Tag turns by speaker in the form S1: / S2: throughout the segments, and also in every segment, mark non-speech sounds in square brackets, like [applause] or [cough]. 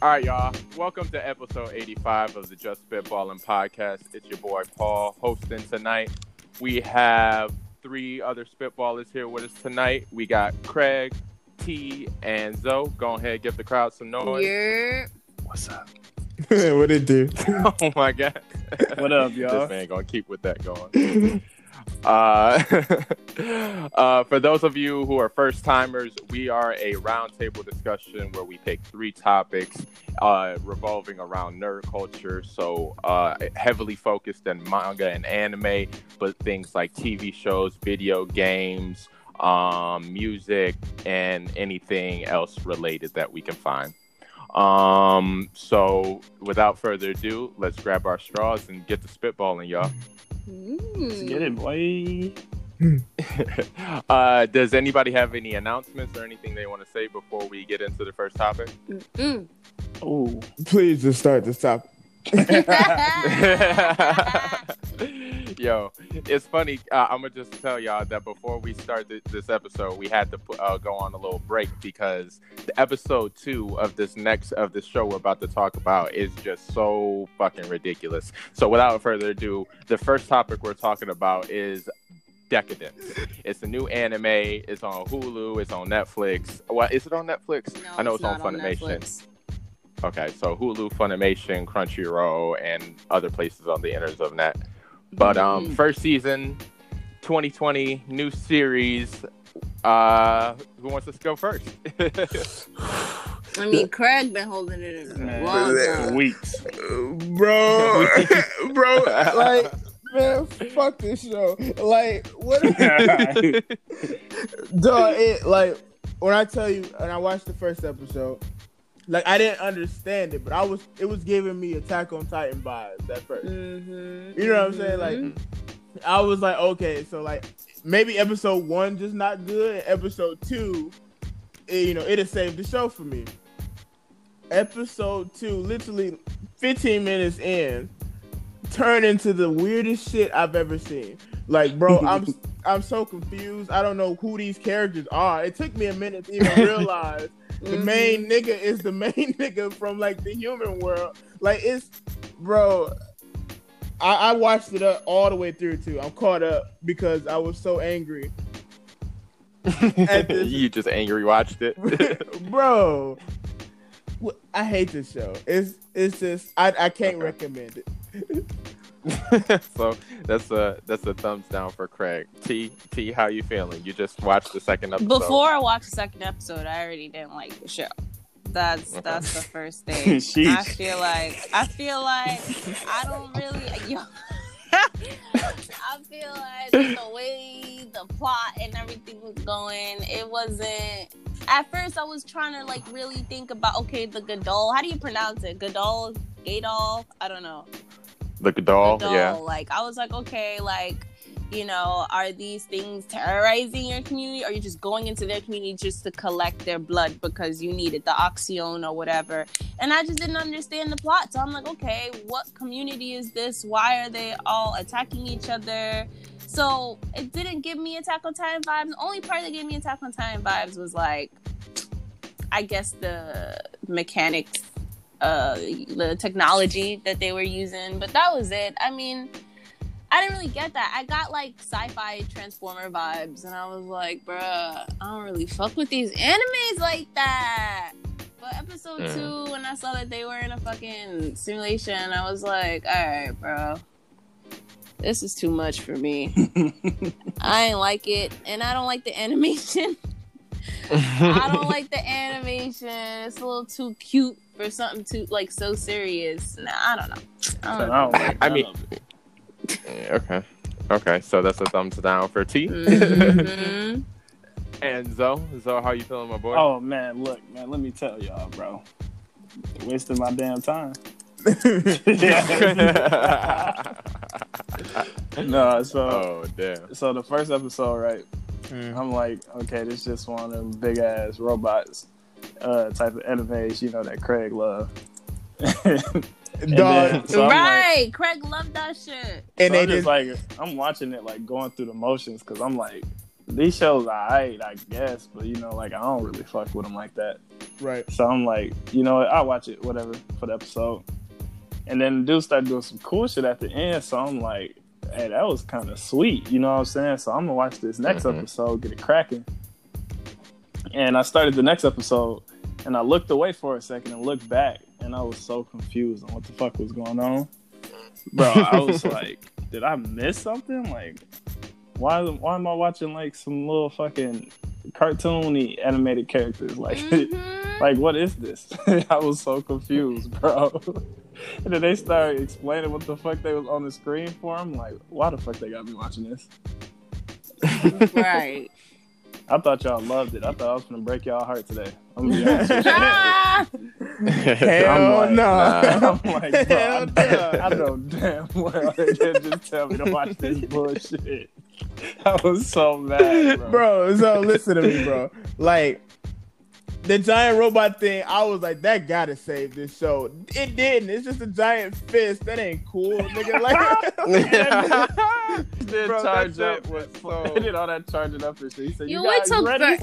S1: All right, y'all. Welcome to episode 85 of the Just Spitballing podcast. It's your boy Paul hosting tonight. We have three other spitballers here with us tonight. We got Craig, T, and Zoe. Go ahead, give the crowd some noise.
S2: Yeah.
S3: What's up?
S4: what it do?
S1: [laughs] Oh my god,
S3: What
S1: [laughs]
S3: up,
S1: this
S3: y'all?
S1: man gonna keep with that going. [laughs] Uh, [laughs] uh, for those of you who are first timers, we are a roundtable discussion where we pick three topics uh, revolving around nerd culture. So, uh, heavily focused in manga and anime, but things like TV shows, video games, um, music, and anything else related that we can find. Um, so, without further ado, let's grab our straws and get to spitballing, y'all. [laughs]
S2: mm,
S3: Let's get it, boy.
S1: uh, does anybody have any announcements or anything they want to say before we get into the first topic?
S4: [laughs]
S2: [laughs] Mm-mm.
S3: Oh,
S4: Please just start this topic.
S1: Yo, it's funny. Uh, I'm gonna just tell y'all that before we start th- this episode, we had to pu- uh, go on a little break because the episode two of this next of this show we're about to talk about is just so fucking ridiculous. So, without further ado, the first topic we're talking about is Decadence. It's a new anime. It's on Hulu. It's on Netflix. Well, is it on Netflix?
S2: No,
S1: I know it's,
S2: not
S1: on Funimation.
S2: Netflix.
S1: Okay, so Hulu, Funimation, Crunchyroll, and other places on the inners of net. But um,
S5: Mm-hmm.
S2: Mm-mm.
S1: first season, 2020, new series. Uh, who wants to go
S4: [laughs]
S1: first?
S2: I mean, Craig been holding it in a
S3: man.
S2: long
S4: Yeah.
S2: time.
S3: Weeks. [laughs]
S4: Bro, [laughs] bro, like, man, fuck this show. Like,
S1: [laughs]
S4: what?
S3: [laughs]
S4: Dog, it like when I tell you, and I watched the first episode, like I didn't understand it, but I was it was giving me Attack on Titan vibes at first.
S2: Mm-hmm.
S4: You know what I'm saying? Like I was like, okay, so like maybe episode one just not good, and episode two, it, you know, it'll save the show for me. Episode two, literally 15 minutes in, turned into the weirdest shit I've ever seen. Like, bro, I'm I'm so confused. I don't know who these characters are. It took me a minute to even realize the
S5: Mm-hmm.
S2: Mhm.
S4: main nigga is the [laughs] main nigga from like the human world. Like it's, bro. I, I watched it up all the way through too. I'm caught up because I was so angry, [laughs] At this-
S1: you just angry watched it. [laughs]
S4: bro. wh- I hate this show. It's it's just I I can't
S1: Okay.
S4: recommend it. [laughs]
S1: so that's a that's a thumbs down for Craig. T T, how you feeling? You just watched the second episode.
S5: Before I watched the second episode, I already didn't like the show. That's
S1: Okay.
S5: that's
S1: [laughs]
S5: the first thing. I
S3: Sheesh.
S5: feel like I feel like I don't really yo. [laughs] I feel like the way the plot and everything was going, it wasn't. At first, I was trying to like really think about okay, the Godol. How do you pronounce it? Godol, Gadol. I don't know
S1: the doll,
S5: the doll.
S1: yeah.
S5: Like I was like, okay, like you know, are these things terrorizing your community? Or are you just going into their community just to collect their blood because you needed the oxyone or whatever? And I just didn't understand the plot. So I'm like, okay, what community is this? Why are they all attacking each other? So it didn't give me Attack on Titan vibes. The only part that gave me Attack on Titan vibes was like, I guess the mechanics uh the technology that they were using but that was it i mean i didn't really get that i got like sci-fi transformer vibes and i was like bruh i don't really fuck with these animes like that but episode
S1: Mm.
S5: two when i saw that they were in a fucking simulation i was like all right bro this is too much for me i ain't like it and i don't like the [laughs] animation I don't like the animation. It's a little too cute for something too like so serious. Nah, I don't know. I don't know.
S3: I,
S1: I mean- [laughs] okay, okay. So that's a thumbs down for T.
S5: Mm.
S1: [laughs]
S5: Mhm.
S1: And Zoe, Zoe, how you feeling, my boy?
S3: oh man, look, man, let me tell y'all, bro. Wasting my damn time. [laughs] no, so
S1: [laughs] oh damn.
S3: so the first episode, right? I'm like, okay, this just one of them big ass robots uh, type of animes, you know, that Craig [laughs] loved.
S4: Dog,
S3: then- So I'm like-
S5: right, Craig loved that shit.
S4: and
S3: so
S4: they
S3: I'm
S4: just
S3: just like I'm watching it like going through the motions because I'm like, these shows are alright, I guess, but you know, like I don't really fuck with them like that. [laughs]
S4: Right.
S3: So I'm like, you know, what, I'll watch it, whatever, for the episode. And then the dude started doing some cool shit at the end, so I'm like, hey, that was kind of sweet, you know what I'm saying? So I'm gonna watch this next
S1: Mhm.
S3: episode, get it cracking. And I started the next episode, and I looked away for a second and looked back, and I was so confused on what the fuck was going on, bro. I was like, did I miss something? Like, why? Why am I watching like some little fucking cartoony animated characters? Like,
S5: Mhm.
S3: [laughs] like what is this? I was so confused, bro. [laughs] and then they started explaining what the fuck they was on the screen for. I'm like, why the fuck they got me watching this?
S2: right.
S3: I thought y'all loved it. I thought I was gonna break y'all heart today. I'm gonna be honest with
S5: [laughs]
S3: you. [laughs]
S5: Ah!
S1: [laughs]
S4: [laughs] Hell
S3: like,
S4: no.
S3: I'm like, bro,
S4: Hell
S3: I,
S4: no.
S3: I know damn well they didn't just tell me to watch this bullshit. I was so mad, bro.
S4: bro. So listen to me, bro. Like the giant robot thing, I was like, that gotta save this show. It didn't. It's just a giant fist. That ain't cool, nigga. [laughs] Like,
S3: [laughs]
S1: Did
S3: Bro,
S1: charge
S3: that's
S1: up was
S3: [laughs] They
S1: so.
S3: did all that charging up and shit. He said,
S5: You
S3: you,
S5: it
S3: guys
S5: took
S3: ready?
S5: Eh?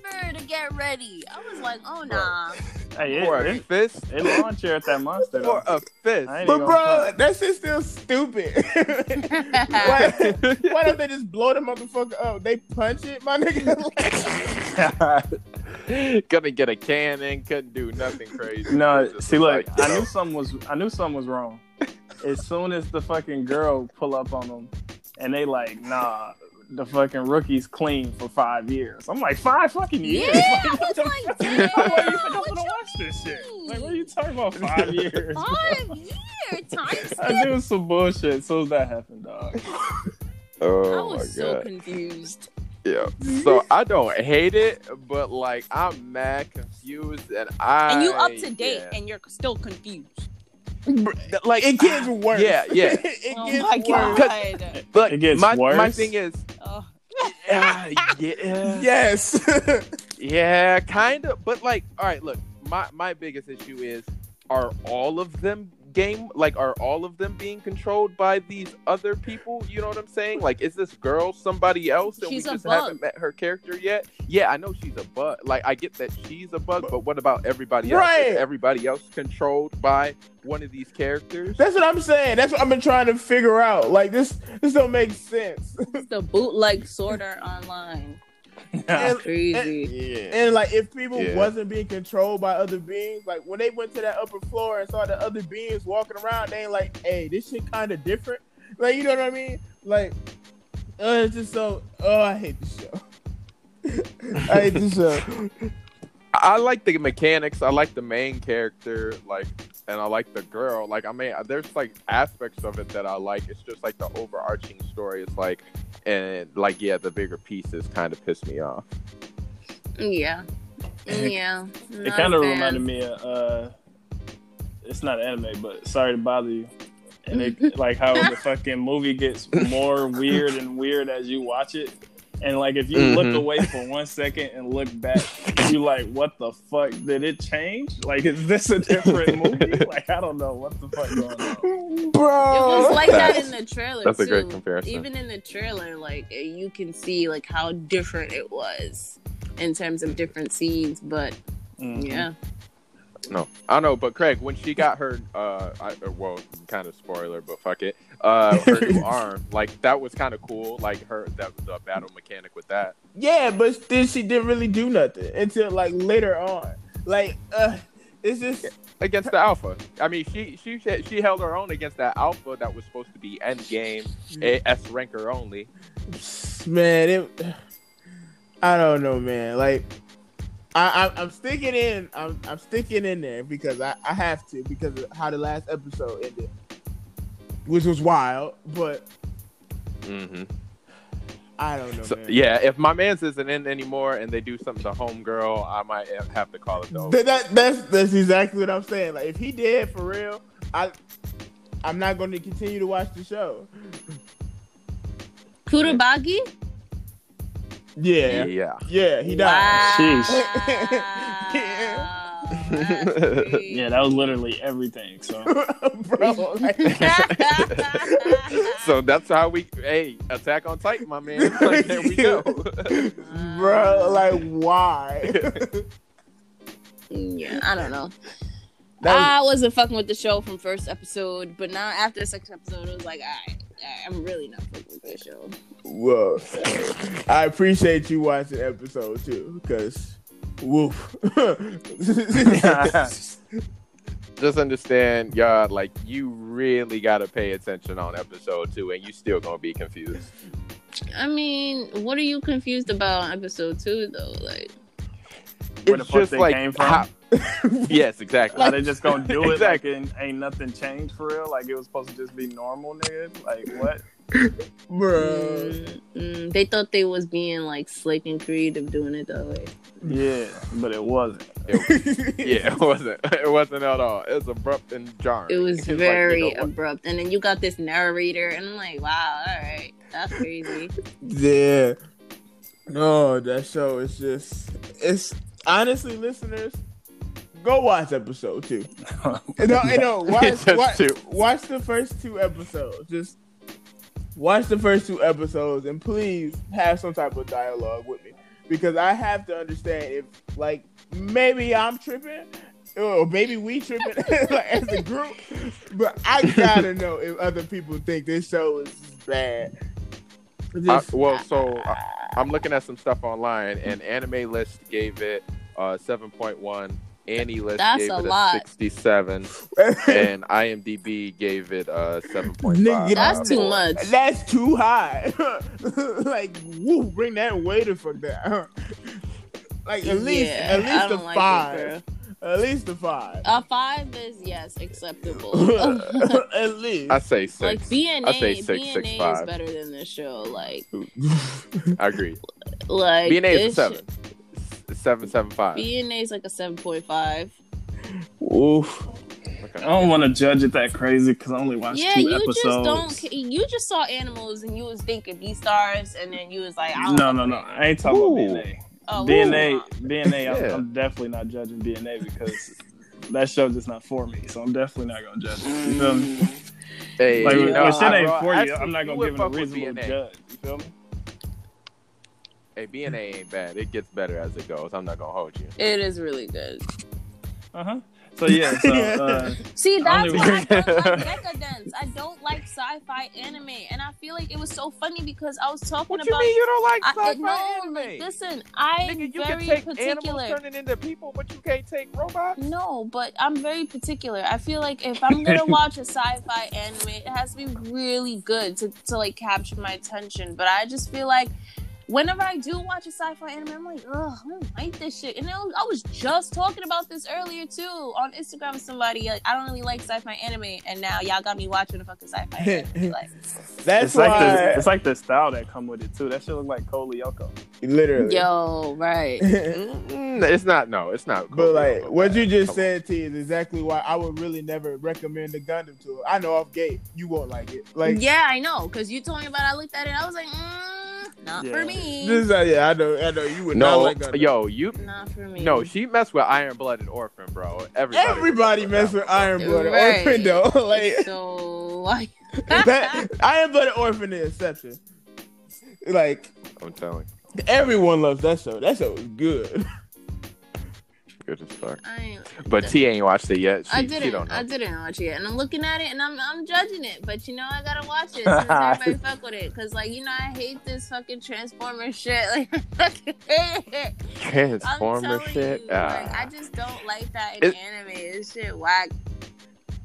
S5: forever to get ready. I was like, oh nah.
S3: Hey,
S1: For a
S3: it,
S1: fist.
S3: it, it launched here at that monster.
S1: For
S3: though.
S1: a fist.
S4: [laughs]
S3: I ain't
S4: but
S3: gonna
S4: bro,
S3: front.
S4: that shit's still stupid. [laughs]
S1: [laughs]
S4: why, why don't they just blow the motherfucker up? They punch it, my nigga. [laughs]
S3: [laughs]
S1: Gonna get a can and couldn't do nothing crazy.
S3: No,
S4: [laughs]
S1: It's just
S3: see, look,
S1: like,
S3: I
S1: you
S3: knew
S1: know,
S3: something was, I knew something was wrong. As soon as the fucking girl pull up on them, and they like, nah, the fucking rookie's clean for five years. I'm like, five fucking years.
S5: [laughs] Yeah, I
S3: Like,
S5: was
S3: what the
S5: like,
S3: fuck?
S5: damn,
S3: [laughs] Why you think I'm
S5: what you mean?
S3: gonna watch this shit? Like, what are you
S4: [laughs]
S3: talking about? Five years.
S5: Five
S3: [laughs]
S5: year time skip.
S3: I knew some bullshit as soon as that happened, dog.
S5: I
S1: Oh my
S5: was so
S1: god.
S5: confused.
S1: Yeah. So I don't hate it, but like I'm mad confused and I
S5: And you up to date
S1: yeah.
S5: and you're still confused.
S1: like [laughs]
S4: It gets worse.
S1: Yeah, yeah.
S4: [laughs] it
S5: oh
S4: gets
S5: my
S4: worse.
S5: god.
S1: But
S3: It gets
S1: my, my
S3: worse.
S1: thing is uh,
S5: Oh.
S1: yeah,
S4: Yes. [laughs]
S1: yeah, kind of. But like, all right, look, my my biggest issue is are all of them game like are all of them being controlled by these other people? You know what I'm saying? Like, is this girl somebody else and
S5: She's
S1: we
S5: a
S1: just
S5: bug.
S1: haven't met her character yet? Yeah, I know she's a bug. Like, I get that she's a bug, but what about everybody else?
S4: Right.
S1: Is everybody else controlled by one of these characters?
S4: That's what I'm saying. That's what I've been trying to figure out. Like this, this don't make sense.
S3: [laughs]
S5: It's the bootleg sorter online.
S4: And-
S2: Crazy.
S1: yeah.
S4: And like, if people
S1: Yeah.
S4: wasn't being controlled by other beings, like when they went to that upper floor and saw the other beings walking around, they ain't like, "Hey, this shit kind of different." Like, you know what I mean? Like, uh, it's just so. Oh, I hate this show. [laughs] I hate this show.
S1: I like the mechanics. I like the main character, like, and I like the girl. Like, I mean, there's like aspects of it that I like. It's just like the overarching story. It's like, and like, yeah, the bigger pieces kind of piss me off.
S2: Yeah. Yeah.
S3: It kind of reminded me of uh, it's not anime, but sorry to bother you. And it like how the fucking movie gets more weird and weird as you watch it. And like if you
S1: Mhm.
S3: look away for one second and look back, you like, what the fuck? Did it change? Like is this a different movie? Like I don't know what the fuck going on.
S2: It
S4: Bro.
S2: was like that in the trailer.
S1: That's
S2: too.
S1: a great comparison.
S2: Even in the trailer, like you can see like how different it was in terms of different scenes. But
S3: Mm-hmm.
S2: yeah,
S1: No, I don't know, but Craig, when she got her, uh, I, uh, well, kind of spoiler, but fuck it, uh, her new arm, like that was kind of cool. Like her, that was the battle mechanic with that.
S4: Yeah, but then she didn't really do nothing until like later on. Like, uh, it's just.
S1: against the alpha. I mean, she she she held her own against that alpha that was supposed to be end game, A- S ranker only.
S4: man, it, I don't know, man. Like, I, I I'm sticking in. I'm I'm sticking in there because I I have to because of how the last episode ended, which was wild. But
S1: Mm-hmm.
S4: I don't know,
S1: So,
S4: man.
S1: yeah, if my man's isn't in anymore and they do something to homegirl, I might have to call it though.
S4: Th- that that's that's exactly what I'm saying. Like, if he did for real, I. I'm not going to continue to watch the show.
S5: Kurabagi?
S1: Yeah.
S4: Yeah, yeah, he died.
S5: Wow. That's
S4: [laughs]
S3: Yeah, that was literally everything. So
S4: Bro, like-
S5: crazy.
S1: [laughs] so that's how we. Hey, Attack on Titan, my [laughs] man. Like, there we go.
S4: bro. Like, why?
S1: [laughs]
S5: yeah, I don't know.
S4: That
S5: I wasn't fucking with the show from first episode, but now after the second episode, it was like, I, I'm really not fucking with this show.
S4: Whoa. [laughs] I appreciate you watching episode two because, woof. [laughs]
S1: Just understand, y'all. Like, you really gotta pay attention on episode two, and you still gonna be confused.
S5: I mean, what are you confused about on episode two though? Like,
S3: Where the fuck they came from?
S1: how- [laughs] yes, exactly.
S3: Are they just gonna do it
S1: Exactly.
S3: like it ain't nothing changed for real? Like it was supposed to just be normal, nigga. Like what?
S4: Uh, bro.
S5: mm, mm, they thought they was being like slick and creative doing it that way.
S3: Yeah, but it [laughs] wasn't.
S1: yeah, it wasn't. [laughs] It wasn't at all. It was abrupt and jarring.
S5: It was
S1: [laughs] It's like,
S5: very
S1: nigga, what-
S5: abrupt, and then you got this narrator, and I'm like, wow, all right, that's
S4: [laughs]
S5: crazy.
S4: [laughs] Yeah. No, that show is just it's honestly listeners, go watch episode two. No, I know. Watch,
S1: Just
S4: watch,
S1: two.
S4: watch the first two episodes. Just watch the first two episodes and please have some type of dialogue with me. Because I have to understand if like maybe I'm tripping or maybe we tripping [laughs] like, as a group. But I gotta know if other people think this show is bad.
S1: I,
S4: Just-
S1: well, so I, I'm looking at some stuff online, and Anime List gave it uh, 7.1. Annie List
S5: That's
S1: gave
S5: a
S1: it a
S5: lot.
S1: 67,
S5: [laughs]
S1: and IMDb gave it a 7.5.
S4: Nigga,
S5: That's
S1: Uh,
S5: too much.
S4: That's too high. [laughs] like, woo, bring that waiter for that. [laughs] like at least,
S5: Yeah,
S4: at
S5: I
S4: least a
S5: don't like it,
S4: five. at least
S5: [laughs]
S4: a five. [laughs]
S5: A five is yes acceptable.
S4: at least.
S1: I say six.
S5: like BNA,
S1: I say six,
S5: BNA
S1: six, five.
S5: is better than this show. Like,
S1: I agree.
S5: like
S1: BNA is a
S5: this
S1: seven.
S5: sh-
S1: S- Seven seven five.
S5: BNA is like a seven point five.
S4: Oof.
S3: I
S1: Okay.
S3: don't want to judge it that crazy because I only watched
S5: Yeah,
S3: two
S5: you
S3: episodes.
S5: just don't. ca- You just saw animals and you was thinking these stars, and then you was like, I don't
S3: No,
S5: fuck
S3: no,
S5: with
S3: no.
S5: it.
S3: I ain't talking
S1: Ooh.
S3: about DNA.
S5: Oh,
S3: DNA,
S5: wow.
S3: DNA. I'm,
S1: Yeah.
S3: I'm definitely not judging DNA because that show just not for me. So I'm definitely not gonna judge it. You feel me?
S1: Hey,
S3: Like,
S1: you
S3: if
S1: know,
S3: shit
S1: Mm. I-
S3: ain't
S1: bro,
S3: for you,
S1: actually,
S3: I'm not
S1: you
S3: gonna
S1: would
S3: give it a
S1: fuck with
S3: reasonable
S1: BNA.
S3: judge. You feel me?
S1: Hey, BNA ain't bad. It gets better as it goes. I'm not gonna hold you.
S5: It is really good.
S3: Uh huh. So
S1: [laughs]
S3: yeah, so uh,
S5: See, that's
S3: don't
S5: why I
S1: even-
S5: don't
S3: [laughs]
S5: like Decadence. I don't like sci-fi anime, and I feel like it was so funny because I was talking
S1: What you
S5: about.
S1: mean you don't like
S5: I,
S1: sci-fi
S5: no,
S1: anime?
S5: listen, I'm
S1: Nigga, you
S5: very
S1: can take
S5: particular.
S1: animals turning into people, but you can't take robots.
S5: No, but I'm very particular. I feel like if I'm
S4: [laughs]
S5: gonna watch a sci-fi anime, it has to be really good to, to like capture my attention. But I just feel like whenever I do watch a sci-fi anime, I'm like, ugh, I don't like this shit. And I was, I was just talking about this earlier too on Instagram with somebody. Like, I don't really like sci-fi anime, and now y'all got me watching a fucking sci-fi
S4: [laughs]
S5: anime. Like,
S4: That's
S3: it's
S4: why.
S3: like the, it's like the style that come with it too. That shit look like Cole Yoko.
S4: literally.
S5: yo, right?
S1: Mm, it's not. No, it's not.
S4: [laughs] But like what you just
S1: Come
S4: said, T, is exactly why I would really never recommend the Gundam to. I know off gate, you won't like it. Like,
S5: yeah, I know. Cause you told me about. it, I looked at it. I was like, mm, not
S3: Yeah.
S5: for me.
S4: this is, yeah, I know, I know, you would
S1: No,
S4: not like Gundam.
S1: yo, you.
S5: not for me.
S1: No, she messed with Iron Blooded Orphan, bro. Everybody,
S4: Everybody mess with Iron Blooded
S5: Right.
S4: Orphan though. [laughs]
S1: [laughs]
S4: like
S5: [laughs] so like
S4: that, Iron Blooded Orphan is exception. Like
S1: I'm telling,
S4: everyone loves that show. That show is good. [laughs]
S1: you, good as fuck.
S5: [laughs] I ain't-
S1: But T ain't watched it yet. She,
S5: I
S1: She
S5: didn't.
S1: don't know.
S5: I didn't watch it, yet. and I'm looking at it, and I'm I'm judging it. But you know, I gotta watch
S1: [laughs]
S5: it. Since everybody fuck with it, cause like you know, I hate this fucking Transformer shit. [laughs] Like, I fucking hate it. I'm
S1: Transformer
S5: telling
S1: shit.
S5: you,
S1: Ah.
S5: like, I just don't like that in
S1: It-
S5: anime. This shit whack.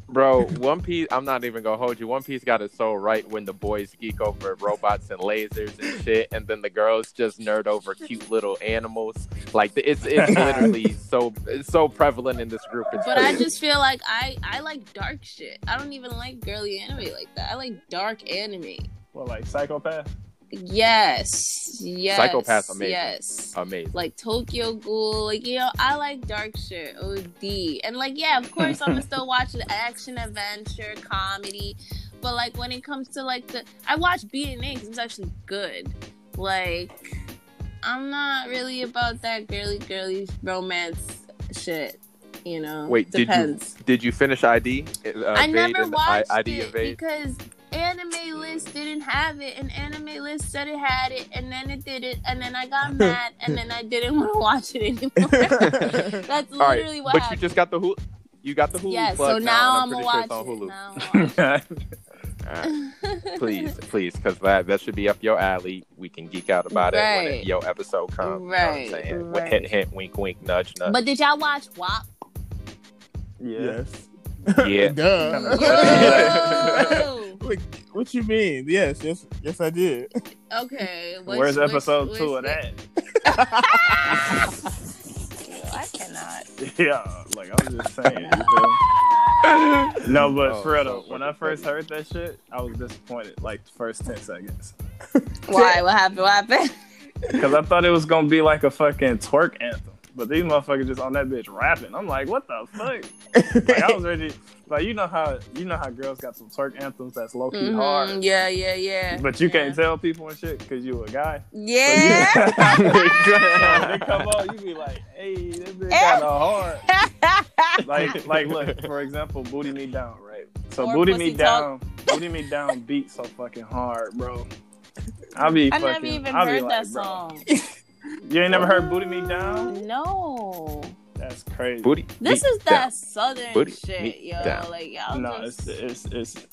S1: Bro, One Piece, I'm not even gonna hold you. One Piece got it so right when the boys geek over robots and lasers and shit, and then the girls just nerd over cute little animals. Like the- it's it's literally so it's so prevalent in this group. It's
S5: But I
S1: crazy.
S5: just feel like I I like dark shit. I don't even like girly anime like that. I like dark anime.
S3: Well, like psychopath. [laughs]
S5: Yes, yes,
S1: Psychopath's amazing.
S5: Yes.
S1: amazing.
S5: like Tokyo Ghoul. Like, you know, I like dark shit, OD. And, like, yeah, of
S1: [laughs]
S5: course, I'm gonna still watch the action adventure, comedy. But, like, when it comes to, like, the. I watch BNA because it's actually good. Like, I'm not really about that girly, girly romance shit. You know?
S1: Wait, did you-
S5: depends.
S1: Did you finish ID? Uh,
S5: I
S1: Vade
S5: never
S1: and
S5: watched
S1: I, ID
S5: it
S1: Evade?
S5: because anime list didn't have it, and anime list said it had it, and then it did it, and then
S1: [laughs]
S5: I got mad, and then I didn't want to watch it anymore. That's
S1: All right,
S5: literally what
S1: but you
S5: happened.
S1: just got the Hulu. You got the Hulu
S5: yeah,
S1: plug
S5: so
S1: now,
S5: now, I'm
S1: and
S5: gonna
S1: I'm pretty
S5: watch
S1: sure it's on
S5: it.
S1: Hulu.
S5: Now I'm
S1: All right. [laughs]
S5: watching it.
S1: please, please, because that that should be up your alley. We can geek out about it when
S5: Right.
S1: it, your episode comes.
S5: Right,
S1: You know what I'm saying?
S5: right.
S1: Hint, hint, wink, wink, nudge, nudge.
S5: [laughs] But did y'all watch WAP?
S3: Yeah.
S4: Yes.
S1: yeah.
S5: [laughs]
S4: Duh.
S3: [laughs]
S1: [laughs]
S5: Yo!
S4: What you mean? Yes, yes, yes, I did.
S5: okay. which-
S3: Where's
S5: which-
S3: episode
S5: which-
S3: two of that?
S5: Ew, I cannot.
S3: [laughs] Yeah, like I'm just saying. you
S1: [laughs]
S3: feel? no, but
S1: Oh,
S3: for
S1: so
S3: real though, when
S1: fucking
S3: I first
S1: funny.
S3: heard that shit, I was disappointed. Like the first ten seconds,
S5: [laughs] Why? What happened? What
S1: [laughs]
S5: happened?
S3: because I thought it was gonna be like a fucking twerk anthem. But these motherfuckers just on that bitch rapping. I'm like, what the
S1: [laughs]
S3: fuck? Like I was ready. Like you know how you know how girls got some twerk anthems that's low key
S5: Mhm,
S3: hard,
S5: Yeah, yeah, yeah.
S3: but you
S5: yeah.
S3: can't tell people and shit because you a guy.
S5: [laughs]
S3: So you- [laughs]
S5: Yeah.
S3: So they come on, you be like, hey, this bitch got a hard. Like, like, look, for example, booty me down, right? So
S5: Or
S3: booty me
S5: Pussy Talk.
S3: down, booty me down beat so fucking hard, bro. I be
S5: [laughs] I
S3: fucking.
S5: never even
S3: I be
S5: heard
S3: like,
S5: that
S3: bro,
S5: song.
S3: You ain't never heard booty me down?
S5: No.
S3: That's crazy.
S1: Booty.
S5: This
S1: meat down.
S5: is that southern
S1: Booty
S5: shit,
S1: meat
S5: yo.
S1: down.
S5: Like y'all
S3: no,
S5: just.
S3: it's it's it's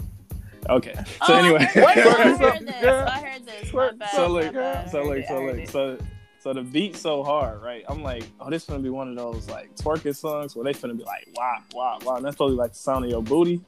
S3: okay.
S5: Oh,
S3: So anyway,
S5: I heard this. I
S3: so-
S5: heard this. I heard this. My bad,
S3: [laughs] so
S5: my
S3: look,
S5: bad.
S3: so
S5: I heard
S3: look,
S5: it, I
S3: so
S5: heard
S3: look,
S5: it.
S3: so so the beat so hard, right? I'm like, oh, this gonna be one of those like twerking songs where they finna be like, wow, wow, wow, and that's probably like the sound of your booty.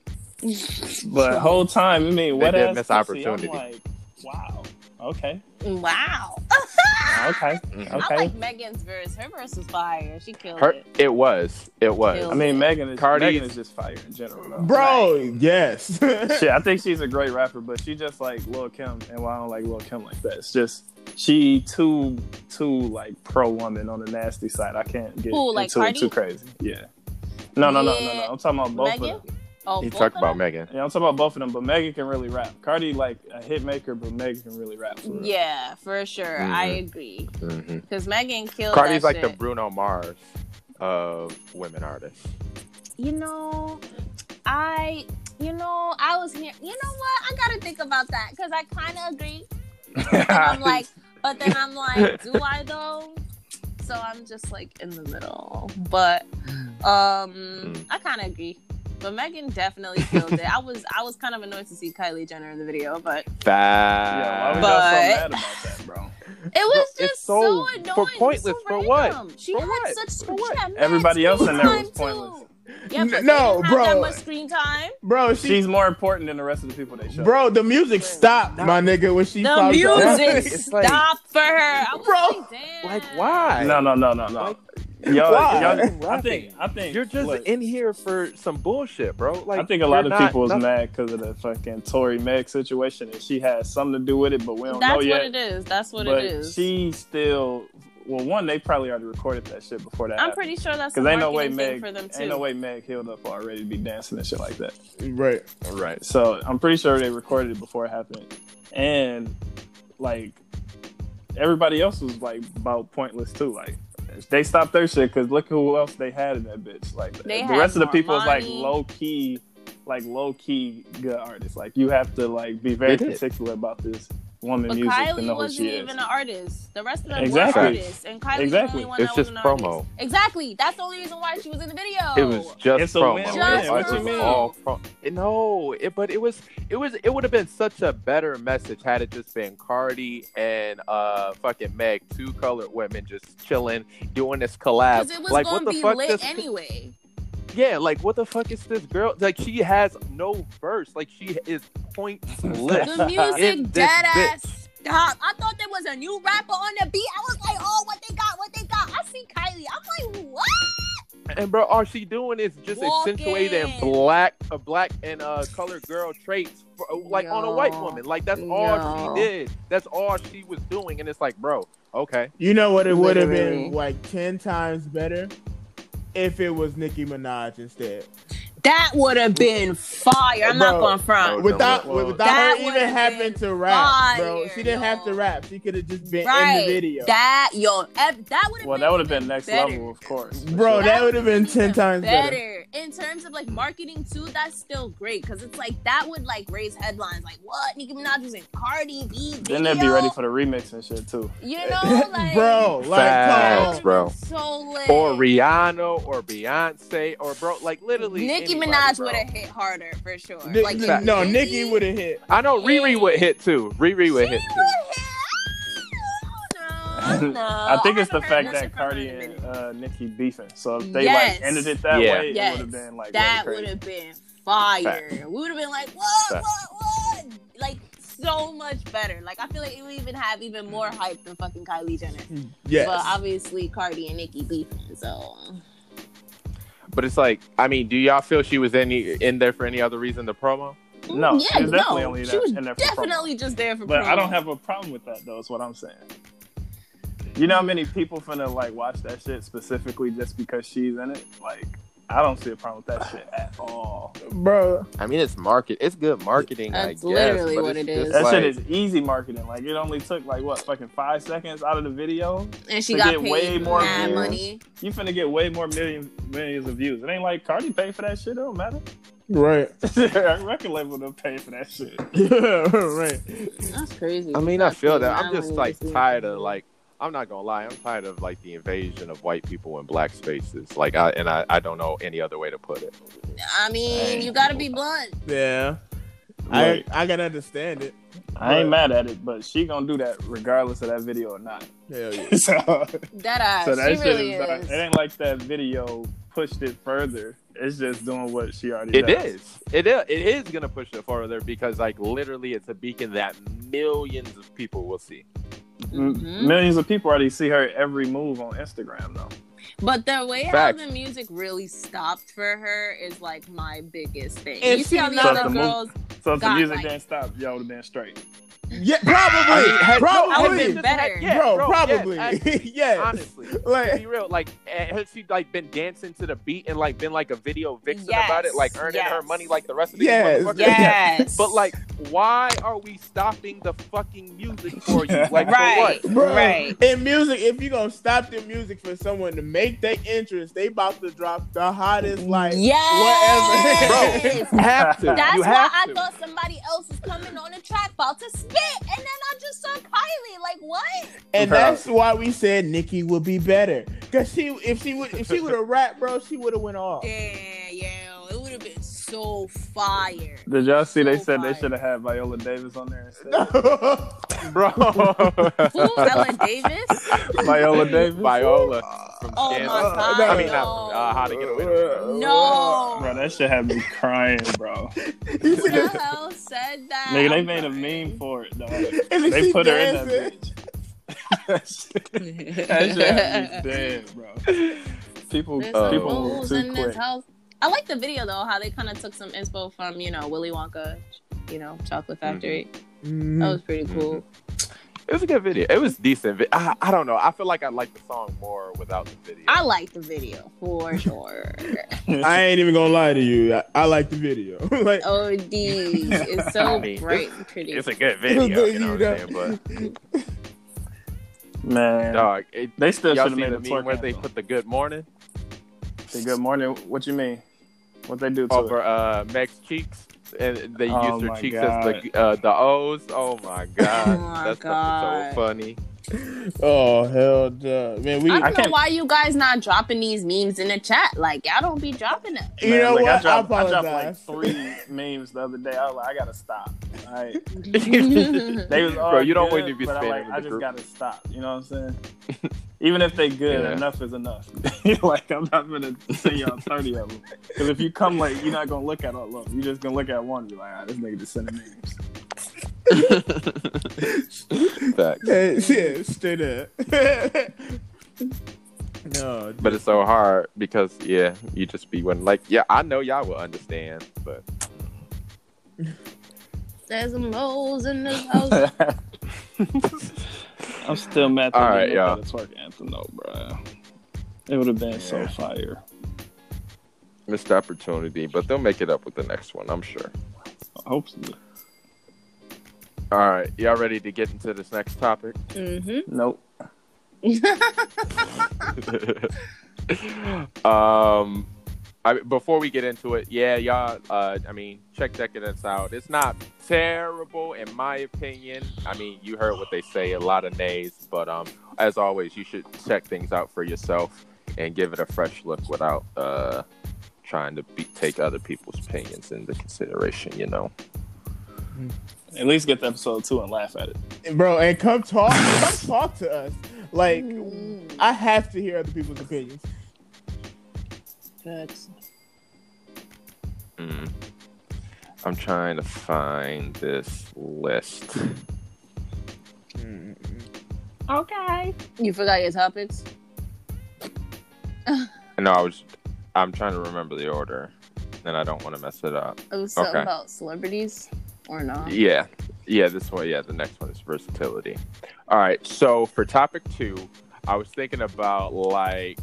S3: But whole time, I mean,
S1: They
S3: what
S1: did
S3: ass
S1: miss
S3: pussy,
S1: opportunity.
S3: I'm like, wow, okay,
S5: Wow. [laughs]
S3: okay,
S1: Mhm.
S5: I
S3: okay.
S5: like Megan's verse. Her verse was fire. She killed
S1: Her,
S5: it.
S1: it was. It was.
S5: Killed
S3: I mean, Megan is
S1: Cardi-
S3: Megan is just fire in general, though.
S4: [laughs] Bro, yes.
S3: Shit, I think she's a great rapper, but she just like Lil Kim, and why I don't like Lil Kim like that. It's just she too too like pro woman on the nasty side. I can't get
S5: Who,
S3: Ooh,
S5: like
S3: into it
S5: Cardi?
S3: too crazy. Yeah. No, no, no, no,
S5: Yeah.
S3: no. I'm talking about both
S5: Megan?
S3: of them.
S5: Oh,
S1: He
S5: both
S1: talked
S5: of
S1: about
S5: them?
S1: Megan.
S3: Yeah, I'm talking about both of them. But Megan can really rap. Cardi like a hit maker, but Megan can really rap. For real. [laughs]
S5: Yeah, for sure. I agree.
S1: hmm
S5: Because Megan killed
S1: Cardi's
S5: that
S1: like the
S5: shit.
S1: Bruno Mars of women artists.
S5: you know, I, you know, I was here. You know what? I gotta think about that because I kind of agree. And I'm like, but then I'm like,
S1: [laughs]
S5: do I though? So I'm just like in the middle. But um,
S1: Mm.
S5: I kind of agree. But Megan definitely killed it. I was I was kind of annoyed to see Kylie Jenner in the video, but it
S3: yeah, why
S1: Facts.
S5: But-
S3: was y'all so mad about that, bro?
S5: was
S1: Bro, it's
S5: just so,
S1: so- for
S5: annoying.
S1: pointless,
S5: so
S1: for what?
S5: random. She
S1: For
S5: had
S1: what?
S5: such
S1: For what?
S5: she had mad
S3: Everybody else
S5: screen
S3: in there was
S5: time, too.
S3: pointless.
S5: Yeah, but no, they didn't
S4: No,
S5: have that
S4: bro.
S5: much screen time.
S4: [laughs] Bro, she,
S3: She's more important than the rest of the people they show.
S4: bro, the music stopped, my nigga, when she
S5: The
S4: popped up.
S5: music
S1: It's like-
S5: stopped for her. I was
S4: Bro,
S5: like, damn.
S1: Like why?
S3: No, no, no, no, no.
S1: Like,
S3: [laughs] Y'all,
S4: why?
S3: y'all, I think, I think
S1: You're just
S3: look,
S1: in here for some bullshit, bro. Like
S3: I think a lot
S1: you're
S3: of
S1: not-
S3: people was
S1: nothing-
S3: mad because of the fucking Tory Meg situation, and she had something to do with it, but we don't
S5: That's
S3: know
S5: what
S3: yet.
S5: it is. That's what
S3: but
S5: it is.
S3: she still, well, one they probably already recorded that shit before that.
S5: I'm pretty sure that's a
S3: because ain't no way
S5: marketing thing
S3: Meg,
S5: for them too.
S3: ain't no way Meg healed up already to be dancing and shit like that.
S4: Right.
S1: Right.
S3: So I'm pretty sure they recorded it before it happened, and like everybody else was like about pointless too. Like they stopped their shit because look who else they had in that bitch. Like
S5: They
S3: the
S5: had
S3: rest of the people was like
S5: Normani.
S3: low key, like low key good artists. Like you have to like be very
S1: They did.
S3: particular about this woman
S5: but
S3: music
S5: Kylie
S3: and know who
S5: wasn't
S3: she is.
S5: even an artist. The rest of them
S3: Exactly.
S5: were artists, and Kylie was the
S3: Exactly.
S5: only one
S1: It's
S5: that was
S1: just
S5: an
S1: promo.
S5: artist. Exactly. That's the only reason why she was in the video.
S1: It was just
S3: It's a
S1: promo.
S3: win-win.
S1: It
S5: Oh. Just
S1: was
S5: promo.
S1: all pro- no, it, but it was it was it would have been such a better message had it just been Cardi and uh fucking Meg, two colored women just chilling, doing this collab.
S5: because it was
S1: like
S5: gonna
S1: what the
S5: be
S1: fuck?
S5: lit
S1: this-
S5: anyway.
S1: [laughs] yeah, like what the fuck is this girl? Like she has no verse. Like she is
S5: [laughs]
S1: pointless.
S5: The
S1: In
S5: music
S1: this
S5: dead
S1: bitch.
S5: ass. Stop. I thought there was a new rapper on the beat. I was like, oh, what they got, what they got. I see Kylie. I'm like, what?
S1: And bro, all she doing is just
S5: Walking.
S1: accentuating black, a black and uh colored girl traits, for, uh, like on a white
S5: Yo.
S1: woman. Like that's all
S5: Yo.
S1: she did. That's all she was doing. And it's like, bro, okay,
S4: You know what it would have been
S5: Literally.
S4: like ten times better if it was Nicki Minaj instead.
S5: That would have been fire. I'm
S4: Bro,
S5: not going front.
S1: bro,
S4: Without
S1: Well,
S4: without
S5: that
S4: her even
S5: would've
S4: having
S5: been
S4: to rap, bro.
S5: fire,
S4: She didn't have to
S5: yo.
S4: rap. She could have just been in
S5: Right.
S4: the video. [laughs]
S5: That yo, ev- that would have
S3: well,
S5: been
S3: that would have
S5: even
S3: been next
S5: better.
S3: level, of course. for
S4: bro,
S3: sure.
S4: Oh, that would have been
S5: Even
S4: ten times better.
S5: better. in terms of like marketing too, that's still great because it's like that would like raise headlines like what Nicki Minaj was in Cardi B.
S3: Then they'd be
S5: video.
S3: ready for the remix and shit too.
S5: you know
S4: [laughs]
S5: like
S4: bro, like,
S5: that
S1: Facts,
S4: come
S5: would've
S4: on.
S1: bro.
S5: been So lit.
S1: Or Rihanna or Beyonce or bro, like literally.
S5: Nicki
S1: anybody,
S5: Minaj
S1: bro.
S5: would have hit harder for sure.
S4: Ni-
S5: like
S1: fact.
S4: no, Nikki would have hit.
S1: I know Riri would hit too. Riri would hit too.
S5: Oh, I don't know.
S3: [laughs] I think it's the
S5: haven't heard
S3: fact
S5: nothing
S3: that
S5: from her
S3: Cardi
S5: in a minute.
S3: and uh, Nicki beefing. So if they
S5: Yes.
S3: like ended it that
S1: Yeah.
S3: way,
S5: Yes.
S3: it would have been like
S5: that
S3: really
S5: would
S3: crazy.
S5: have been fire.
S1: Facts.
S5: We would have been like, what,
S1: Facts.
S5: what, what? Like so much better. Like I feel like it would even have even more hype than fucking Kylie Jenner.
S4: Yes.
S5: But obviously Cardi and Nicki beefing, so
S1: But it's like, I mean, do y'all feel she was any in there for any other reason? The promo.
S3: No,
S5: yeah,
S3: she was definitely
S5: no,
S3: only
S5: she
S3: there-
S5: was
S3: in there for promo.
S5: definitely just there for.
S3: But I
S5: promo.
S3: don't have a problem with that though. Is what I'm saying. You know how many people finna like watch that shit specifically just because she's in it? Like, I don't see a problem with that shit at all.
S4: bro.
S1: I mean, it's market. It's good marketing. I
S5: That's
S1: guess,
S5: literally
S1: but [sighs]
S5: what
S1: it's
S5: it
S1: just
S5: is.
S3: That
S1: like-
S3: shit is easy marketing. Like, it only took like what fucking five seconds out of the video.
S5: and she
S3: to
S5: got
S3: get
S5: paid
S3: way more
S5: mad
S1: views.
S5: money.
S3: You finna get way more millions millions of views. It ain't like Cardi paid for that shit. It don't matter.
S4: Right. [laughs]
S3: Record label done paid for that shit.
S4: right.
S5: That's crazy.
S1: I mean, I
S5: Got
S1: feel
S5: paid
S1: that.
S5: mad
S1: I'm just
S5: money
S1: like
S5: this year.
S1: tired of like. I'm not gonna lie. I'm tired of like the invasion of white people in black spaces. Like, I and I, I don't know any other way to put it.
S5: I mean, you gotta be blunt.
S4: Yeah.
S3: Like,
S4: I I can understand it.
S3: I ain't mad at it, but she gonna do that regardless of that video or not. [laughs]
S4: Hell yeah.
S3: so,
S5: That ass.
S3: so that
S5: Ah, she
S3: shit
S5: really
S3: is, not-
S5: is.
S3: It ain't like that video pushed it further. It's just doing what she already
S1: It
S3: does.
S1: is. It is. It is gonna push it further because, like, literally, it's a beacon that millions of people will see.
S3: M-
S5: Mhm.
S3: Millions of people already see her every move on Instagram though.
S5: But the way
S1: Facts.
S5: how the music really stopped for her is like my biggest thing.
S4: And
S5: you see how
S4: she
S5: these
S3: not-
S5: other
S3: Stop the
S5: girls,
S3: So if the
S5: God,
S3: music
S5: like-
S3: didn't stop, y'all would have been straight.
S4: Yeah, probably.
S1: had-
S4: probably.
S5: I would've
S1: had
S5: been
S1: just
S5: better.
S1: had- yeah,
S4: bro,
S1: bro, yes,
S4: probably.
S1: I-
S4: [laughs] yes.
S1: honestly. To
S4: Like
S1: be real, like eh, had she like been dancing to the beat and like been like a video vixen
S5: Yes,
S1: about it, like earning her
S5: yes.
S1: money like the rest of these
S4: Yes,
S1: motherfuckers?
S5: yes,
S1: But like, why are we stopping the fucking music for
S3: [laughs]
S1: you? Like,
S5: right,
S1: for what?
S4: Bro,
S5: right.
S4: in music, if you gonna stop the music for someone to make their interest, they about to drop the hottest like
S5: yes,
S4: whatever.
S5: Bro.
S1: Have to.
S5: That's
S1: you
S5: why
S1: have
S5: I
S1: to.
S5: thought somebody else was coming on the track about to spit, and then I just saw Kylie. Like what?
S4: And
S3: Bro.
S4: that's why we said Nikki would be better. Cause she if she would if she
S3: [laughs]
S4: would have rapped, bro, she would have went off.
S5: Damn, yo, it would have been so fire.
S3: [laughs] Did y'all see they
S5: So
S3: said they
S5: fire.
S3: should have had Viola Davis on
S4: [laughs]
S3: there instead? [laughs]
S4: Damn.
S1: bro.
S5: Who? Ellen [laughs] Davis.
S3: Viola Davis.
S1: Viola. From
S5: Oh my
S1: Scandal.
S5: God,
S1: I mean, not
S5: no.
S1: uh, how to get away. With it.
S5: No.
S3: Bro, that shit had me crying, bro.
S5: Who the
S3: [laughs]
S5: hell said that?
S3: Nigga, they
S5: I'm
S3: made a
S5: crying.
S3: meme for it, dog.
S4: And then
S3: They
S4: she
S3: put her in that
S4: dancing.
S3: bitch. that shit, that shit had me [laughs] dead, bro. People,
S5: There's
S1: Uh,
S5: some
S3: people move
S5: rules
S3: too
S5: in
S3: quick. [laughs]
S5: this house. I like the video though, how they kind of took some inspo from you know Willy Wonka, you know Chocolate
S1: Mm-hmm.
S5: Factory.
S4: Mm-hmm.
S5: That was pretty cool.
S1: It was a good video. It was decent. vi- I, I don't know. I feel like I like the song more without the video.
S5: I like the video
S1: [laughs]
S5: for sure.
S4: I ain't even gonna lie to you. I, I like the video. [laughs] like
S5: Od, it's so
S1: I mean,
S5: bright and pretty.
S1: it's a good video. you know
S4: You
S1: what I'm saying? But
S3: Man,
S1: dog, it,
S3: they still should
S1: y'all
S3: have
S1: seen
S3: made
S1: the
S3: a
S1: meme
S3: twerk
S1: where they
S3: anthem.
S1: put the good morning
S3: Say, Good morning. What you mean? What they do to it?
S1: over uh, Meg's cheeks, and they
S3: Oh
S1: used
S3: my
S1: her cheeks as
S3: God.
S1: the uh, the O's. Oh my god,
S5: [laughs] Oh my
S1: that stuff is
S5: God.
S1: so funny.
S4: Oh hell duh. Man, we
S5: I don't
S3: I
S5: know
S3: can't-
S5: why you guys not dropping these memes in the chat. Like y'all don't be dropping them.
S4: you
S3: Man,
S4: know
S3: like,
S4: what?
S3: I dropped,
S4: I
S3: dropped, like
S4: apologize.
S3: three memes the other day. I was like, I gotta stop. All right. They
S5: [laughs]
S1: [laughs]
S5: they
S3: was all
S1: Bro, you don't
S3: good,
S1: want to be
S3: but I,
S1: spamming
S3: like,
S1: the
S3: I just
S1: group.
S3: gotta stop. You know what I'm
S1: [laughs]
S3: saying? Even if they good,
S1: Yeah.
S3: enough is enough. [laughs] like I'm not gonna send y'all thirty of them. Because if you come late, you're not gonna look at all of them. You're just gonna look at one. and be like, all right, this nigga just sending memes.
S1: [laughs] Facts.
S4: Yeah, yeah, straight [laughs] up. [laughs] no,
S1: But it's so hard because yeah, you just be one like yeah. I know y'all will understand, but
S5: There's moles in this house.
S1: [laughs]
S3: [laughs] I'm still mad. That
S1: All
S3: they
S1: right,
S3: looked
S1: y'all.
S3: at the twerk anthem though, bro. It would have been so
S1: Yeah.
S3: fire.
S1: missed opportunity. But they'll make it up with the next one, I'm sure.
S3: Hopefully,
S1: All right, y'all ready to get into this next topic?
S5: hmm
S3: nope.
S1: um, I, before we get into it, yeah, y'all. Uh, I mean, check Decadence out. It's not terrible, in my opinion. I mean, you heard what they say, a lot of nays, but um, as always, you should check things out for yourself and give it a fresh look without uh, trying to be- take other people's opinions into consideration. You know.
S3: At least get the episode two and laugh at it.
S4: bro, and come talk, come talk to us. Like,
S5: Mm,
S4: I have to hear other people's opinions.
S5: Facts.
S1: Mm. I'm trying to find this list.
S6: Okay.
S5: You forgot your topics?
S1: No, I was. I'm trying to remember the order, and I don't want to mess it up.
S5: It was something
S1: Okay.
S5: about celebrities or not.
S1: Yeah. Yeah, this one. Yeah, the next one is versatility. All right. So for topic two, I was thinking about like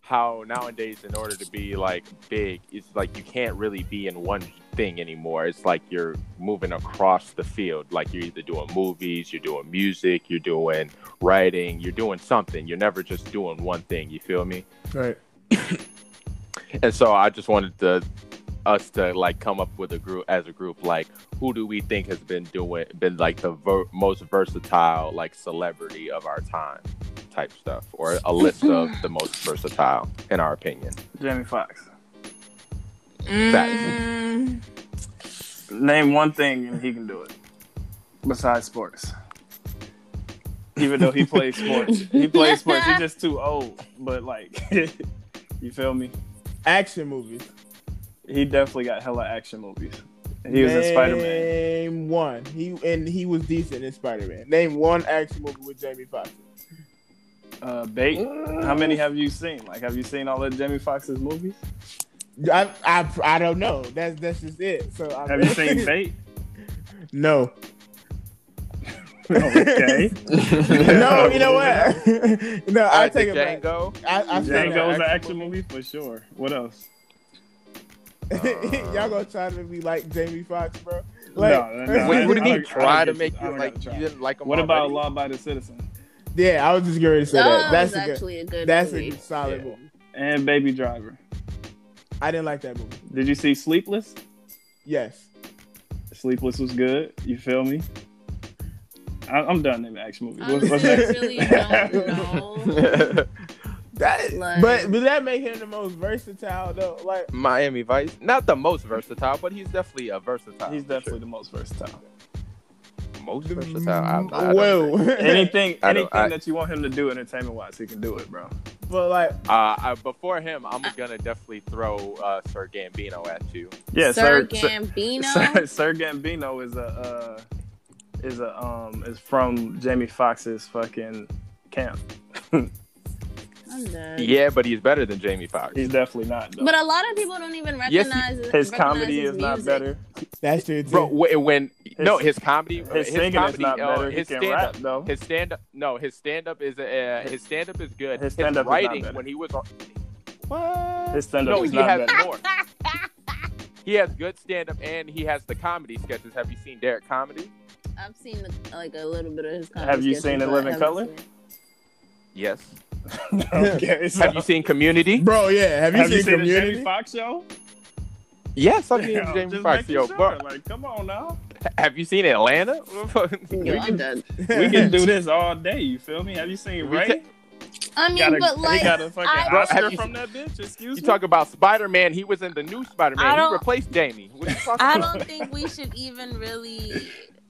S1: how nowadays, in order to be like big, it's like you can't really be in one thing anymore. It's like you're moving across the field. Like you're either doing movies, you're doing music, you're doing writing, you're doing something. You're never just doing one thing. You feel me?
S4: Right.
S1: And so I just wanted to us to like come up with a group as a group like who do we think has been doing been like the ver- most versatile like celebrity of our time type stuff or a list of the most versatile in our opinion.
S3: Jamie Foxx.
S5: Mm.
S1: Facts.
S3: Name one thing and he can do it. Besides sports. Even though he plays sports. He plays sports. He's just too old. But like [laughs] you feel me?
S4: Action movies.
S3: He definitely got hella action movies. He was in Spider Man.
S4: Name one. He and he was decent in Spider Man. Name one action movie with Jamie Foxx.
S3: Uh Bait. How many have you seen? Like have you seen all of Jamie Foxx's movies?
S4: I, I I don't know. That's that's just it. So I
S3: Have you
S4: [laughs]
S1: [laughs]
S3: seen Bait?
S4: No.
S3: okay.
S4: no, you know what? [laughs] no, I
S1: Alright,
S4: take
S1: the
S4: it back.
S1: Django.
S4: I, I said
S3: Django was an
S4: that.
S3: action movie for sure. What else?
S4: [laughs]
S1: Django.
S4: Y'all gonna try to be like Jamie Foxx, bro? Like,
S3: No, no, no.
S1: Wait, what do you
S3: I
S1: mean
S3: don't-
S1: try
S3: I
S1: to
S3: don't
S1: make
S3: get you.
S1: you
S3: I
S1: like
S3: don't
S1: you
S3: gotta
S1: didn't like him
S3: What about
S1: already?
S3: Law Abiding Citizen?
S4: yeah, I was just going to say that.
S5: That
S4: That's
S5: was
S4: a good.
S5: actually a good
S4: That's
S5: movie.
S4: a solid
S3: Yeah.
S4: movie.
S3: And Baby Driver.
S4: I didn't like that movie.
S3: Did you see Sleepless?
S4: Yes.
S3: Sleepless was good. You feel me? I, I'm done naming action movies. What's, what's
S5: Honestly, I
S3: next?
S5: really don't
S4: [laughs]
S5: know.
S4: That,
S5: Like-
S4: but but that made him the most versatile though.
S1: [laughs]
S4: Like
S1: Miami Vice. Not the most versatile, but he's definitely a versatile.
S3: [laughs] He's definitely the most versatile.
S1: most versatile. I'm, I don't
S4: whoa. [laughs]
S3: Anything,
S1: I don't-
S3: anything
S1: I-
S3: that you want him to do entertainment wise, he can do it, bro.
S4: but like
S1: Uh, I, before him, I'm gonna definitely throw uh, Sir Gambino at you.
S3: Yeah,
S5: Sir
S3: Sir
S5: Gambino.
S3: Sir, Sir Gambino is a uh, is a um is from Jamie Foxx's fucking camp.
S5: I'm done.
S1: Yeah, but he's better than Jamie Foxx.
S3: He's definitely not. Though.
S5: But a lot of people don't even
S1: Yes,
S5: recognize
S3: his
S5: recognize
S3: comedy
S5: his
S3: is not
S5: music.
S3: better.
S4: that's true too.
S1: Bro, when, when no, his comedy,
S3: His, singing
S1: comedy,
S3: is not
S1: uh,
S3: better.
S1: His
S3: he can rap
S1: stand-up,
S3: though.
S1: his stand-up, no, his stand-up is uh, his stand-up is good.
S3: His stand-up is not
S1: writing
S3: better.
S1: when he was on. What?
S3: His stand-up
S1: no,
S3: is
S1: he
S3: not
S1: has
S3: better.
S1: more. He has good stand-up and he has the comedy sketches. Have you seen Derek comedy?
S5: [laughs] I've seen like a little bit of his comedy.
S3: Have you
S5: sketches,
S3: seen
S5: but I
S3: 11
S5: haven't
S3: Color?
S5: seen it.
S1: Yes.
S3: [laughs] okay,
S1: [laughs]
S3: so-
S1: Have you seen Community?
S4: Bro, yeah. Have you seen
S3: the
S4: Community? [laughs]
S3: Jamie Foxx show?
S1: Yes, I've seen
S3: Yeah,
S1: Jamie
S3: just
S1: Foxx.
S3: making
S1: Yo,
S3: sure.
S1: bro,
S3: Like, come on now.
S1: have you seen Atlanta? [laughs]
S5: No, I'm done.
S3: We can [laughs] do this all day. You feel me? Have you seen
S1: We
S3: Ray?
S1: can-
S5: I mean,
S3: Got a-
S5: but like,
S3: he got a fucking
S5: I-
S1: Bro,
S3: Oscar
S1: have you
S3: from that bitch. Excuse
S1: You
S3: me.
S1: talk about Spider Man. He was in the new Spider
S5: I
S1: Man.
S5: don't-
S1: He replaced Jamie. What are you talking
S5: I
S1: about?
S3: [laughs]
S5: don't think we should even really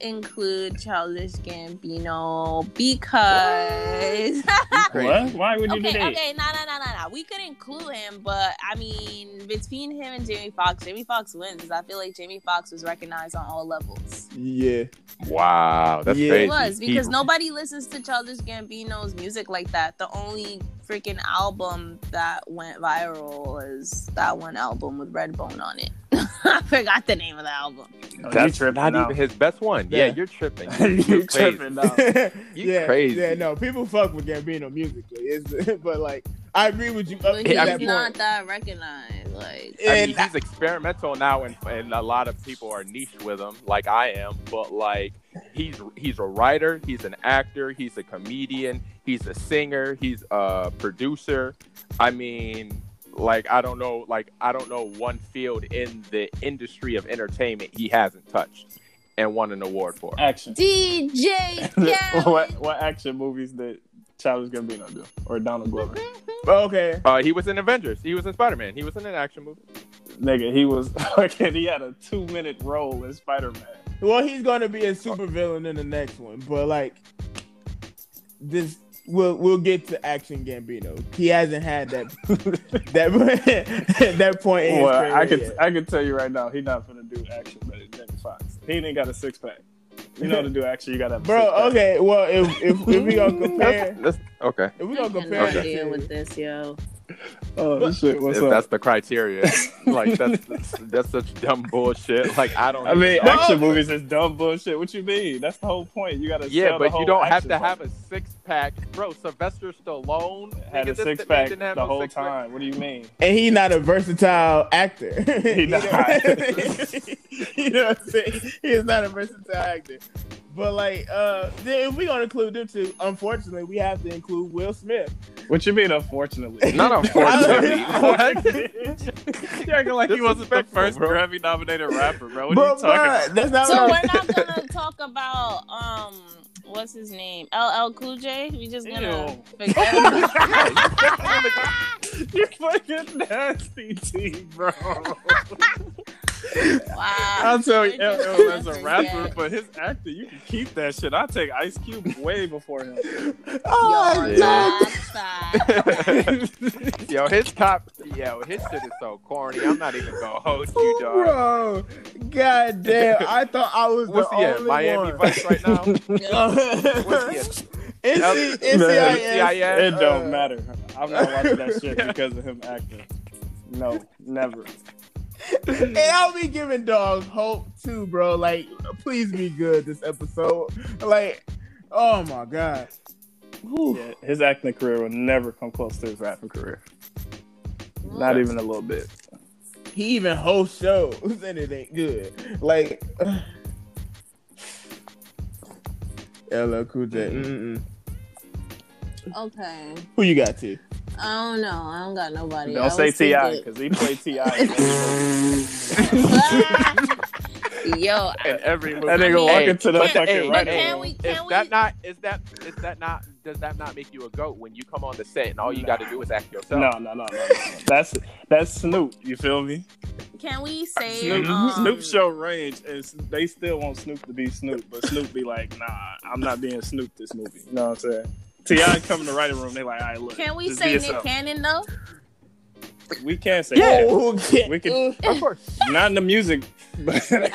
S5: include Childish Gambino
S3: [laughs]
S5: because. [laughs]
S3: what? Why would you do
S5: Okay,
S3: that?
S5: okay, no, no, no, no, no. We could include him, but I mean, between him and Jamie Foxx, Jamie Foxx wins. 'cause I feel like Jamie Foxx was recognized on all levels.
S4: yeah.
S1: Wow, that's
S4: Yeah.
S1: crazy.
S5: It was because
S1: He-
S5: nobody listens to Childish Gambino's music like that. The only freaking album that went viral is that one album with Redbone on it. [laughs] I forgot the name of the album.
S3: Oh, you
S1: that's
S3: tripping
S1: not
S3: now.
S1: even his best one. Yeah,
S4: Yeah.
S1: you're tripping.
S3: you
S1: crazy.
S3: tripping now.
S1: You
S4: yeah,
S1: crazy.
S4: Yeah, no, people fuck with Gambino musically. It's, [laughs] but like, I agree with you. Up
S5: But
S4: to
S5: he's
S1: I
S4: that
S1: mean-
S5: not
S4: point.
S5: that recognized. Like,
S1: I mean,
S4: And
S1: he's experimental now, and, and a lot of people are niche with him, like I am. But like, he's he's a writer, he's an actor, he's a comedian, he's a singer, he's a producer. I mean, like I don't know, like I don't know one field in the industry of entertainment he hasn't touched and won an award for.
S5: [laughs]
S3: Action.
S2: DJ
S3: what
S2: Khaled.
S3: [laughs] what action movies did Childish Gambino do or Donald Glover?
S4: Okay.
S1: Uh, he was in Avengers. He was in Spider Man. He was in an action movie.
S3: Nigga, he was [laughs] fucking. He had a two minute role in Spider Man.
S4: Well, he's gonna be a supervillain in the next one, but like this, we'll we'll get to Action Gambino. He hasn't had
S3: [laughs]
S4: that that [laughs] that point in his
S3: Well,
S4: career
S3: I could
S4: yet.
S3: I could tell you right now, he not gonna do action better than Jamie Foxx. He didn't got a six pack. You know to do action, you gotta have a
S4: Bro,
S3: six-pack.
S4: okay. Well, if if, if we
S3: [laughs]
S4: gonna compare,
S1: That's, okay.
S4: if we
S2: I
S4: gonna
S2: have no
S4: compare, the
S2: idea
S4: two,
S2: with this, yo.
S3: Oh this shit, what's
S1: if
S3: up?
S1: that's the
S3: [laughs]
S1: criteria, like that's, that's that's such dumb bullshit. Like I don't.
S3: I
S1: even
S3: mean,
S1: know.
S3: action movies is dumb bullshit. What you mean? That's the whole point. You gotta.
S1: Yeah,
S3: sell the
S1: but
S3: whole
S1: you don't have
S3: action
S1: to
S3: part.
S1: have a six pack, bro. Sylvester Stallone
S3: had
S1: nigga,
S3: a
S1: this
S3: six
S1: man
S3: pack
S1: didn't have
S3: the
S1: no
S3: whole
S1: six-pack.
S3: time. What do you mean?
S4: and he not a versatile actor. [laughs]
S3: He
S4: You know-
S3: not.
S4: [laughs] you know what I'm saying? He is not a versatile actor. But like, uh, then if we gonna include them two, unfortunately, we have to include Will Smith.
S3: What you mean? [laughs] Unfortunately,
S1: Not [laughs] unfortunately. what?
S3: [laughs] You're acting like he
S1: This
S3: wasn't the
S1: respectful,
S3: first
S1: bro.
S3: Grammy nominated rapper, bro. What
S4: But,
S3: are you talking
S4: bruh, That's
S3: about?
S4: not
S3: [laughs]
S2: So we're
S4: what I'm
S2: not gonna talk about um what's his name? LL Cool J. We just gonna
S3: [laughs] Ew.
S2: forget him.
S3: You're fucking nasty, T,
S1: [laughs]
S3: bro.
S2: Wow.
S3: I'll tell you,
S2: We're just
S3: LL as a
S2: gonna
S3: rapper,
S2: forget.
S3: but his acting, you can keep that shit. I take Ice Cube way before him.
S4: [laughs] Oh,
S2: You're
S1: yeah.
S2: not fat.
S4: [laughs]
S1: yo, his top, yo, his shit is so corny. I'm not even gonna host you, dog.
S4: Oh, bro. God damn. I thought I was
S1: What's
S4: the
S1: he
S4: only
S1: at? Miami
S4: one.
S1: [laughs] Vice right
S3: [laughs]
S1: now?
S4: [laughs]
S1: What's he at?
S4: NC, NCIS.
S3: It don't
S4: uh,
S3: matter. I'm not watching that [laughs] shit because of him acting. No, never.
S4: And I'll be giving dogs hope too, bro. Like, please be good this episode. Like, oh my god.
S3: Yeah, his acting career will never come close to his rapping career. [laughs] Not even a little bit.
S4: He even hosts shows [laughs] and it ain't good. Like, [sighs] LL Cool J. Mm-mm.
S2: Okay.
S4: Who you got to?
S2: I don't know. I don't got nobody. I
S3: Don't say
S2: was thinking-
S3: Ti because he played
S2: [laughs]
S3: Ti. that
S2: [laughs] Yo,
S1: In every movie.
S2: I
S3: nigga
S2: mean-
S3: walking to the
S2: But-
S3: fucking
S2: but
S3: right.
S2: can
S3: angle.
S2: we-
S1: Is that not? Is that? Is that not? Does that not make you a goat when you come on the set and all you got to do is act yourself?
S3: No, no, no, no, no. That's that's Snoop. You feel me?
S2: can we say
S3: Snoop,
S2: um,
S3: Snoop show range, and s- they still want Snoop to be Snoop, but Snoop be like, "Nah, I'm not being Snoop this movie." You know what I'm saying? Ti come in the writing room, they like, "All right, look."
S2: Can we
S3: just
S2: say
S3: be
S2: Nick
S3: yourself."
S2: Cannon
S3: [laughs]
S2: though?
S3: We can say
S1: Yeah.
S3: that.
S4: Oh, okay.
S3: We can,
S2: [laughs]
S1: Of course. [laughs]
S3: not in the music, but
S2: Ah!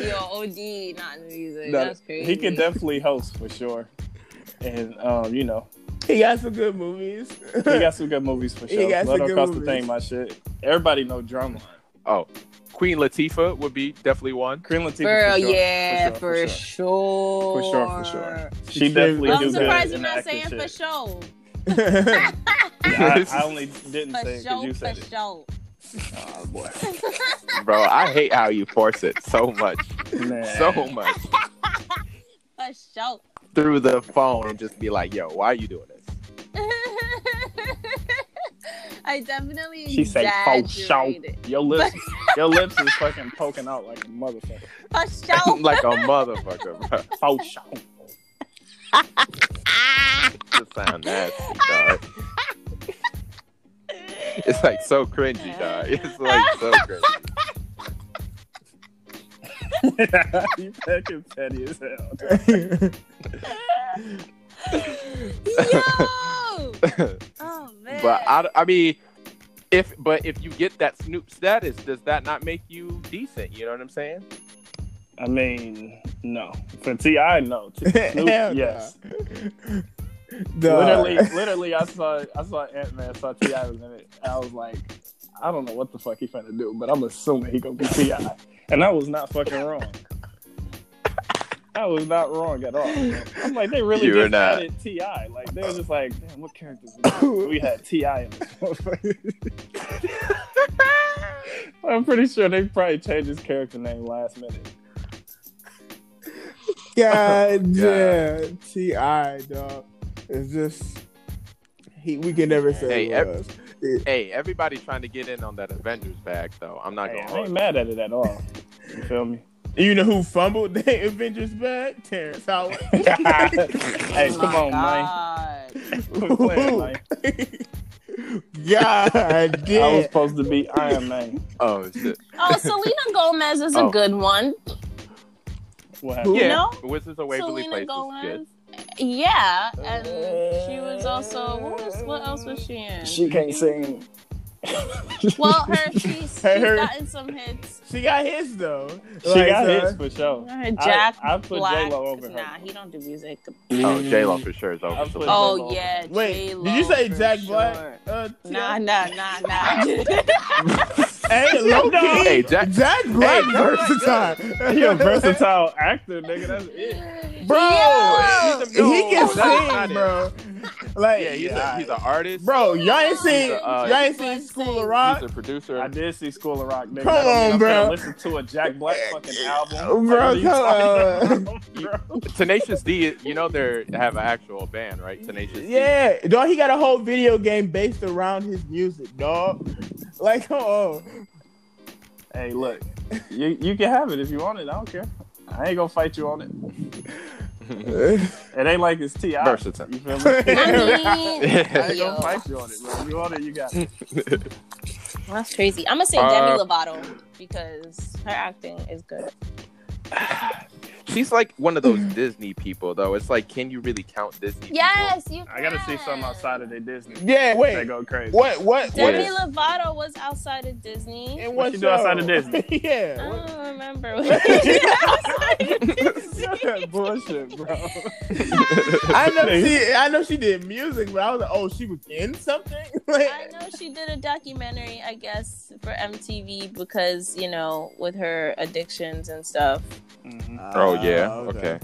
S2: Yo, OD, not in the music.
S3: No,
S2: That's crazy.
S3: he can definitely host for sure. And um, you
S4: [laughs]
S3: know,
S4: He got some good movies.
S3: he
S4: [laughs]
S3: got some good movies for
S4: He
S3: sure.
S4: got some
S3: Blood don't
S4: good
S3: cost a
S4: movies.
S3: thing, my shit. Everybody know drama.
S1: oh, Queen Latifah would be definitely one.
S3: Green Latifah
S2: Girl,
S3: for sure.
S2: yeah,
S3: for sure,
S2: sure.
S3: for For sure, for sure. She definitely
S2: I'm
S3: do
S2: surprised you're
S3: good in
S2: not
S3: acting
S2: saying for
S3: shit.
S2: sure.
S3: I,
S2: [laughs]
S3: I only didn't
S2: For
S3: say it because
S2: sure,
S3: you
S2: for
S3: said it.
S2: sure.
S3: Oh boy,
S1: Bro, I hate how you force it so much,
S3: man.
S1: so much
S2: [laughs] For sure. [laughs]
S1: through the phone and just be like, "Yo, why are you doing this?" [laughs]
S2: I definitely
S3: she say for sure.
S2: exaggerated. [laughs]
S3: Your lips, your lips is fucking poking out like a motherfucker.
S2: For
S3: [laughs]
S2: sure.
S1: like a motherfucker, bro.
S3: For sure.
S2: Ah.
S1: Just sound nasty, dog. It's like so cringy, dog. It's like
S2: [laughs]
S1: so cringy.
S3: [laughs] you fucking petty as hell.
S2: [laughs]
S3: [laughs]
S2: Yo!
S1: [laughs]
S2: Oh man.
S1: But I, I mean, if but if you get that Snoop status, does that not make you decent? You know what I'm saying?
S3: I mean, no. For Ti, no. T-
S4: [laughs]
S3: Snoop,
S4: Hell
S3: yes.
S4: Duh.
S3: Literally, literally, I saw, I saw Ant Man, saw Ti was in it. I was like, I don't know what the fuck he finna do, but I'm assuming he gonna be Ti, and I was not fucking wrong. I was not wrong at all. I'm like, they really
S1: You were
S3: just
S1: not.
S3: added Ti. Like they were just like, damn, what characters
S1: [laughs]
S3: we had? we had Ti in this motherfucker. [laughs] I'm pretty sure they probably changed his character name last minute.
S1: [laughs]
S4: God damn. Ti dog. It's just He, we can never
S1: Hey,
S4: say it
S1: ev-
S4: was.
S1: Hey, everybody trying to get in on that Avengers bag though. I'm not
S3: Hey,
S1: gonna
S3: I ain't
S1: hold.
S3: mad at it at all. You feel
S1: [laughs]
S3: me?
S4: You know who fumbled the [laughs] Avengers bag? Terrence
S1: [laughs]
S4: Howard. [laughs]
S3: hey,
S5: Oh
S3: come
S5: my
S3: on, man.
S5: God.
S3: Quit playing, man.
S4: God damn.
S3: I was supposed to be Iron Man.
S1: Oh shit.
S5: Oh, Selena Gomez is a
S1: Oh.
S5: good one.
S3: What
S1: Yeah,
S3: happened?
S5: No?
S1: Wizards of Waverly
S5: Selena
S1: Place is
S5: Gomez.
S1: good.
S5: Yeah, and she was also what, was, what else was she in?
S3: She can't sing.
S5: well, her she's, she's
S4: Her-
S5: gotten some hits.
S4: she got his though.
S3: She got hits for sure.
S5: Her Jack
S3: I put
S5: Black.
S3: J-Lo over her.
S5: nah, he don't do music.
S1: Oh, J Lo for sure is
S3: I
S1: over.
S3: put-
S1: Selena.
S3: Oh,
S5: Oh yeah,
S4: Wait,
S5: J-Lo
S4: did you say
S5: for
S4: Jack
S5: sure.
S4: Black? Uh,
S5: Nah,
S4: Tia?
S5: nah, nah, nah. [laughs]
S4: Hey, low key.
S1: Hey, Jack.
S4: Jack Black
S1: Hey,
S4: versatile.
S3: He a versatile actor, nigga. That's it.
S4: bro.
S5: Yo!
S4: He can
S1: No, that's not
S4: sing,
S1: it.
S4: bro. Like,
S1: Yeah, he's a, he's an artist.
S4: bro, y'all ain't seen,
S1: He's a, uh,
S4: y'all ain't seen School of Rock,
S1: He's a producer.
S3: I did see School of Rock, nigga.
S4: Come
S3: I don't mean
S4: on,
S3: I'm
S4: bro.
S3: finna Listen to a Jack Black fucking album, Like, what
S4: bro.
S3: are you talking
S4: Come on.
S3: about, bro?
S1: Tenacious D. You know they have an actual band, right? Tenacious. D.
S4: Yeah, dog. He got a whole video game based around his music, dog. Like, come on.
S3: Hey, look, you you can have it if you want it. I don't care. I ain't gonna fight you on it. It ain't like it's Ti.
S1: Versatile.
S3: You feel me?
S5: I mean,
S3: I ain't gonna fight you on it, bro. You want it, you got it.
S5: that's crazy. I'm gonna say Demi Lovato because her acting is good.
S1: [laughs] She's like one of those Disney people, though. It's like, can you really count Disney?
S5: Yes, you.
S3: I gotta see
S5: can.
S3: something outside of their Disney.
S4: Yeah,
S3: They
S4: wait.
S3: go crazy.
S4: What? What? What
S5: Demi
S4: is?
S5: Lovato was outside of Disney.
S4: And what
S3: What she do outside of
S4: show?
S3: Disney?
S5: I
S4: [laughs] yeah.
S5: don't
S3: [laughs]
S5: remember. what she did outside of Disney.
S3: That [laughs] bullshit, bro.
S1: [laughs]
S4: I know she. I know she did music, but I was like, oh, she was in something. [laughs]
S5: [laughs]
S4: Like,
S3: [laughs]
S5: I know she did a documentary, I guess, for MTV because you know, with her addictions and stuff.
S3: Mhm.
S1: Oh
S4: Uh,
S1: yeah, okay.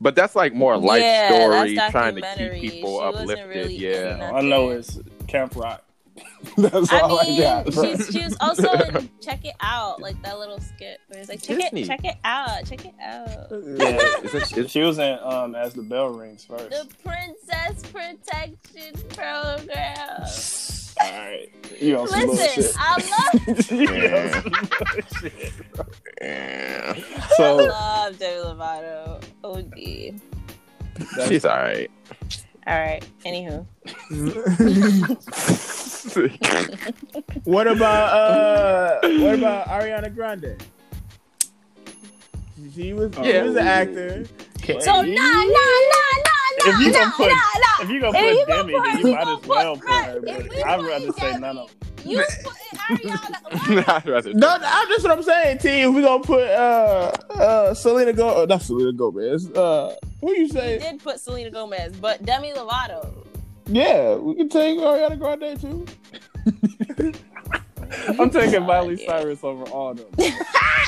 S1: But that's like more life
S5: Yeah,
S1: story,
S5: that's
S1: trying to keep
S5: documentary. She
S1: people
S5: wasn't
S1: uplifted.
S5: really in
S1: yeah,
S5: that.
S3: I know it's Camp Rock. [laughs] That's
S5: I
S3: all
S5: mean,
S3: I got, bro.
S5: she's
S3: [laughs]
S5: she was also in Check It Out, like that little skit where it's like check
S1: Disney.
S5: it, check it out, check it out.
S3: Yeah.
S1: Is it- is-
S3: She was in um as the bell rings first.
S5: The Princess Protection Program.
S3: All right, you on some
S5: Listen,
S3: bullshit.
S5: I love
S3: You on some bullshit.
S1: eh.
S5: I
S3: [laughs]
S5: [laughs]
S3: So
S5: love Demi Lovato. OD.
S1: she's all right. [laughs]
S5: All right. Anywho,
S4: [laughs] What about uh? what about Ariana Grande? She was.
S1: Yeah.
S4: She
S3: Oh,
S4: was an actor.
S5: so nah, nah, nah, nah,
S3: If
S5: nah,
S3: you
S5: nah,
S3: gonna put-
S5: nah,
S3: if
S5: nah.
S3: you gonna
S5: If
S3: put
S5: you gonna
S3: Demi,
S5: put her,
S3: then
S5: we
S3: you might
S5: gonna
S3: as well
S5: put-
S3: put
S5: right,
S3: her.
S5: if we
S3: But I'd
S5: put
S3: rather say none of them.
S5: You put in Ariana.
S3: [laughs]
S5: what?
S1: I'd rather-
S4: No, no, I'm just what I'm saying. T, we gonna put uh uh Selena Go, uh, not Selena Gomez. Uh, who you
S5: You
S4: say?
S5: did put Selena Gomez, but Demi Lovato.
S4: Yeah, we can take Ariana Grande too.
S3: I'm taking Miley
S5: Yeah.
S3: Cyrus over all of them.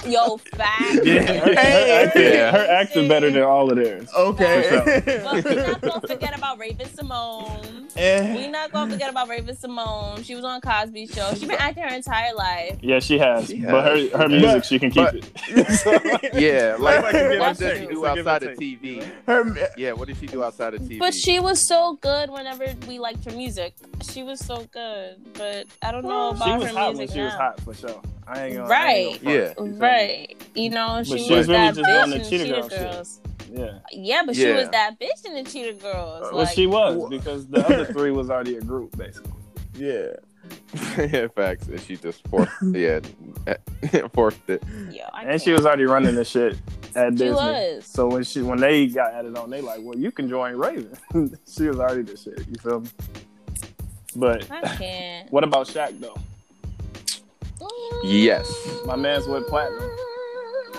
S5: Yo, fact.
S3: Yeah, her, her
S4: Hey. Oh.
S3: acting,
S1: Yeah.
S3: her acting better than all of theirs.
S5: But we're
S4: [laughs]
S5: not
S3: [laughs]
S5: gonna forget about Raven Simone.
S4: Eh,
S5: We're not gonna forget about Raven Simone. She was on Cosby Show. She's been acting her entire life.
S3: Yeah, she has,
S1: She
S3: but
S1: has.
S3: her her music
S4: But-
S3: she can keep
S1: but-
S3: it. So,
S1: yeah, like
S4: Like a give
S1: what
S5: and
S1: did she
S5: take.
S1: do
S3: Like a give
S1: outside
S3: and
S1: of
S3: take.
S1: TV?
S4: [laughs] her,
S1: Yeah, what did she do outside of TV?
S5: But she was so good whenever we liked her music. She was so good, but I don't know
S3: she
S5: about
S3: was
S5: her
S3: hot when
S5: music
S3: she
S5: now.
S3: was hot for sure. I ain't gonna I
S5: Right.
S3: ain't gonna
S1: yeah,
S3: front. You feel me?
S5: Right, you know she,
S3: But
S5: was, that
S3: really just
S5: bitch
S3: on the
S5: in the
S3: Cheetah
S5: Cheetah,
S3: Girl shit.
S5: Girls.
S3: Yeah.
S5: Yeah, but she
S1: Yeah.
S5: was that bitch in the Cheetah Girls.
S1: Uh,
S5: like,
S3: Well, she was
S4: Wha-
S3: because the other three was already a group basically.
S4: yeah.
S1: [laughs] yeah, facts. And she just forced, yeah, [laughs] forced it.
S5: yo, I
S3: and she
S5: can't.
S3: was already running the shit at
S5: She
S3: Disney.
S5: was.
S3: So when she when they got added on, they like, well, you can join Raven. [laughs] she was already the shit. You feel me? But
S5: I can't.
S3: [laughs] what about Shaq though?
S1: Yes.
S3: My man's went platinum.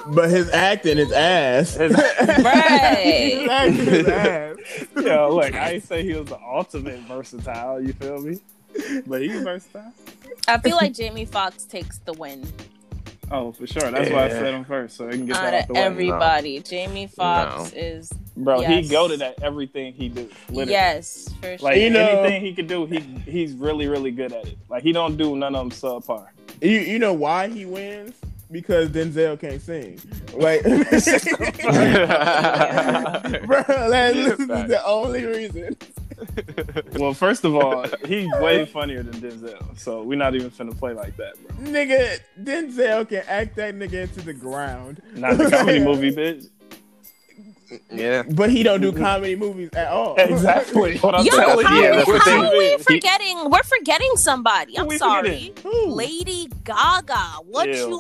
S4: But his acting is ass.
S3: His- [laughs]
S4: His acting is [laughs] ass.
S3: Yo, look, I ain't say he was the ultimate versatile. You feel me? But he's versatile.
S5: I feel like Jamie Foxx takes the win
S3: Oh, for sure. That's why I
S1: Yeah.
S3: said him first, so I can get
S5: out
S3: that out
S5: of
S3: the way.
S5: everybody. Jamie Foxx is
S3: Bro,
S5: Yes.
S3: he goaded at everything he do. Literally.
S5: yes for sure.
S3: Like
S4: You know-
S3: anything he could do, he he's really really good at it. Like he don't do none of them subpar.
S4: You you know why he wins? Because Denzel can't sing. Like, [laughs] bro, like, this is the only reason.
S3: Well, first
S1: [laughs]
S3: of all, he's way funnier than Denzel, so we're not even finna play like that, bro.
S4: nigga, Denzel can act that nigga into the ground,
S3: Not
S1: [laughs]
S3: the comedy movie, bitch.
S1: [laughs] yeah.
S4: but he don't
S3: Mm-hmm.
S4: do comedy movies at all.
S3: What I'm
S5: Yo, how,
S3: telling you.
S1: yeah,
S5: are
S1: that's
S5: we,
S1: the
S5: how are we
S3: thing.
S5: forgetting? We're forgetting somebody.
S3: Who
S5: I'm
S3: we
S5: sorry.
S4: [laughs] Who?
S5: Lady Gaga. What
S3: Ew.
S5: you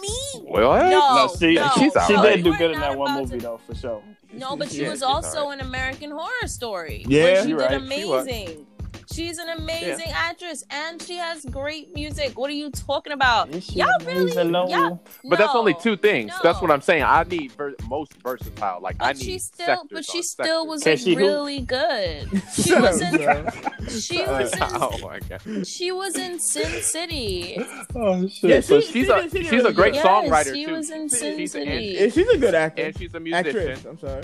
S5: mean?
S1: What?
S5: No,
S3: no, she,
S5: no,
S1: she's
S3: she
S1: alright.
S3: did do
S5: We're
S3: good in
S5: not
S3: that one
S5: about
S3: movie,
S5: to-
S3: though, for sure.
S5: No, but she
S1: Yeah,
S5: was
S1: she's
S5: also
S1: alright.
S5: in American Horror Story.
S4: Yeah.
S5: where she
S3: You're
S5: did
S3: right, she was.
S5: amazing. She's an amazing actress, and she has great music. What are you talking about? Y'all really? Y'all,
S1: But that's
S5: no.
S1: only two things. That's
S5: No.
S1: what I'm saying. I need ver- most versatile. Like I
S5: But
S1: need.
S5: she still,
S1: sectors
S5: but she
S1: on [laughs]
S5: still was
S3: Can
S5: like,
S3: she who?
S5: really good. She
S4: Shut
S5: was
S4: up,
S5: in,
S4: bro.
S5: she was
S1: sectors. [laughs]
S5: in,
S1: oh my god.
S5: she was in Sin City.
S1: [laughs]
S3: Oh shit!
S4: Yeah,
S1: So
S4: she-
S1: she's
S4: she
S1: a
S4: did- she did
S1: she's a
S4: really
S1: great
S4: good.
S5: yes,
S1: songwriter
S5: she
S1: too.
S5: was in
S1: She's
S5: Sin
S1: an
S5: City.
S4: Yeah, she's a good actor.
S1: and she's a musician.
S4: Actress, I'm sorry.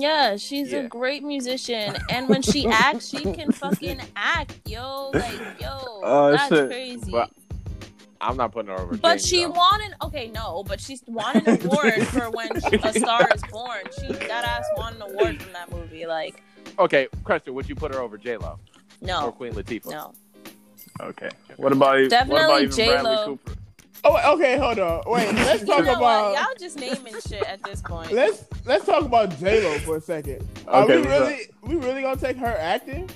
S5: Yeah, she's
S1: Yeah.
S5: a great musician, and when she acts, she can fucking act, yo, like yo,
S1: [laughs]
S3: Oh,
S5: that's
S3: shit.
S5: crazy.
S1: But- I'm not putting her over.
S5: But
S1: James,
S5: she
S1: though.
S5: won an okay, no, but she's won an award for
S3: [laughs]
S5: when she, a star is born. She that ass won an award from that movie. Like
S1: Okay, question: Would you put her over J Lo or
S5: no,
S1: Queen Latifah?
S5: no,
S3: Okay. What about you? What about
S5: Definitely
S3: Oh, even
S5: J-Lo.
S3: Bradley Cooper?
S4: Oh, wait, okay, hold on. Wait, let's
S5: You
S4: talk
S5: know what?
S4: about
S5: y'all just naming shit at this point.
S4: let's let's talk about J Lo for a second. Are
S3: Okay,
S4: we
S3: what's up?
S4: really we really gonna take her acting?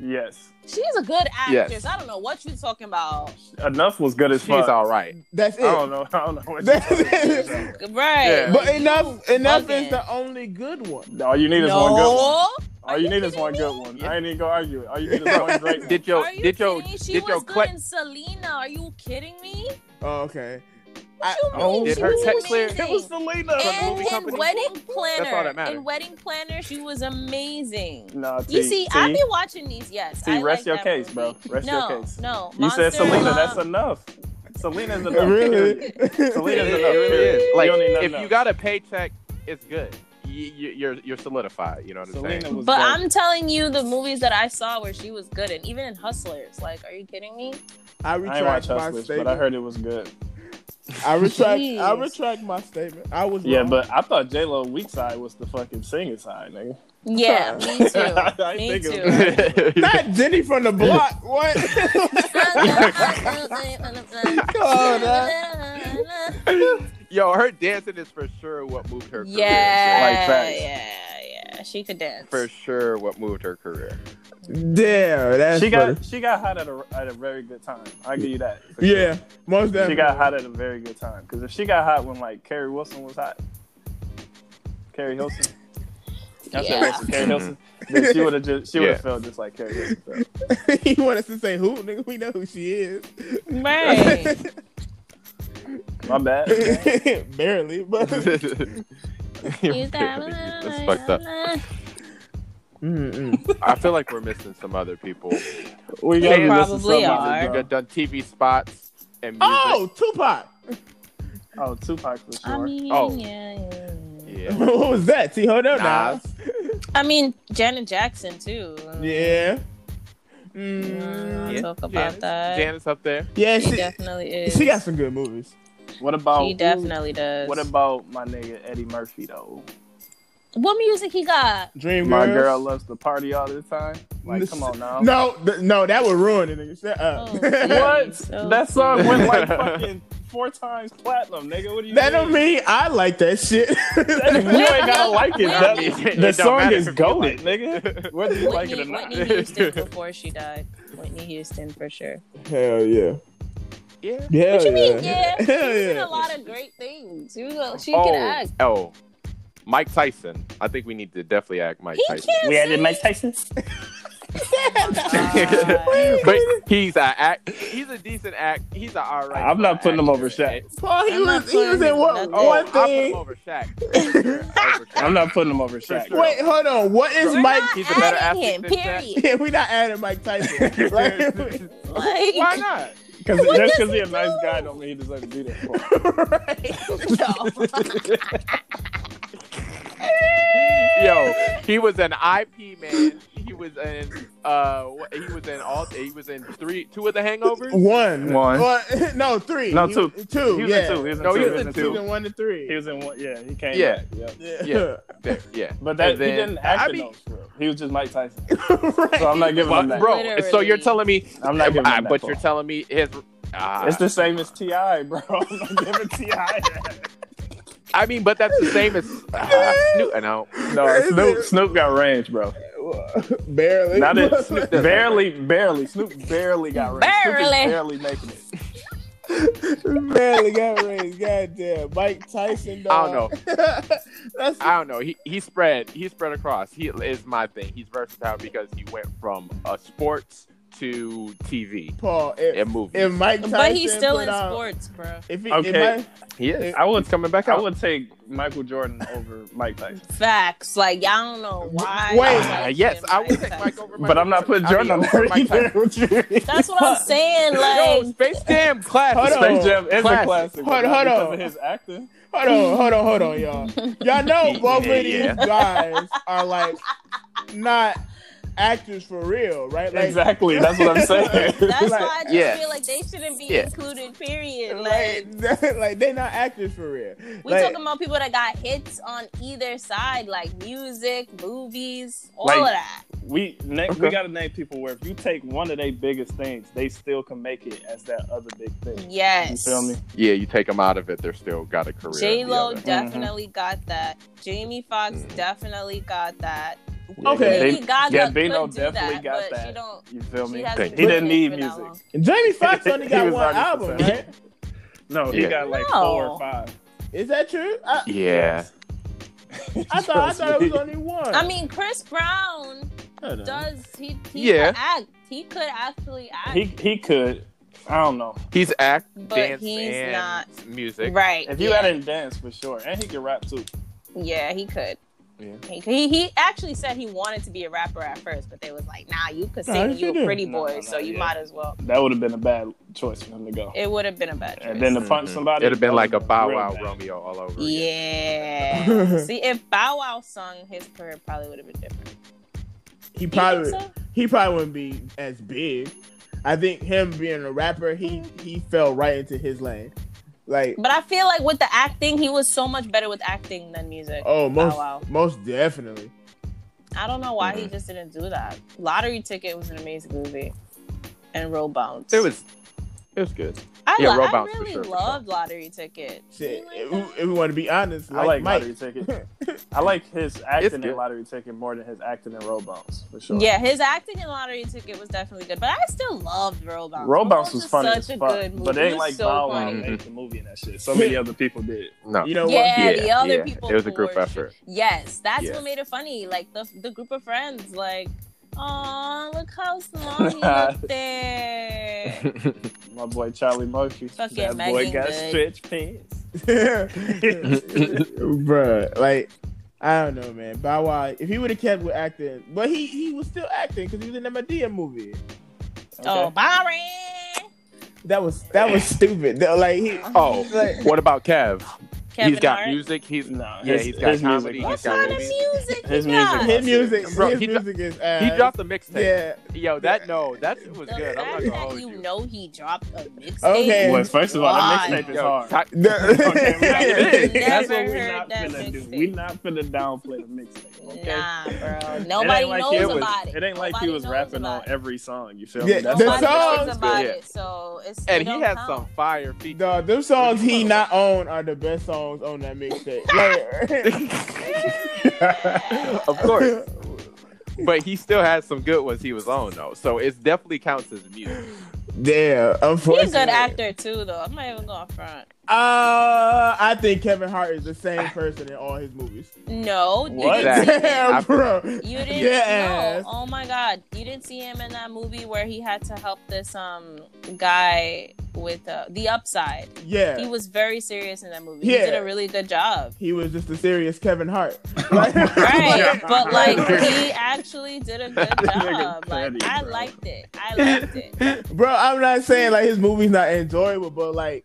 S3: Yes.
S5: She's a good
S1: Yes.
S5: actress. I don't know what you're talking about.
S3: Enough was good as
S1: She's
S3: fuck.
S1: all right.
S4: That's it.
S3: I don't know. I don't know.
S1: [laughs]
S3: What
S4: That's
S3: you're
S4: it.
S3: talking
S5: Right?
S1: Yeah.
S4: But enough enough
S5: bugging.
S4: is the only good one.
S3: about. all you need is
S5: no.
S3: one good one. All
S5: Are
S3: you
S5: you
S3: need is one
S5: kidding
S3: good one. I ain't even gonna argue it. All you need is one great one.
S1: Did your
S5: Are you
S1: did your
S5: kidding me? She
S1: did
S5: was
S1: your
S5: good
S1: cle-
S5: in Selena. Are you kidding me?
S4: Oh, okay.
S3: [laughs]
S5: What
S4: I-
S5: you mean?
S1: did
S5: She
S1: her
S5: was
S1: text clear?
S5: amazing.
S3: It was Selena.
S5: and
S1: movie
S5: in
S1: company?
S5: wedding planner,
S1: all that matters.
S5: in wedding planner, she was amazing.
S3: Nah,
S5: You
S3: T,
S5: see,
S3: T,
S5: I be watching these. Yes,
S3: T,
S5: I like
S3: rest your
S5: that
S3: case,
S5: movie.
S3: bro. Rest
S5: no,
S3: your case.
S5: no.
S3: You said
S5: Monster um,
S3: Selena.
S5: Love.
S3: That's enough.
S1: [laughs]
S3: Selena's enough.
S4: Really? [laughs]
S3: Selena's enough.
S1: It really
S3: period.
S1: is.
S3: You
S1: Like
S3: don't need nothing
S1: if you
S3: else.
S1: got a paycheck, it's good. You, you, you're you're solidified. You know what I'm
S3: Selena
S1: saying?
S3: was
S5: But
S3: good.
S5: I'm telling you, the movies that I saw where she was good, and even in Hustlers, like, are you kidding me?
S4: I
S3: I ain't watch
S4: retract my
S3: Hustlers,
S4: statement.
S3: but I heard it was good.
S4: I retract I
S5: Jeez.
S4: retract my statement. I was
S3: Yeah,
S4: wrong.
S3: but [laughs] I thought J Lo weak side was the fucking singer side, nigga.
S5: Yeah,
S3: [laughs]
S5: me too.
S3: I
S5: Me
S3: think
S5: [laughs]
S3: it
S1: [laughs]
S5: too.
S4: not Jenny from the block.
S3: [laughs]
S4: What?
S3: Oh,
S1: Yo, her dancing is for sure what moved her.
S5: yeah,
S1: career.
S3: Like
S5: yeah,
S3: facts.
S5: yeah. She could dance.
S1: Like, for sure, what moved her
S3: [laughs]
S1: career. [laughs]
S4: Damn, that's
S3: She
S4: funny.
S3: got she got hot at a, at a very good time. I give you that. for sure.
S4: Yeah, most definitely.
S3: she got hot at a very good time. Because if she got hot when like Carrie Wilson was hot, Carrie Hilson. I said
S5: Yeah.
S3: Wilson, Carrie Hilson. Then she would have just she would have
S1: Yeah.
S3: felt just like Carrie Hilson
S4: [laughs]
S3: felt.
S4: he want us to say who, nigga. We know who she is.
S3: [laughs]
S5: Right.
S3: My bad.
S4: [laughs] Barely,
S3: [laughs]
S4: but
S5: You got-
S1: That's fucked up. I feel like we're missing some other
S3: [laughs]
S1: people.
S3: We
S5: They
S3: gotta listen
S5: probably
S3: to some
S5: are.
S1: We got
S3: music, bro.
S1: done TV spots and music.
S4: oh, Tupac.
S3: Oh, Tupac for
S5: I
S3: sure.
S5: mean,
S1: Oh.
S5: yeah, yeah, yeah.
S3: [laughs]
S1: yeah.
S4: [laughs] what was that? See, hold on now.
S1: Nas.
S5: I mean, Janet Jackson too.
S4: Yeah.
S5: Mm,
S4: Mm.
S5: Yeah.
S4: Yeah,
S5: Talk about
S1: Janice-
S5: that.
S1: Janice up there.
S5: She
S4: she
S5: definitely is.
S4: she got some good movies.
S3: What about
S5: She definitely does.
S3: What about my nigga Eddie Murphy though?
S5: what music he got?
S4: Dream
S3: My
S4: Girls.
S3: girl loves to party all the time. Like, come on now.
S4: No, th- no, that would ruin it. Nigga. Shut up. [laughs]
S5: Oh,
S3: What?
S5: So-
S3: that song went like [laughs] fucking four times platinum, nigga. What do you?
S4: that
S3: mean?
S4: don't mean I like that shit.
S3: That-
S4: [laughs]
S3: [laughs] you ain't gotta like it. That,
S1: It
S3: the
S1: don't
S3: song
S1: matter
S3: is
S1: if you like
S3: goaded, nigga. Whether you like it
S5: Whitney,
S3: or not.
S5: Whitney Houston
S1: [laughs]
S5: before she died. Whitney Houston for sure.
S4: Hell yeah.
S1: Yeah.
S4: Yeah.
S5: What you mean? Yeah, she
S4: Hell
S5: did
S4: yeah.
S5: a lot of great things. She, was a, she
S1: oh,
S5: can act.
S1: oh, Mike Tyson. I think we need to definitely act Mike
S5: He
S1: Tyson.
S5: can't. sing. [laughs] Oh
S3: Tyson.
S5: God.
S1: but he's a act. He's a decent act. He's a all right.
S3: I'm not putting him over
S1: actor.
S3: Shaq.
S4: Paul, he
S5: I'm not
S4: was, he was
S5: playing
S4: in what,
S5: with
S1: Oh,
S4: one
S1: I'll put him
S4: thing.
S1: over Shaq. Over Shaq.
S3: [laughs] I'm not putting him over Shaq.
S1: sure.
S4: Wait, hold on. What is
S5: We're
S4: Mike?
S5: not
S1: He's a better
S5: adding
S1: athlete
S5: him,
S1: than
S5: period. [laughs]
S4: [laughs] Yeah, we not adding Mike
S3: [laughs]
S4: Tyson. Like,
S5: Like,
S1: Why
S5: [laughs]
S1: not?
S3: Because
S5: What
S3: just
S5: does
S3: because
S5: he
S3: he's a
S5: do?
S3: nice guy don't mean he deserves to be there. For.
S1: Yo, he was an IP man. He was in uh, what- he was in all. He was in three, two of the Hangovers.
S4: one. [laughs]
S3: One.
S4: Well, no, three.
S3: No,
S4: He-
S3: two.
S4: Two.
S3: [laughs] He was
S4: yeah.
S3: in two. He was in
S1: No,
S3: two.
S1: he
S4: He
S1: was in two.
S4: season one to three.
S3: He was in one. Yeah, he came.
S1: Yeah.
S3: back, yeah.
S4: yeah.
S1: Yeah. Yeah,
S3: But that
S1: And then-
S3: he didn't act
S1: I
S3: in
S1: mean-
S3: those. for real. He was just Mike
S1: [laughs]
S3: Tyson.
S4: [laughs] right.
S3: So I'm not giving
S1: But,
S3: him that.
S1: bro, so
S5: Literally.
S1: you're telling me,
S3: I'm not giving him
S1: Ah,
S3: that
S1: but
S3: ball.
S1: you're telling me his. Ah.
S3: It's the same as Ti, bro. [laughs] I'm not giving Ti. that.
S1: I mean, but that's the same as uh, Snoop. No,
S3: No, Snoop. Snoop got range, bro.
S4: [laughs] barely.
S3: Not that
S4: [laughs]
S3: Snoop, barely, barely. Snoop barely got range. Snoop is
S5: Barely.
S3: barely making it.
S4: barely got raised. Goddamn, Mike Tyson.
S1: I
S4: Dog.
S1: don't know.
S4: know. [laughs] That's
S1: I don't know. He he spread he spread across. He is my thing. He's versatile because he went from uh, sports to TV
S4: Paul. If,
S1: and movies.
S4: if Mike Tyson,
S5: but he's still
S4: put
S5: in
S4: out-
S5: sports, bro.
S4: If he, if
S3: Okay.
S4: Mike,
S1: he is.
S3: I would
S1: He's coming back
S3: I
S1: out.
S3: would take Michael Jordan over Mike Tyson,
S5: Facts. Like y'all don't know why.
S4: Wait.
S5: y'all
S1: Ah,
S5: like
S1: yes,
S5: him,
S1: I would
S5: Mike
S1: take
S5: Tyson.
S1: Mike over.
S3: but I'm not putting Jordan on there
S1: Mike
S3: either.
S1: Tyson.
S3: [laughs] What you mean?
S5: That's what I'm saying.
S1: [laughs]
S5: Like
S1: Yo, Space Jam class.
S4: Hold on.
S3: Space Jam is
S1: Classic.
S3: a classic. but
S4: Hold- hold
S3: not because
S4: on.
S3: of his acting.
S4: hold on, hold on, hold on, y'all.
S5: [laughs]
S4: Y'all know both
S1: Yeah,
S4: of these
S1: yeah.
S4: guys are like not actors for real, right? Like,
S3: exactly. That's what I'm [laughs] saying.
S5: that's
S4: Like,
S5: why I just
S1: yeah.
S5: feel like they shouldn't be
S1: Yeah.
S5: included. Period. Like.
S4: [laughs] Like, [laughs] like they not actors for real.
S5: We
S4: like,
S5: talking about people that got hits on either side, like music, movies, all
S3: Like-
S5: of that.
S3: we na-
S1: Okay.
S3: we gotta name people where if you take one of their biggest things, they still can make it as that other big thing. You
S5: Yes.
S3: feel me?
S1: Yeah, you take them out of it, they're still got a career.
S5: J Lo
S1: in the other.
S5: definitely got that. Jamie Foxx
S1: Mhm.
S5: definitely got that.
S1: Yeah,
S4: Okay.
S1: they-
S5: Lady Gaga
S3: Gambino
S5: could do
S3: definitely
S5: that,
S3: got
S5: but
S3: that.
S5: she don't.
S3: You feel
S5: She
S3: me?
S5: hasn't
S1: He
S5: been
S3: didn't
S5: in
S3: need
S5: for that
S3: music.
S5: long.
S4: Jamie Foxx only
S3: [laughs] He
S4: got
S3: was
S4: one
S3: already
S4: album,
S3: successful.
S4: right?
S3: No, he
S1: Yeah.
S3: got like
S5: No.
S3: four or five.
S4: Is that true? I,
S1: Yeah.
S3: [laughs]
S4: I thought I thought it was only one.
S5: I mean, Chris Brown
S4: Hold on.
S5: does. He, he
S1: Yeah.
S5: could act. He could actually act.
S3: He he could. I don't know.
S1: He's act,
S5: But
S1: dance,
S5: he's
S1: and
S5: not-
S1: music.
S5: right.
S3: If you
S5: yeah.
S3: had him dance for sure, and he could rap too.
S5: Yeah, he could.
S1: Yeah.
S5: He, he he actually said he wanted to be a rapper at first, but they was like, "Nah, you could
S4: Nah,
S5: sing.
S4: yes,
S5: you
S4: you
S5: a
S4: do.
S5: pretty
S3: No,
S5: boy,
S3: no, no,
S5: so you
S3: yeah.
S5: might as well."
S3: That would have been a bad choice for him to go.
S5: It would have been a bad choice.
S3: And then to punch
S1: Mhm.
S3: somebody,
S1: It'd have been
S3: that
S1: like a
S3: would've
S1: Bow
S3: real
S1: Wow
S3: bad.
S1: Romeo all over [laughs] again.
S5: yeah. See, if Bow Wow sung, his career probably would have been different. You
S4: he
S5: think
S4: probably
S5: so?
S4: he probably wouldn't be as big. I think him being a rapper, he he fell right into his lane. Like
S5: But I feel like with the acting, he was so much better with acting than music.
S4: oh, most
S5: Wow.
S4: most definitely.
S5: I don't know why he
S1: Mm-hmm.
S5: just didn't do that. Lottery Ticket was an amazing movie, and Road Bounce.
S1: It was, it was good.
S5: I,
S1: yeah,
S5: lo-
S1: Road
S5: I
S1: Bounce for
S5: really
S1: sure, for sure.
S5: loved Lottery Ticket.
S4: Shit,
S5: You like uh,
S4: if,
S5: that?
S4: we- if we want to be honest,
S3: I like
S4: like,
S3: lottery
S4: Mike,
S3: ticket. I like his acting
S1: good.
S3: in lottery ticket more than his acting in Robounce for sure.
S5: Yeah, his acting in Lottery Ticket was definitely good, but I still loved Roll Bounce. Roll
S3: Robounce was
S5: is
S3: funny
S5: such
S3: as
S5: a
S3: fuck,
S5: good movie.
S3: but it
S5: It
S3: ain't
S5: was
S3: like
S5: so
S3: Bow Wow
S5: funny.
S1: Mhm.
S3: made the movie and that shit. So [laughs] many other people did.
S1: No.
S4: you know what?
S5: Yeah, the other
S1: yeah.
S5: people.
S1: It was a group
S5: were-
S1: effort.
S5: Yes, that's
S1: Yeah.
S5: what made it funny. Like the the group of friends, like, oh look
S1: [laughs]
S5: how small he looked there.
S3: My boy Charlie Murphy.
S5: Fucking
S3: that boy
S5: Megan
S3: got
S5: Good.
S3: stretch pants.
S4: [laughs] Bruh, like I don't know, man. Bow Wow, if he would have kept with acting, but he he was still acting because he was in that Medea movie.
S5: Oh,
S3: Okay.
S5: Byron.
S4: That was that was stupid. That- Like he,
S5: Uh-huh.
S1: Oh, what about Kev?
S5: Kevin
S1: he's got
S5: Hart.
S1: music. He's
S3: No,
S1: yeah,
S3: his-
S1: he's got
S3: his
S1: comedy. He's
S3: music-
S5: What
S3: What's
S1: got
S5: kind of
S1: movies.
S5: music?
S3: His
S5: he
S3: music-
S5: got?
S4: his music,
S1: Bro,
S4: his
S1: he dro-
S4: music is ass.
S1: He dropped a mixtape.
S4: yeah.
S1: Yo, that no, that shit was
S5: The
S1: good. I'm not
S5: fact
S1: gonna hold
S5: that you know he dropped a mixtape.
S4: Okay.
S3: Well, first of all, that
S5: Why?
S3: mixtape is hard.
S4: [laughs]
S5: it is.
S4: The-
S3: That's what
S5: Never
S3: we're
S5: heard
S3: not
S5: that
S3: finna do.
S5: mixtape.
S3: We're not finna downplay the mixtape. Okay.
S5: Nah, bro.
S3: It ain't
S5: Nobody
S3: like
S5: knows
S3: it was-
S5: about it.
S3: It ain't like
S5: Nobody
S3: he was
S5: knows
S3: rapping
S5: about
S3: on
S5: it.
S3: every song. You feel
S4: Yeah,
S3: me? That's
S4: the
S3: why
S5: Nobody
S4: songs-
S5: knows
S3: mixtape's
S5: about
S3: good.
S5: it, so it's it
S1: And he
S5: don't
S1: had
S5: count.
S1: some fire features.
S4: Dog, them songs he not on are the best songs on that mixtape. Like,
S1: [laughs]
S4: [laughs]
S1: of course. But he still had some good ones he was on though, so it definitely counts as music.
S4: damn, unfortunately.
S5: He's a good actor too, though. I'm not even going front.
S4: Uh, I think Kevin Hart is the same person in all his movies.
S5: No, you
S3: What?
S5: didn't see
S4: [laughs]
S5: him.
S4: Damn, bro.
S5: You didn't.
S4: Yes.
S5: No. Oh my God, you didn't see him in that movie where he had to help this um guy with uh, the upside.
S4: Yeah.
S5: He was very serious in that movie.
S4: Yeah.
S5: He did a really good job.
S4: He was just a serious Kevin Hart. [laughs] Like,
S5: Right,
S3: Yeah.
S5: [laughs] but
S4: [laughs]
S5: like he actually did a good
S3: Nigga
S5: job. Like
S3: petty,
S5: I
S3: bro.
S5: liked it. I liked it.
S4: bro, I'm not saying like his movies not enjoyable, but like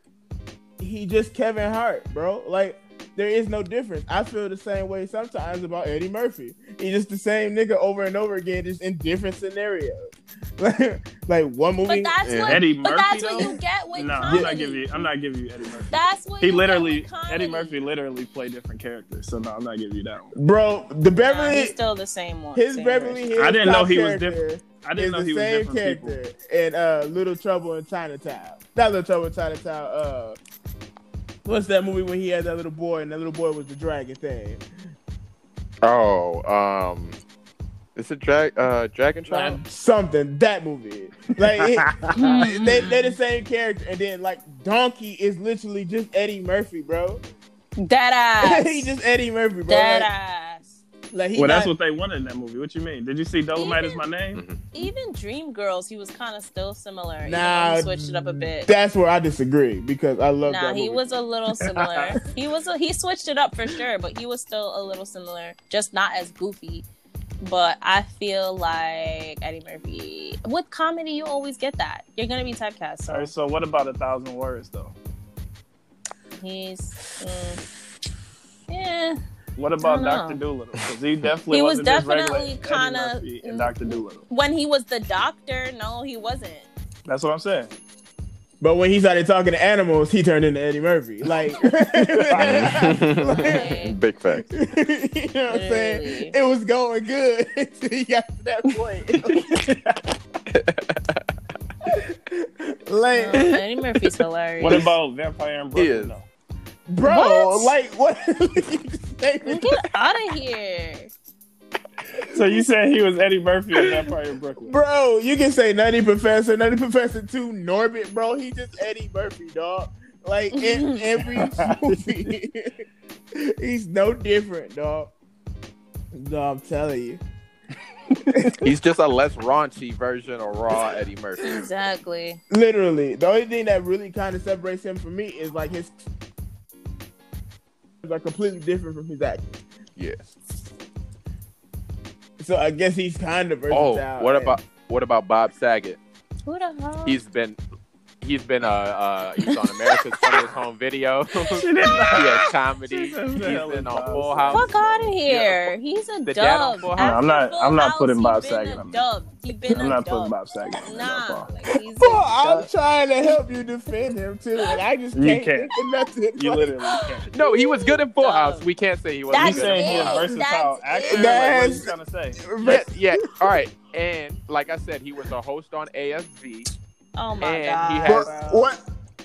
S4: he just Kevin Hart, bro. Like There is no difference. I feel the same way sometimes about Eddie Murphy. He's just the same nigga over and over again, just in different scenarios. [laughs] like, like one
S5: But
S4: movie.
S5: that's
S1: Yeah.
S5: what.
S3: Eddie
S5: but
S3: Murphy
S5: that's
S3: though.
S5: what you get with
S3: no,
S5: comedy.
S3: I'm not giving you. I'm not giving you Eddie Murphy.
S5: That's what
S3: he
S5: you get
S3: literally,
S5: with comedy.
S3: Eddie Murphy literally played different characters. So no, I'm not giving you that one.
S4: Bro, the
S5: Nah,
S4: Beverly,
S5: he's still the same one.
S4: his
S5: same
S4: Beverly
S5: [laughs] version.
S4: Hills.
S3: I didn't know
S4: Cop
S3: he was
S4: character
S3: different. I didn't
S4: is
S3: know
S4: the
S3: he was
S4: same
S3: different people.
S4: character in uh, Little Trouble in Chinatown. Not Little Trouble in Chinatown. Uh, what's that movie when he had that little boy and that little boy was the dragon thing?
S1: Oh, um, is it drag uh Dragon Child?
S4: Something that movie. Like
S5: [laughs]
S4: it, they they the same character, and then like Donkey is literally just Eddie Murphy, bro. [laughs]
S5: Dead ass.
S4: he just Eddie Murphy, bro.
S5: Dead
S4: Like,
S5: ass.
S4: like, he
S3: Well, that's
S4: not-
S3: what they wanted in that movie. What you mean? Did you see Dolomite is my name?
S1: Hmm.
S5: Even Dreamgirls, he was kind of still similar. even though
S4: Nah,
S5: he switched it up a bit.
S4: That's where I disagree because I love
S5: Nah,
S4: that
S5: he
S4: movie.
S5: was a
S4: [laughs]
S5: little similar. he was a, he switched it up for sure, but he was still a little similar, just not as goofy. But I feel like Eddie Murphy with comedy, you always get that. You're gonna be typecast.
S3: All
S5: So
S3: right. So what about a thousand words though?
S5: he's mm, yeah.
S3: What about
S5: I
S3: Doctor
S5: don't
S3: Doolittle?
S5: [laughs]
S3: Because he definitely
S5: He was
S3: wasn't just
S5: definitely
S3: regular
S5: kinda- mm.
S3: Eddie Murphy and Doctor Doolittle.
S5: When he was the doctor, no, he
S4: [laughs]
S5: wasn't.
S3: That's what I'm saying.
S4: But when he started talking to animals, he turned into Eddie Murphy. Like, [laughs] you
S1: [laughs]
S4: know
S5: Like,
S1: Big fact.
S4: what I'm saying?
S5: Literally.
S4: It was going good [laughs] until he got to that point.
S5: [laughs] no,
S4: [laughs] like,
S5: Eddie Murphy's hilarious.
S3: What about Vampire in
S1: He is.
S3: Brooklyn? though?
S4: bro,
S5: What?
S4: like what? You say with that?
S5: Get out of here.
S3: So you said he was Eddie Murphy in Vampire
S5: [laughs]
S3: in Brooklyn?
S4: [laughs] bro, you can say Nutty Professor, Nutty Professor Two, Norbit, bro. He just Eddie Murphy, dog. Like in every movie, [laughs] he's no different, dog. No, I'm telling you.
S1: He's just a less raunchy version of raw Eddie Murphy.
S5: Exactly.
S4: Literally, the only thing that really kind of separates him from me is like his are completely different from his acting.
S1: Yeah.
S4: So I guess he's kind of
S1: Oh,
S4: versatile.
S1: what
S4: and-
S1: about what about Bob Saget?
S5: Who the hell?
S1: He's been he's been uh, uh he's on America's Funniest Home Video. [laughs] he has comedy. He's been on Full House.
S5: Fuck out of here. He's a
S1: The dad on
S5: dub.
S1: Full
S5: After
S1: House.
S3: I'm not-
S5: Full
S3: I'm not
S5: House,
S3: putting
S5: he
S3: Bob
S5: been
S3: Saget
S5: a
S3: on there.
S5: dub. He been
S3: I'm
S5: a
S3: not
S5: dub.
S3: putting Bob Saget. on there, no
S5: Nah,
S3: problem.
S5: like, he's a
S4: Bro, I'm
S5: dub.
S4: trying to help you defend him too, and I just
S3: You
S4: can't,
S3: can't.
S4: think of nothing. [laughs]
S3: You
S4: Like,
S5: [laughs]
S3: literally can't.
S1: No, he was good in Full
S5: Dog.
S1: House. We can't say he wasn't.
S3: You
S5: That's
S1: good in
S3: saying
S1: Full
S3: he
S5: it.
S3: a
S1: House.
S3: versatile
S5: That's
S3: actor?
S5: it.
S3: Like, what are
S4: That's-
S3: you trying to say?
S1: Yeah, yeah. All right. And like I said, he was a host on AFV.
S5: Oh my
S1: And he
S5: god.
S1: has-
S5: bro.
S4: What,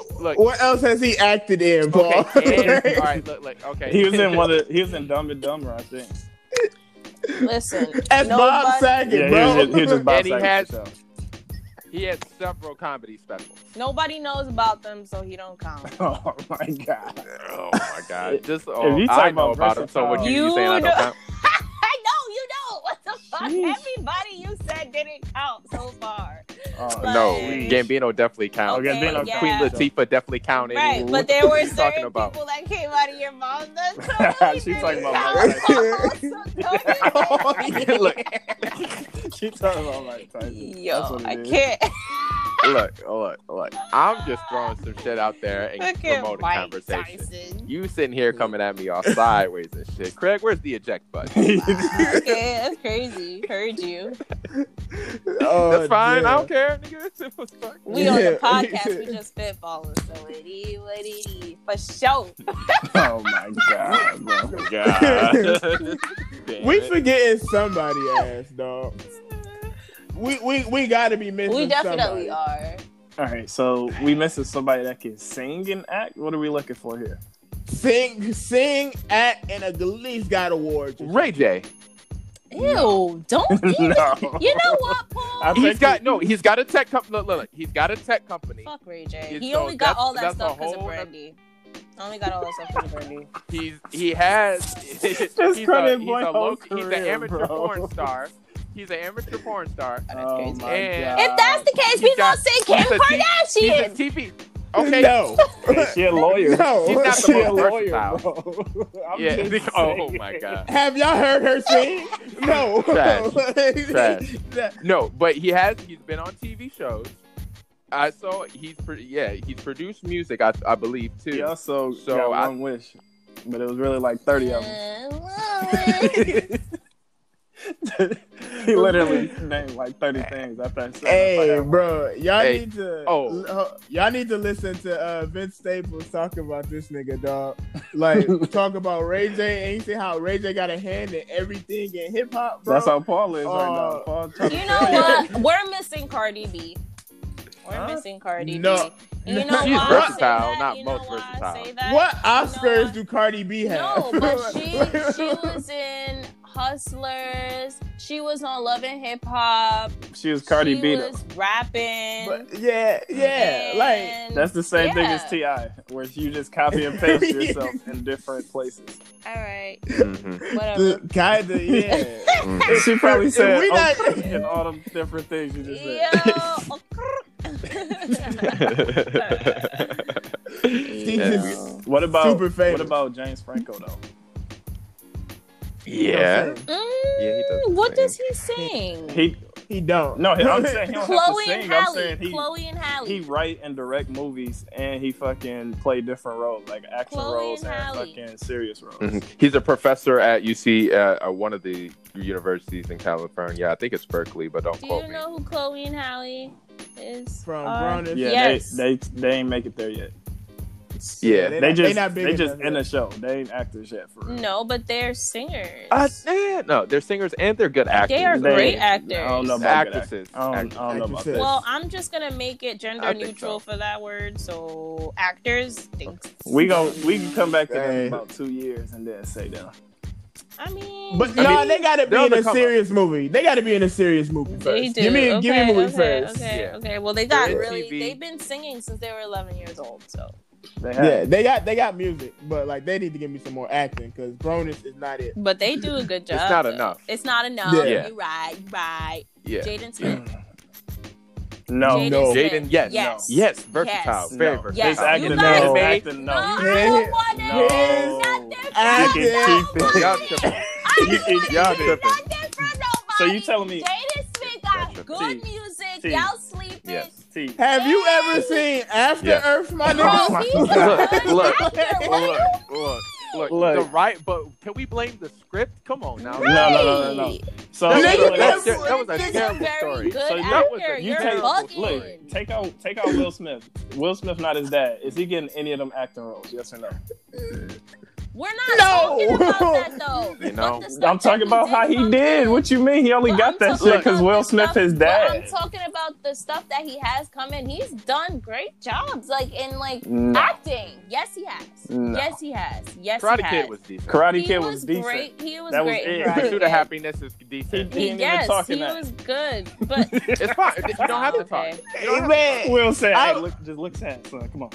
S4: what
S1: Look.
S4: what else has he acted in, Paul? [laughs]
S1: [laughs] Okay. And, all right. Look. Look. Okay.
S3: He was in one of the, he
S1: [laughs]
S3: was in Dumb and Dumber, I think.
S5: Listen,
S4: That's
S5: nobody-
S4: Bob Saget,
S3: Yeah, he
S4: bro.
S3: was just, he
S4: [laughs]
S3: was just Bob
S1: And he
S3: Saget.
S1: had-
S3: himself.
S1: [laughs] He had several comedy specials.
S5: nobody knows about them, so he don't count.
S3: [laughs] Oh my god!
S1: Oh my god! Just
S3: If
S1: oh,
S3: you talk
S1: I know
S3: about
S1: about him. So what you, you
S5: versatile-
S1: saying? I
S5: You
S1: don't count?
S5: [laughs] I know you don't. What the fuck?
S3: Sheesh.
S5: Everybody you said didn't count so far.
S3: Oh,
S5: Like-
S1: No,
S5: Jeez.
S1: Gambino definitely counted.
S3: Okay, Gambino
S5: yeah.
S1: Queen Latifah definitely counted.
S5: Right,
S1: What
S5: but there
S1: the fuck
S5: were
S1: you talking
S5: certain
S1: about.
S5: people that came out of your mouth. [laughs] That's totally
S3: She's talking about
S5: count. [laughs]
S4: Mike
S5: So don't even-
S3: [laughs]
S1: look,
S3: she talking about Mike Tyson. That's
S5: Yo,
S3: what it
S5: I
S3: is.
S5: can't. [laughs]
S1: look, look, look. I'm just throwing some shit out there and
S5: Look at
S1: promoting
S5: Mike
S1: conversation.
S5: Tyson.
S1: You sitting here coming at me all sideways and shit. Craig, where's the eject button? [laughs]
S5: okay, that's crazy. Heard you.
S4: Oh,
S1: That's fine. I
S4: dear.
S1: don't care, nigga. [laughs] What the fuck?
S5: We on
S4: Yeah.
S5: the podcast, we just spitballing. So it is what it is. For sure.
S3: oh my god, bro.
S1: Oh God. Damn
S4: We
S1: it.
S4: forgetting somebody ass, dog. We we we gotta be missing.
S5: We definitely
S4: somebody.
S5: are.
S3: [laughs] All right, so we missing somebody that can sing and act. What are we looking for
S5: [laughs]
S3: here?
S4: Sing, sing, act, and at least got awards.
S1: Ray J.
S5: Ew,
S1: [laughs]
S5: don't.
S3: no,
S5: You know what, Paul?
S3: I
S1: He's
S3: think
S1: got no. He's got a tech company. Look, look, look. He's got a tech company.
S5: Fuck Ray J.
S1: Yeah,
S5: He
S1: so
S5: only got
S1: that's-
S5: all that
S1: that's
S5: stuff
S1: a
S5: because of
S1: whole
S5: Brandy. Only got all that stuff because of Brandy.
S1: He's he has [laughs] he's, a, he's,
S3: cutting
S1: a
S3: boy
S1: local,
S3: whole
S1: he's an
S3: career,
S1: amateur
S3: bro.
S1: porn star. He's an amateur porn star.
S3: Oh my
S1: And-
S3: god!
S5: If that's the case,
S1: He
S5: we
S1: Uh, got-
S5: don't say
S1: he's
S5: Kim
S1: a te- He's a
S5: Kardashian.
S3: [laughs]
S1: TV. Okay.
S4: No,
S3: Hey, she a lawyer.
S4: no.
S1: He's not the
S3: she a
S1: most
S3: lawyer, bro. [laughs] I'm
S1: Yeah.
S3: just
S1: [laughs] Oh
S3: saying.
S1: my god.
S4: [laughs] Have y'all heard her sing? No. [laughs]
S1: Trash. Trash.
S4: That-
S1: No, but he has. He's been on TV shows. I saw he's pretty. Yeah, he's produced music. I I believe too.
S3: He also
S1: So
S3: got
S1: I-
S3: one wish. but it was really like 30 of them.
S5: Uh,
S1: [laughs]
S3: [laughs] he literally named like 30 things after I said
S4: Hey,
S3: that.
S4: bro, y'all
S1: Hey.
S4: need to
S1: Oh.
S4: oh. y'all need to listen to uh, Vince Staples talk about this nigga, dog.
S3: [laughs]
S4: Like talk about Ray J. Ain't say how Ray J. got a hand in everything in hip hop, bro.
S3: That's how Paul is right
S4: Uh,
S3: now. Paul trying to
S5: You
S4: [laughs]
S5: know what? We're missing Cardi B. We're
S3: Huh?
S5: missing Cardi
S4: No.
S5: B. You know
S1: She's
S5: why
S1: versatile,
S5: I say that?
S1: not
S5: you know
S1: most
S5: why I
S1: versatile.
S5: say that?
S4: what
S5: You know
S4: Oscars
S5: what?
S4: do Cardi B have?
S5: No,
S4: [laughs]
S5: but she she was in Hustlers. She was on Love and Hip Hop.
S3: She was Cardi
S5: she
S3: B. though.
S5: was rapping.
S4: But, yeah, yeah, like
S5: and-
S3: That's the same thing as
S5: yeah.
S3: Ti, where you just copy and
S4: [laughs]
S3: paste yourself in different places.
S5: All right,
S1: Mhm.
S5: whatever.
S4: kinda,
S5: [laughs]
S4: yeah.
S1: Mhm.
S3: She probably
S4: If
S3: said "Oh,
S4: we
S3: [laughs]
S4: not-
S3: "Okay," and all them different things you just
S5: Yo. [laughs]
S3: said.
S4: [laughs]
S1: Mm-hmm. [laughs]
S4: She
S1: Yeah.
S4: just
S3: What about
S4: Super famous.
S3: what about James Franco though?
S1: yeah.
S5: Mm,
S1: Yeah, he does
S5: what
S1: sing.
S5: does he sing?
S3: He
S4: he don't.
S3: no,
S4: [laughs]
S3: he- I'm saying he don't
S5: Chloe
S3: have to
S5: and
S3: sing. I'm
S5: Halle.
S3: saying he
S5: Chloe and Halle.
S3: he write and direct movies and he fucking play different roles like action
S5: Chloe
S3: roles and
S5: and Halle.
S3: fucking serious roles.
S1: Mhm. He's a professor at UC, uh, uh, one of the universities in California. I think it's Berkeley, but don't
S5: Do
S1: quote
S5: you
S1: me.
S5: know who Chloe and Halle is?
S4: From
S5: Are-
S4: Grown and
S3: Yeah,
S5: Yes.
S3: they, they they ain't make it there yet.
S1: Yeah.
S4: They,
S3: They,
S4: not-
S3: just they,
S4: not big
S3: just
S4: enough
S3: in the
S4: yet.
S3: show. They ain't actors yet for real.
S5: No, but they're singers.
S1: Uh, yeah, no, they're singers and they're good actors.
S5: they are
S3: They-
S5: great
S1: actors.
S5: actors.
S3: I don't know about good
S1: Actresses.
S3: act- I don't, I don't know about
S4: Actresses.
S3: that.
S5: Well, I'm just gonna make
S1: I
S5: it gender
S1: think
S5: neutral
S1: so.
S5: for that word. So actors, thanks.
S3: we go. We can come back to them
S4: Hey.
S3: in about two years and then say them.
S5: I mean,
S4: But
S1: I
S4: no,
S1: mean,
S4: they gotta
S1: they're
S4: be
S1: on
S4: in
S1: the
S4: a
S1: come up.
S4: serious movie. They gotta be in a serious movie first.
S5: they do.
S4: Give me,
S5: okay,
S4: give me a movie
S5: okay,
S4: first.
S5: Okay,
S1: Yeah.
S5: okay. Well, they got
S1: They're
S5: really.
S1: TV.
S5: They've been singing since they were 11 years old. So
S3: They have.
S4: Yeah, they got they got music, but like they need to give me some more acting because Bronus is not it.
S5: But they do a good job.
S1: It's not
S5: though.
S1: enough.
S5: It's not enough.
S4: Yeah.
S5: You're right. You're right.
S1: Yeah.
S5: Jaden Smith.
S3: No,
S5: Jaden
S4: no.
S5: Smith.
S1: Jaden, yes.
S5: Yes.
S1: Yes, versatile.
S5: Yes.
S1: Very
S3: Oh, no.
S1: versatile.
S5: Yes.
S3: His acting,
S5: You
S3: no.
S5: guys-
S3: His acting,
S5: No,
S3: no.
S5: Oh, I don't want it.
S3: No.
S5: Not there for
S4: Yes.
S5: nobody.
S3: You can keep it.
S1: Y'all tripping.
S5: I
S3: You
S5: don't
S3: can-
S5: want it.
S1: y'all
S5: Not
S1: tripping.
S5: there for nobody.
S3: So you telling me-
S5: Jaden Smith
S1: Gotcha.
S5: got good
S3: T.
S5: music.
S3: T.
S5: Y'all sleeping.
S1: Yes.
S3: T.
S4: Have you ever seen After
S1: Yes.
S4: Earth, my
S5: Bro,
S4: nigga?
S5: he's
S3: Oh,
S4: [laughs]
S3: Look,
S5: a good
S1: look,
S5: actor. What
S1: Look, look, look,
S3: Look.
S1: The right, but can we blame the script? Come on now.
S3: No, no, no, no, no. So
S1: That,
S4: Nigga,
S1: was,
S4: that's-
S1: a- that was a
S4: nigga,
S1: terrible
S5: very
S1: story.
S5: good
S3: So you-
S5: actor.
S1: that
S5: you
S3: you
S5: are
S3: take
S5: bugging.
S3: look, take out take out Will Smith. Will Smith not his dad. Is he getting any of them acting roles? Yes or no?
S5: We're not
S4: No.
S5: talking about that though.
S1: You know,
S5: But the stuff
S3: I'm talking
S5: that
S3: about how he
S5: come
S3: did.
S5: in-
S3: What you mean? He only
S5: But
S3: got
S5: I'm
S3: that
S5: talking
S3: shit because
S5: about
S3: Will
S5: the
S3: Smith
S5: stuff-
S3: his
S5: But I'm
S3: dad.
S5: talking about the stuff that he has coming. He's done great jobs, like in like
S3: No.
S5: acting. Yes, he has.
S3: No.
S5: Yes, he has. Yes, he
S1: Karate
S5: has.
S1: Kid was decent.
S3: Karate
S5: He
S3: Kid
S5: was
S3: was decent.
S5: great. He was
S3: That was
S5: great. in
S3: it.
S5: Karate
S1: Pursuit
S5: Kid.
S1: of Happiness is decent.
S3: He didn't even
S5: yes,
S3: talk
S5: he
S3: in that.
S5: was
S3: [laughs]
S5: good, but
S1: It's fine. You don't have to talk.
S5: Okay.
S4: Man,
S3: Will said,
S4: I-
S3: hey, look, just look sad, son. Come on.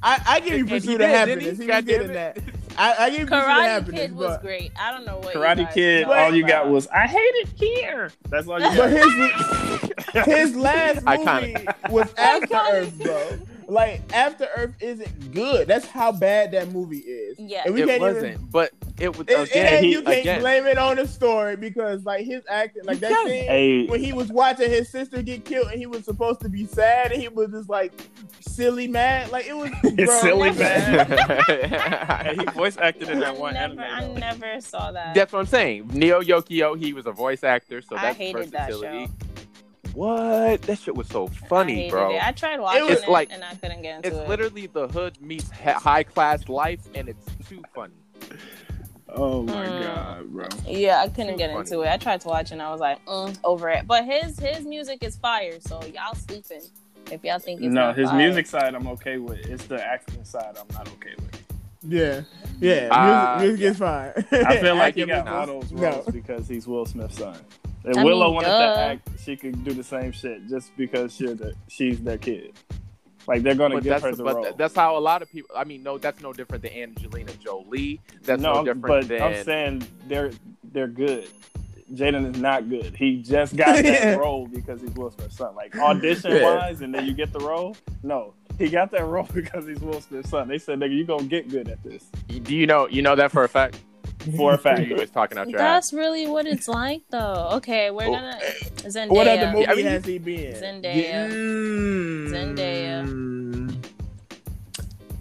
S4: I, I give you
S1: And he
S4: Pursuit
S1: did,
S4: of
S1: didn't
S4: Happiness.
S1: he?
S4: He was
S1: God
S4: good
S1: damn
S4: in
S1: it.
S4: that. I, I give you Pursuit of
S5: Karate
S4: Happiness,
S5: Kid was
S4: but
S5: great. I don't know what you
S3: Karate
S5: guys
S3: Kid,
S5: talk
S3: all you got
S5: about.
S3: was, I hate it here. That's all
S4: but
S3: you got.
S4: his
S3: [laughs]
S4: his last movie
S1: [laughs] Iconic.
S4: was After
S5: Iconic.
S4: Earth, bro. Like After Earth isn't good. That's how bad that movie is.
S5: Yeah.
S4: And we
S1: it
S4: can't even-
S1: wasn't, but it was
S4: It, it
S1: again.
S4: ain't-
S3: he-
S4: you can't
S1: Oh, again.
S4: blame it on the story because like his acting, like that
S1: can't.
S4: scene
S3: hey,
S4: when he was watching his sister get killed and he was supposed to be sad and he was just like silly mad. Like it was bro,
S3: silly
S4: that's-
S3: mad. hey,
S1: [laughs]
S3: he
S1: That's
S3: voice acted in that one
S5: I never, I
S3: anime. though.
S5: never saw that.
S1: what I'm saying. Neo Yokio, he was a voice actor, so
S5: I
S1: that's
S5: hated that
S1: versatility. What? That shit was so
S5: I
S1: funny,
S5: hated
S1: bro.
S5: It. I tried watching it,
S1: was like-
S5: and I couldn't get into
S1: It's
S5: it.
S1: literally the hood meets ha- high class life, and it's too funny.
S3: Oh my
S5: Mm.
S3: god, bro.
S5: yeah, I couldn't get
S1: funny.
S5: into it. I tried to watch it, and I was like, mm, over it. But his his music is fire, so y'all sleeping if y'all think it's
S3: No,
S5: not
S3: his
S5: fire.
S3: music side I'm okay with. It's the acting side I'm not okay with.
S4: Yeah, yeah.
S1: Uh,
S4: music, music is fine.
S3: I
S4: [laughs]
S3: [laughs] feel like he
S1: Acting
S3: got
S1: is
S3: all
S1: not-
S3: those
S4: no. [laughs]
S3: roles because he's Will Smith's son. If
S5: I
S3: Willow
S5: mean,
S3: wanted
S5: duh.
S3: to act, she could do the same shit just because she the, she's their kid. Like they're gonna
S1: But
S3: give her
S1: that's
S3: the
S1: but
S3: role.
S1: th- that's how a lot of people. I mean, no, that's no different than Angelina Jolie. That's no,
S3: no,
S1: different
S3: but
S1: than.
S3: I'm saying they're they're good. Jaden is not good. He just got
S4: Yeah.
S3: that role because he's Will Smith's son. Like audition wise, and then you get the role. No, he got that role [laughs] because he's Will Smith's son. They said, "Nigga, you gonna get good at this."
S1: do you know? You know that for a fact.
S3: For a
S1: Or
S3: fact,
S1: you just talking out your ass.
S5: That's really what it's like, though. Okay, we're
S1: Oh.
S5: gonna Zendaya.
S4: what other movie
S1: I mean,
S4: has he been? in?
S5: Zendaya.
S4: Yeah. Mm.
S5: Zendaya.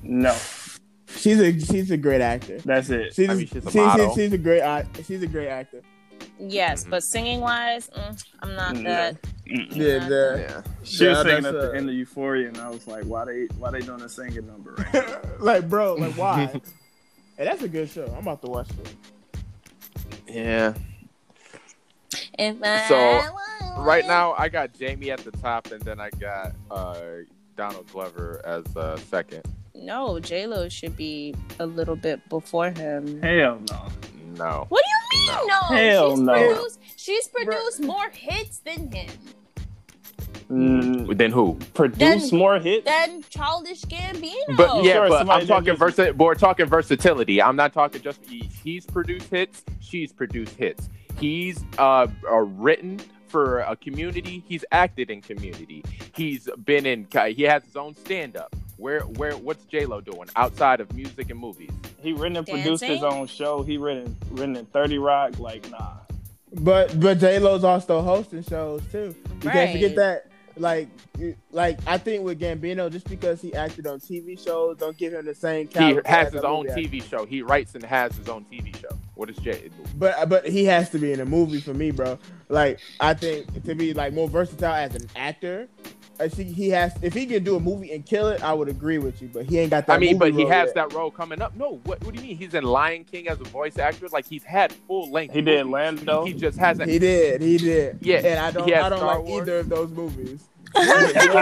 S3: no.
S4: She's a she's a great actor.
S3: That's it.
S4: She's,
S1: I mean, she's a
S4: she's,
S1: model.
S4: she's, she's a great act- she's a great actor.
S5: Yes, but singing wise, mm, I'm not
S3: No.
S5: that.
S3: Mm-mm.
S4: Yeah, the,
S1: Yeah.
S3: She
S4: Yeah,
S3: was singing at
S4: that's,
S3: the
S4: uh,
S3: end of Euphoria, and I was like, why they why they doing a singing number right now?
S4: [laughs] like bro, like why? hey, that's a good show. I'm about to watch it.
S1: Yeah.
S5: If I
S1: So,
S5: was-
S1: Right now, I got Jamie at the top, and then I got uh, Donald Glover as uh, second.
S5: no, J Lo should be a little bit before him.
S3: Hell no.
S1: No.
S5: What do you mean? No,
S3: Hell
S5: she's
S3: no.
S5: Produced, she's produced more hits than him.
S3: Mm,
S1: Then who?
S3: produce
S5: Then-
S3: more hits.
S5: Than Childish Gambino.
S1: But yeah,
S3: sure,
S1: but
S3: somebody
S1: I'm
S3: that
S1: talking
S3: gives
S1: versa- we're talking versatility. I'm not talking just he- he's produced hits, she's produced hits. He's uh, uh written for a community, he's acted in community. He's been in ca- he has his own stand up. Where where what's J Lo doing outside of music and movies?
S3: he written and produced his
S5: Dancing?
S3: own show. He written written in Thirty Rock. Like nah.
S4: But but J Lo's also hosting shows too. You can't
S5: Right.
S4: forget that. Like it- like I think with Gambino, just because he acted on TV shows, don't give him the same.
S1: He
S4: caliber
S1: has
S4: as
S1: his
S4: a
S1: own
S4: movie actor.
S1: TV show. He writes and has his own TV show. What is J?
S4: But but he has to be in a movie for me, bro. Like I think to be like more versatile as an actor. I think he has. If he could do a movie and kill it, I would agree with you. But he ain't got that.
S1: I mean,
S4: movie
S1: but he
S4: role
S1: has
S4: yet.
S1: that role coming up. No, what what do you mean? He's in Lion King as a voice actor. Like he's had full length.
S3: He did Lando.
S1: He just hasn't.
S4: He did. He did.
S1: Yeah,
S4: And I don't.
S1: he has
S4: I don't
S1: Star
S4: like
S1: Wars.
S4: either of those movies.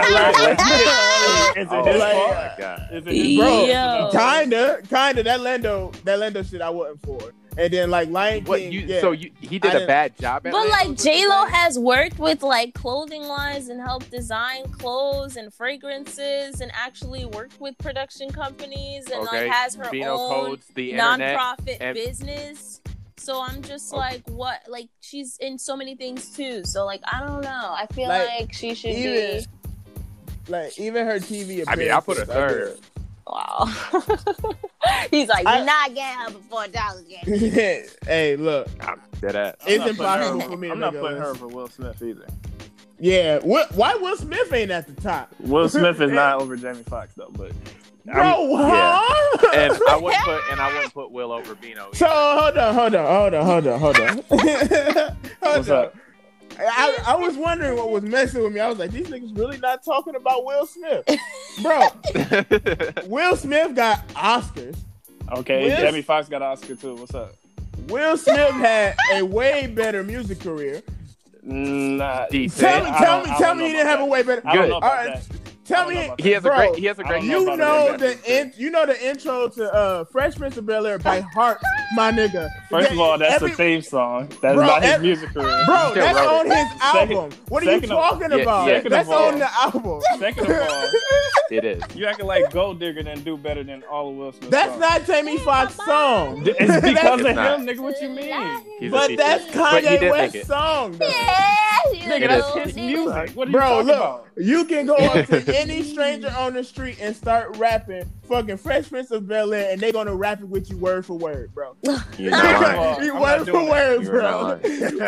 S1: [laughs]
S3: Is
S1: Oh
S3: it his
S4: Like-
S3: fault?
S1: my god!
S3: Is it his
S4: Bro,
S3: fault?
S5: Yo.
S4: Kinda, kinda. That Lando, that Lando shit, I wasn't for. And then like Lion
S1: What
S4: King.
S1: you?
S4: yeah.
S1: So you, he
S4: I
S1: did a
S4: didn't-
S1: bad job at.
S5: But
S1: Lando
S5: like
S1: was
S5: J Lo
S1: it?
S5: has worked with like clothing lines and helped design clothes and fragrances and actually worked with production companies and
S1: Okay,
S5: like has her
S1: Vino
S5: own
S1: codes the internet.
S5: nonprofit
S1: and-
S5: business. So I'm just
S1: Okay.
S5: like, what? Like she's in so many things too. So like I don't know. I feel like,
S4: Like,
S5: she should
S4: even-
S5: be.
S4: like even her TV.
S1: I mean, I put a
S4: appearances, I
S1: third.
S5: Wow. [laughs] He's like,
S4: I-
S5: you're not getting her before dollars get.
S4: did. [laughs] hey, look,
S1: I'm dead ass.
S3: I'm not
S4: it's
S3: putting her
S4: impossible
S3: over-
S4: for me. to
S3: I'm not
S4: make a
S3: putting her
S4: list.
S3: over Will Smith either.
S4: Yeah, what, why Will Smith ain't at the top,
S3: Will Smith is not over Jamie Foxx though, but
S4: bro?
S1: yeah.
S4: huh?
S1: And I
S5: [laughs]
S1: wouldn't put and I wouldn't put Will over [laughs] Vino.
S4: [laughs] so hold on, hold on, hold on, hold on, hold on. [laughs] hold
S3: What's
S4: on.
S3: up?
S4: I, I was wondering what was messing with me. I was like, these niggas really not talking about Will Smith, bro. Will Smith got Oscars.
S3: Okay,
S4: Will-
S3: Jamie Foxx got an Oscar too. What's up?
S4: Will Smith had a way better music career.
S3: Nah,
S1: Decent.
S4: Tell me,
S3: I
S4: tell
S3: don't-
S4: me,
S3: I
S4: tell
S3: don't
S4: me
S3: know
S4: he didn't
S3: about
S4: have a way better.
S3: I don't
S1: Good.
S3: know
S4: All
S3: about
S4: right,
S3: that. I
S4: Tell
S3: don't know
S4: me,
S3: about
S1: he has a
S4: Bro,
S1: great. He has a
S3: I
S1: great.
S3: don't know
S4: you
S3: about
S4: know
S3: that.
S4: the in, you know the intro to uh, Fresh Prince of Bel Air by heart, my nigga.
S3: First of all, that's
S4: every-
S3: the theme song. That's
S4: Bro,
S3: not his
S4: every-
S3: music career.
S4: Bro,
S1: Still
S4: that's
S1: wrote
S4: on
S1: it.
S4: his
S3: Second-
S4: album. what are you
S3: second of all-
S4: talking
S1: yeah,
S4: about?
S1: second
S3: of
S4: that's
S3: all-
S4: on the album.
S3: Second of all,
S1: It is.
S3: you acting like Gold Digger didn't do better than all of Will
S4: [laughs]
S3: Smith.
S4: that's
S3: songs.
S4: not Jamie Foxx's song. [laughs]
S3: D- [laughs] It's because of
S1: It's not.
S3: him, nigga. What you mean?
S1: He's a
S4: But
S1: teacher.
S4: that's
S1: But he
S4: Kanye
S1: did make
S4: West's
S1: it.
S4: song, though.
S5: Yeah, you
S3: Nigga,
S1: It
S3: that's
S5: know,
S1: is.
S3: his
S5: nigga.
S3: music. What are you
S4: Bro,
S3: talking
S4: look,
S3: about?
S4: you can go up to any stranger on the street and start rapping fucking Fresh Prince of Bel Air, and they're gonna rap it with you word
S1: [laughs]
S4: for word, bro.
S1: You're
S4: [laughs]
S3: Nah,
S1: not [laughs]
S3: come
S1: lying.
S3: on.
S4: You
S3: I'm
S4: word
S3: not
S4: for
S3: doing
S4: word,
S1: You're
S4: bro.
S1: not [laughs]
S4: [laughs]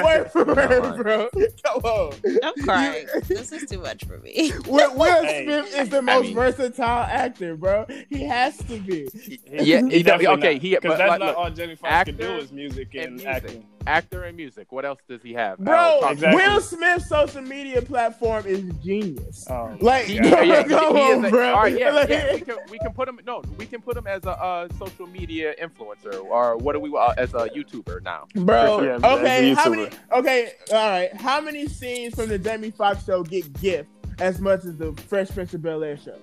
S4: Word
S1: You're
S4: for
S1: not
S4: word,
S1: lying.
S4: bro. Come on.
S5: I'm crying. this is too much for me.
S1: [laughs]
S4: Will, Will
S3: Hey.
S4: Smith is the most
S1: mean-
S4: versatile actor, bro. He has to be.
S1: Yeah, you know, okay, he-
S3: because
S1: but
S3: that's
S1: like,
S3: not
S1: look,
S3: all Jamie Foxx can do
S1: actor
S3: is music and,
S1: and music.
S3: acting.
S1: Actor and music. What else does he have?
S4: Bro,
S1: Talk-
S3: Exactly.
S4: Will Smith's social media platform is genius.
S3: Oh,
S4: Like,
S1: He-
S3: [laughs] Yeah.
S1: Uh, yeah, yeah,
S4: [laughs] come
S1: he- he
S4: on,
S1: is a-
S4: bro.
S1: all right, yeah,
S4: Like-
S1: yeah, we can we can put him. No, we can put him as a uh, social media influencer or what do we uh, as a YouTuber now?
S4: Bro,
S3: [laughs] Yeah, but
S4: okay,
S3: as a
S4: how
S3: YouTuber.
S4: many? Okay, all right. How many scenes from the Jamie Foxx show get gift as much as the Fresh Prince of Bel Air show?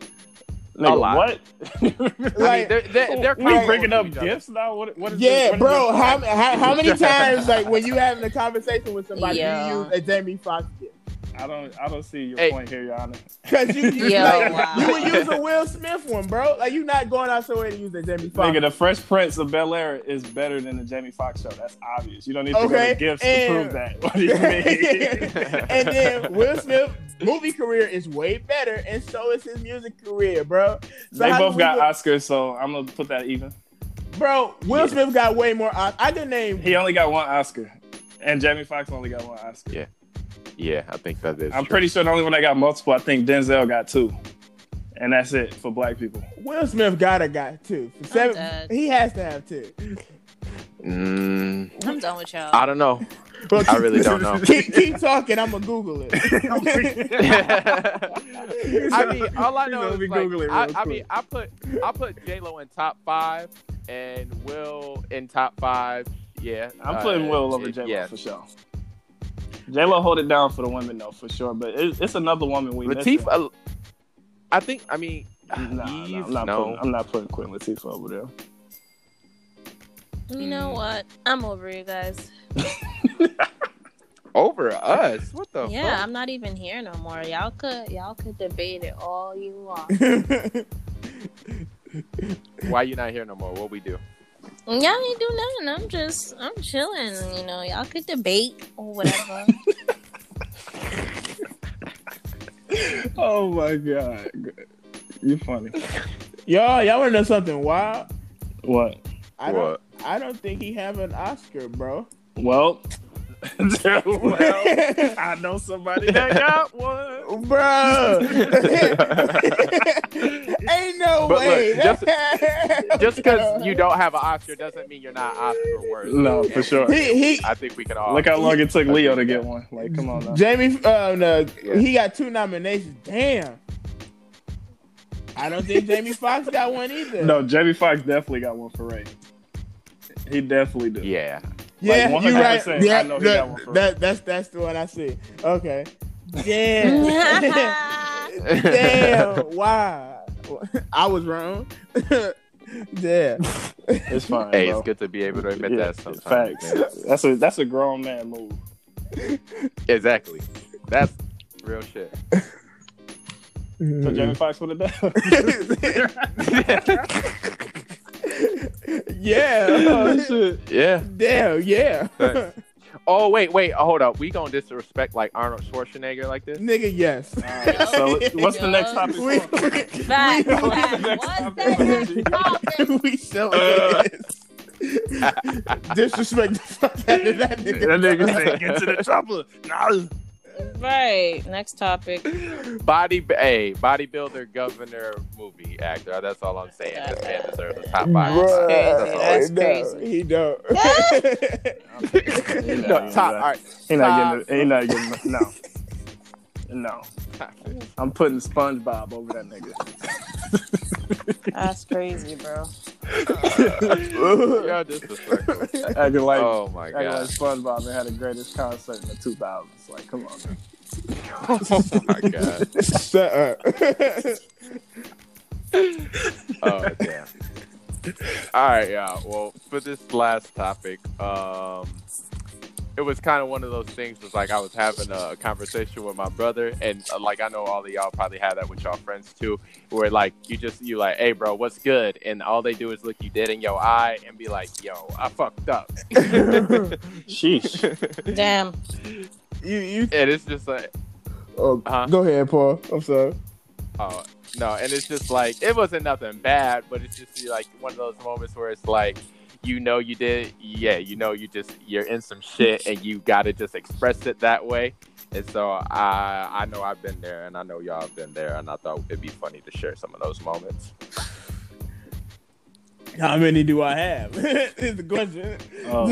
S3: nigga,
S1: lot.
S3: what?
S1: I mean,
S4: Like,
S1: they're, they're, [laughs] they're
S3: we
S1: comparable
S3: breaking
S1: to
S3: up
S1: each other.
S3: gifts now. What? What is? this?
S4: yeah,
S3: What is
S4: bro.
S3: this?
S4: How, how how
S3: [laughs]
S4: many times like when you having a conversation with somebody,
S5: Yeah.
S4: you use a Jamie Foxx gift?
S3: I don't. I don't see your
S1: Hey.
S3: point here, Your Honor.
S4: Cause you you,
S5: Yo,
S4: like,
S5: wow.
S4: you would use a Will Smith one, bro. Like you not going out your way to use a Jamie Foxx.
S3: Nigga, the Fresh Prince of Bel Air is better than the Jamie Foxx show. That's obvious. You don't need to go
S4: Okay,
S3: to gifts
S4: and-
S3: to prove that. [laughs] What do you mean?
S1: [laughs]
S4: and
S3: [laughs]
S4: then Will Smith movie career is way better, and so is his music career, bro. [laughs] So
S3: they
S4: how
S3: both
S4: do we
S3: got
S4: look-
S3: Oscars, so I'm gonna put that even.
S4: Bro, Will Smith got way more. Os- I can name
S3: He only got one Oscar, and Jamie Foxx only got one Oscar.
S1: Yeah, I think that is.
S3: I'm
S1: true.
S3: pretty sure the only one that got multiple, I think Denzel got two. and that's it for black people.
S4: Will Smith got a guy too. For seven,
S2: dead.
S4: he has to have two.
S1: Mm,
S2: I'm done with y'all.
S1: I don't
S3: [laughs]
S1: know. [laughs] I really don't know.
S4: keep, [laughs] keep talking. [laughs] I'm gonna Google it.
S1: I mean, all I
S3: You
S1: know
S3: know,
S1: is
S3: let me
S1: like,
S3: Google it
S1: I,
S3: real
S1: I
S4: [laughs]
S3: quick.
S1: mean, I put I put J Lo in top five and Will in top five. Yeah,
S3: I'm
S1: uh,
S3: putting Will over J Lo
S1: Yeah,
S3: for sure. J Lo hold it down for the women though, for sure. But it, it's another woman we missing.
S1: Latifah. uh, I think. I mean,
S3: Nah, nah,
S1: Eve,
S3: I'm not
S1: no.
S3: putting. I'm not putting Quentin Latifah over there.
S2: you know what? I'm over you guys.
S1: over us. What the?
S2: Yeah, I'm not even here no more. Y'all could y'all could debate it all you want.
S1: Fuck? Why you not here no more? What we do?
S2: Y'all ain't do nothing. I'm just, I'm chilling. You know, y'all could debate or whatever.
S3: Oh my god, you're funny.
S4: y'all, y'all wanna know something wild?
S3: What?
S4: I
S1: what?
S4: don't. I don't think he have an Oscar, bro.
S1: [laughs]
S3: Well,
S4: [laughs]
S3: well,
S4: bro.
S3: I know somebody that got one.
S1: [laughs]
S4: [laughs] Ain't no
S1: But look,
S4: way.
S1: just-
S4: [laughs]
S1: Just because you don't have an Oscar doesn't mean you're not Oscar worthy.
S3: No, for sure.
S4: he he
S1: I think we can all.
S3: Look how long it took
S1: I
S3: Leo
S1: think
S3: to get
S1: that-
S3: one. Like, come on. Now.
S4: Jamie, uh, no,
S1: Yeah.
S4: he got two nominations. Damn. I don't think
S3: [laughs]
S4: Jamie Foxx got one either.
S3: No, Jamie Foxx definitely got one for Ray. He definitely did.
S1: Yeah.
S4: yeah,
S3: like,
S4: you right.
S3: 100%,
S4: Yeah,
S3: I know he
S4: that-
S3: got one for-
S4: that- that's that's the one I see. Okay.
S2: [laughs]
S5: [laughs]
S4: Damn. Damn. Wow. [laughs] I was wrong. [laughs] Damn.
S3: It's fine.
S1: [laughs] Hey,
S3: bro.
S1: it's good to be able to admit
S3: Yeah,
S1: that sometimes.
S3: Facts.
S1: man.
S3: That's a that's a grown man move.
S1: Exactly. That's real shit. [laughs]
S3: So
S4: Mm-hmm.
S3: Jamie Foxx would have done.
S1: [laughs]
S4: [laughs]
S3: [laughs] [laughs] Oh,
S4: yeah. [laughs]
S1: yeah.
S4: Damn. Yeah.
S1: Thanks. Oh wait, wait, hold up. We gonna disrespect like Arnold Schwarzenegger like this?
S4: [laughs] Nigga, yes.
S3: Alright, so what's the next topic?
S4: We,
S3: for-
S2: Back,
S4: We-
S2: back.
S3: Next
S2: What's
S3: topic.
S2: the next topic?
S4: [laughs] we so is. disrespect the fuck out of that nigga.
S3: That nigga said, "Get to the chopper." Nah.
S2: Right. Next topic.
S1: Body, a bodybuilder, governor, movie actor. That's all I'm saying. This man deserves a top five.
S2: Bruh.
S1: That's all I'm
S2: That's crazy.
S4: No, he don't. [laughs]
S1: saying.
S3: Yeah.
S1: No, top. All right.
S3: He not getting. He [laughs] not getting. No. No, I'm putting SpongeBob over that nigga.
S2: That's crazy, bro.
S1: [laughs] Y'all disrespectful.
S3: Acting like,
S1: Oh my
S3: acting like
S1: god.
S3: SpongeBob and had the greatest concert in the 2000s. Like, come on. Man.
S1: [laughs] Oh my god.
S4: Shut up. [laughs]
S1: Oh damn. All right, yeah. Well, for this last topic, um, it was kind of one of those things. Was like I was having a conversation with my brother, and uh, like I know all of y'all probably have that with y'all friends too, where like you just you like, hey, bro, what's good? And all they do is look you dead in your eye and be like, yo, I fucked up. [laughs] and
S3: Sheesh.
S2: Damn.
S4: you, you.
S1: it's just like,
S4: Oh,
S1: Huh?
S4: Go ahead, Paul. I'm sorry.
S1: Oh no, and it's just like it wasn't nothing bad, but it's just like one of those moments where it's like you know you did, yeah, you know you just you're in some shit and you gotta just express it that way. And so I I know I've been there and I know y'all have been there and I thought it'd be funny to share some of those moments.
S4: How many do I have? [laughs] is the question.
S3: Oh,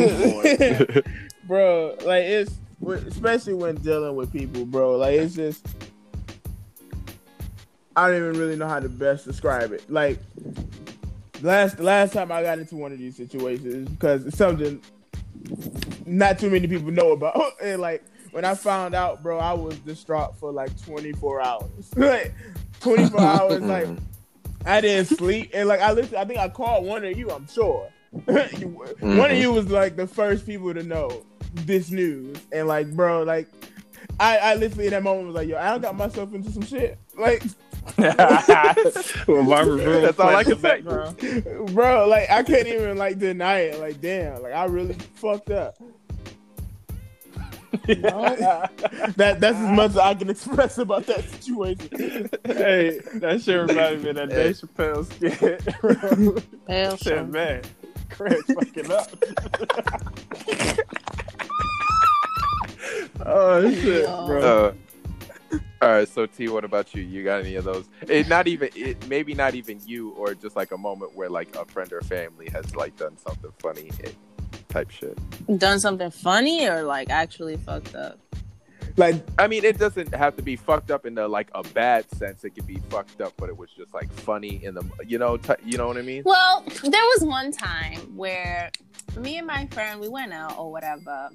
S3: [laughs] boy.
S4: [laughs] bro, like it's especially when dealing with people, bro. Like it's just I don't even really know how to best describe it. Like last last time I got into one of these situations is because it's something not too many people know about. [laughs] And like when I found out, bro, I was distraught for like 24 hours. [laughs] like
S3: [laughs]
S4: 24 hours, like
S3: Mm.
S4: I didn't sleep, and like I listened, I think I called one of you. I'm sure You-
S3: Mm-hmm.
S4: one of
S1: Mhm.
S4: you was like the first people to know this news, and like, bro, like I, I literally in that moment was like, yo, I don't got myself into some shit, like, [laughs]
S3: With Barbara Brewer
S1: That's all I can
S3: playing
S1: say.
S3: in the background.
S4: bro, like I can't even like deny it, like, damn, like I really fucked up. [laughs] That that's as much as I can express about that situation.
S3: [laughs] hey, that shit reminded me of that Dave Chappelle [laughs] skit.
S2: Hell
S3: shit, man. Craig fucking up. oh, shit, bro.
S1: Uh, All right, so T, what about you? You got any of those? It not even it maybe not even you or just like a moment where like a friend or family has like done something funny eh, type shit.
S5: Done something funny or like actually fucked up?
S4: Like
S1: I mean, it doesn't have to be fucked up in the like a bad sense. It could be fucked up, but it was just like funny in the you know t- you know what I mean?
S5: Well, there was one time where me and my friend we went out or whatever,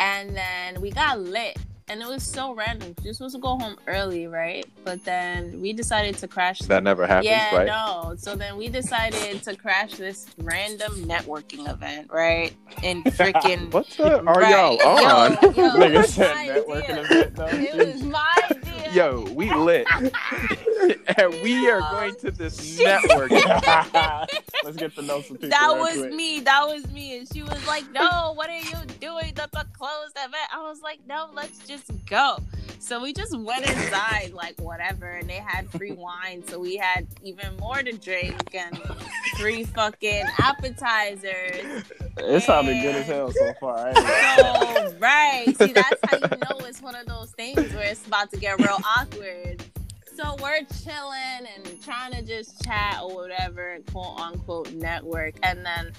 S5: and then we got lit, and it was so random. She was supposed to go home early, right? But then we decided to crash.
S1: That never happens,
S5: yeah,
S1: right?
S5: no. So then we decided to crash this random networking event, right? In freaking.
S1: [laughs] What the are
S5: Right.
S4: [laughs]
S1: y'all
S5: Yo,
S1: on?
S5: yo, it
S3: [laughs] Nigga
S5: was
S3: said
S5: my
S3: networking
S5: idea.
S3: event though.
S5: It was my idea.
S1: Yo, we lit,
S5: [laughs]
S1: and we are going to this
S5: [laughs]
S1: network.
S3: [laughs] Let's get to know some people.
S5: That
S3: real
S5: was
S3: quick.
S5: me. That was me. And she was like, "No, what are you doing? That's a closed event." I was like, "No, let's just go." So we just went inside, like whatever, and they had free wine, so we had even more to drink and free fucking appetizers.
S3: It sounded good as hell so far. I ain't
S5: So [laughs]
S3: gonna
S5: right, see, that's how you know it's one of those things where it's about to get real awkward. So we're chilling and trying to just chat or whatever, quote unquote, network, and then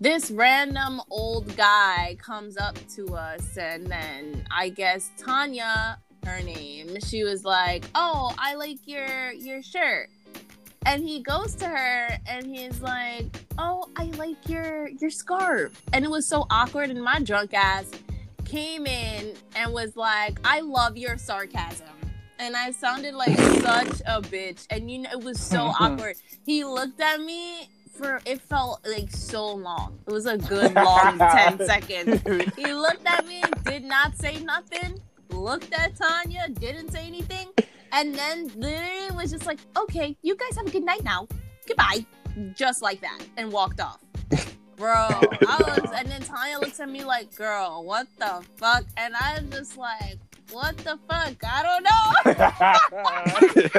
S5: this random old guy comes up to us and then i guess tanya her name she was like oh i like your your shirt and he goes to her and he's like oh i like your your scarf and it was so awkward and my drunk ass came in and was like i love your sarcasm and i sounded like such a bitch and you know it was so awkward he looked at me for it felt like so long it was a good long 10 seconds
S3: lie.
S5: he looked at me, did not say nothing, looked at Tanya, didn't say anything, and then literally was just like, okay, you guys have a good night now. Goodbye. Just like that, and walked off. Bro, I was, and then Tanya looks at me like, girl, what the fuck? And I'm just like, what the fuck? I don't know. [laughs]
S3: [laughs]
S5: It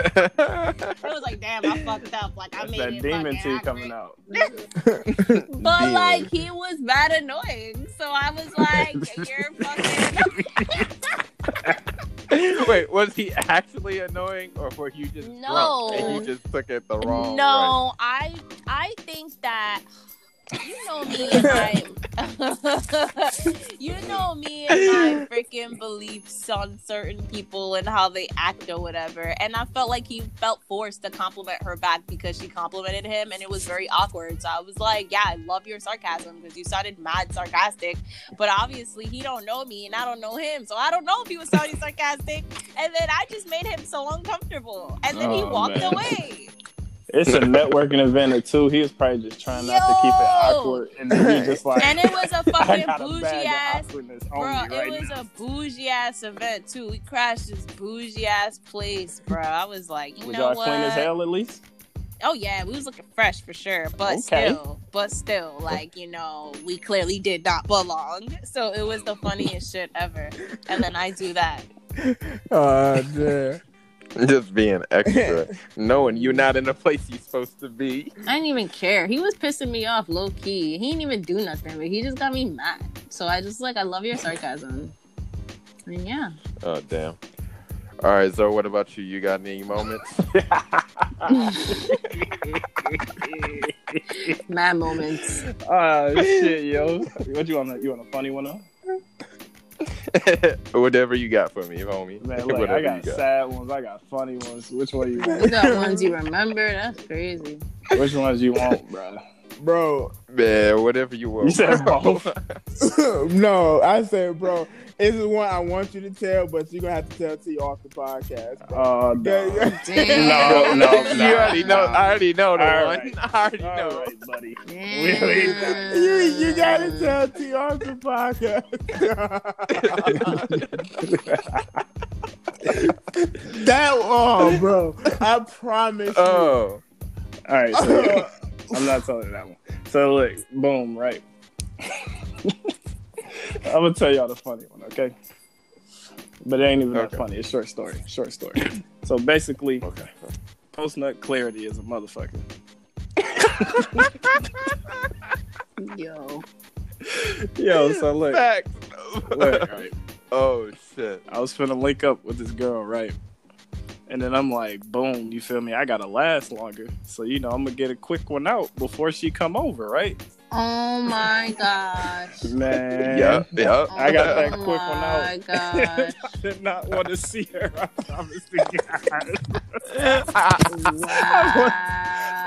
S5: was like, damn, I fucked up. Like, I
S3: That's
S5: made
S3: that
S5: it
S3: demon
S5: fucking
S3: tea
S5: awkward.
S3: coming out.
S5: But like he was mad annoying, so I was like,
S3: [laughs]
S5: "You're fucking
S1: [laughs] Wait, was he actually annoying, or were you just
S5: No.
S1: drunk and you just took it the wrong way?
S5: no." I I think that you
S1: [laughs]
S5: know me and my [laughs] you know me and my freaking beliefs on certain people and how they act or whatever. And I felt like he felt forced to compliment her back because she complimented him, and it was very awkward. So I was like, "Yeah, I love your sarcasm because you sounded mad sarcastic." but obviously he don't know me and I don't know him, so I don't know if he was sounding sarcastic. And then I just made him so uncomfortable, and then he
S3: Oh,
S5: walked
S3: man.
S5: away.
S3: It's a networking event or two. He was probably just trying not to keep it
S5: Yo!
S3: awkward, and then he just like
S5: And it was a
S3: [laughs] I
S5: fucking
S3: got a
S5: bougie
S3: bag
S5: ass.
S3: of awkwardness on
S5: Bro,
S3: me right
S5: it was
S3: now.
S5: a bougie ass event too. We crashed this bougie ass place, bro. I was like, you
S3: Was
S5: know
S3: y'all
S5: what?
S3: clean as hell
S5: [laughs]
S3: at least?
S5: Oh yeah, we was looking fresh for sure, but
S3: Okay.
S5: still, but still, like you know, we clearly did not belong. So it was the funniest shit ever. And then I do that.
S4: uh, yeah.
S1: [laughs] Just being [laughs] extra, knowing you're not in the place you're supposed to be.
S5: I didn't even care. He was pissing me off low key. He didn't even do nothing, but he just got me mad. So I just like I love your sarcasm. And yeah.
S1: Oh damn! All right, Zoe, what about you? You got any moments?
S3: Ah,
S5: Mad moments.
S3: Ah shit, yo. What you want? You want a funny one? Though?
S1: [laughs] Whatever you got for me, homie.
S3: Man, look,
S1: Whatever
S3: I got,
S1: you got.
S3: sad ones. I got funny ones. Which one you
S5: You
S3: want?
S5: got ones you remember. That's crazy.
S3: Which ones you want, bro?
S4: bro. [laughs]
S1: Man, whatever you want.
S3: You
S1: [laughs]
S3: said
S1: bro.
S3: both.
S4: no, I said, bro, this is one I want you to tell, but you're gonna have to tell T off the podcast. Bro.
S3: Oh,
S5: [laughs]
S4: Yeah, yeah.
S3: [laughs] no.
S5: Damn.
S3: No, no,
S1: you already know. I already know the
S3: All
S1: one. [laughs]
S3: right.
S1: I already
S3: All
S1: know.
S3: right, buddy.
S5: Damn.
S3: Really?
S4: You, you gotta tell T off the podcast. [laughs] that oh, bro, I promise.
S1: Oh,
S3: [laughs] All right, so [laughs]
S4: you.
S3: I'm not telling you that one. So look, boom, right. [laughs] I'm gonna tell y'all the funny one, okay? But it ain't even
S1: Okay.
S3: that funny. It's short story. Short story. So basically,
S1: okay.
S3: post nut clarity is a motherfucker.
S5: Yo.
S3: [laughs] Yo, so look,
S1: Facts.
S3: look, all right.
S1: [laughs] Oh shit.
S3: I was finna link up with this girl, right? And then I'm like, boom, you feel me? I gotta last longer. So you know, I'm gonna get a quick one out before she come over, right?
S5: Oh my gosh.
S3: [laughs] Man,
S1: Yeah, yeah.
S3: I got that
S5: Oh
S3: quick one out.
S5: my gosh.
S3: I did not want to see her. [laughs] I promise to God. [laughs]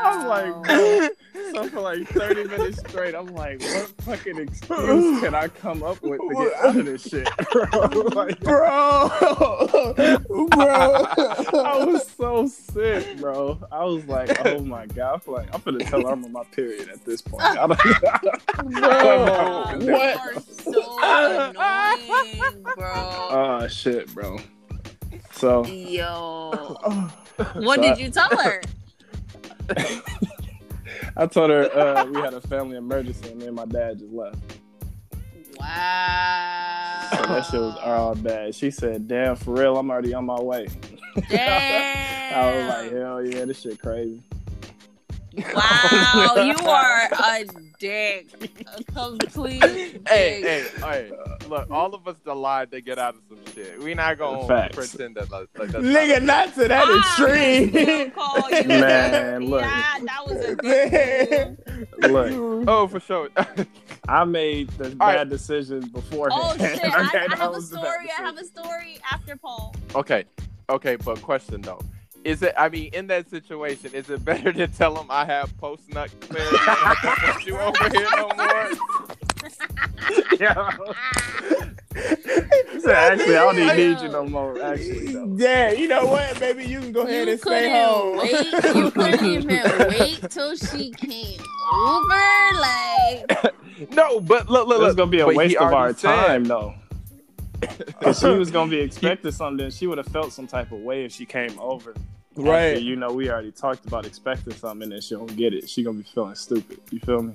S3: I'm
S5: Oh.
S3: like, [laughs] bro. So for like 30 minutes straight, I'm like, what fucking excuse can I come up with to get out of this shit, [laughs] bro? Like,
S4: bro, [laughs] bro.
S3: I was so sick, bro. I was like, oh my god, I feel like I'm gonna tell her I'm on my period at this point. I don't-
S4: Bro,
S5: Bro,
S4: what?
S5: You are so annoying,
S3: [laughs]
S5: bro.
S3: oh shit, bro. So
S5: Yo.
S4: Oh,
S5: What did you tell her?
S3: I told her uh, we had a family emergency, and me and my dad just left.
S5: Wow.
S3: So [laughs] that shit was [laughs] all bad. She said, damn, for real, I'm already on my way.
S5: Damn.
S3: I was Oh, like, hell yeah, this shit crazy.
S5: Wow, you are a dick. A complete dick.
S1: [laughs] Hey, hey, hey! Look, all of us the lie to get out of some shit. We not gonna
S3: Facts.
S1: pretend that like, that's not-
S4: nigga, not to that
S5: Ah, I still
S4: extreme.
S5: call you a
S3: Man,
S5: dick.
S3: look.
S5: Yeah, that was a dick.
S4: [laughs] Man.
S3: Look,
S1: Oh, for sure.
S3: I made the
S1: All right.
S3: bad decisions beforehand. [laughs]
S5: Oh shit!
S3: okay?
S5: I, I
S3: That
S5: have a
S3: was the bad
S5: story. I have
S3: decision.
S5: a story after Paul.
S1: okay, okay, but question though. Is it? I mean, in that situation, is it better to tell them I have post nut clarity? and I don't want you over here no more.
S3: [laughs] Yeah.
S5: Ah,
S3: She said, actually, I don't even need you no more. Actually, though.
S4: Yeah, you know what, baby, you can go ahead
S5: you
S4: and stay
S5: couldn't
S4: home.
S5: wait.
S4: [laughs]
S5: You couldn't even wait till she came over. Like
S1: No, but look, look,
S3: This
S1: look.
S3: is gonna be a
S1: but he
S3: waste of
S1: already
S3: our
S1: said- [laughs]
S3: time, though. If she was gonna be expecting something, she would have felt some type of way if she came over. After,
S4: Right.
S3: you know, we already talked about expecting something and she don't get it. She gonna be feeling stupid. You feel me?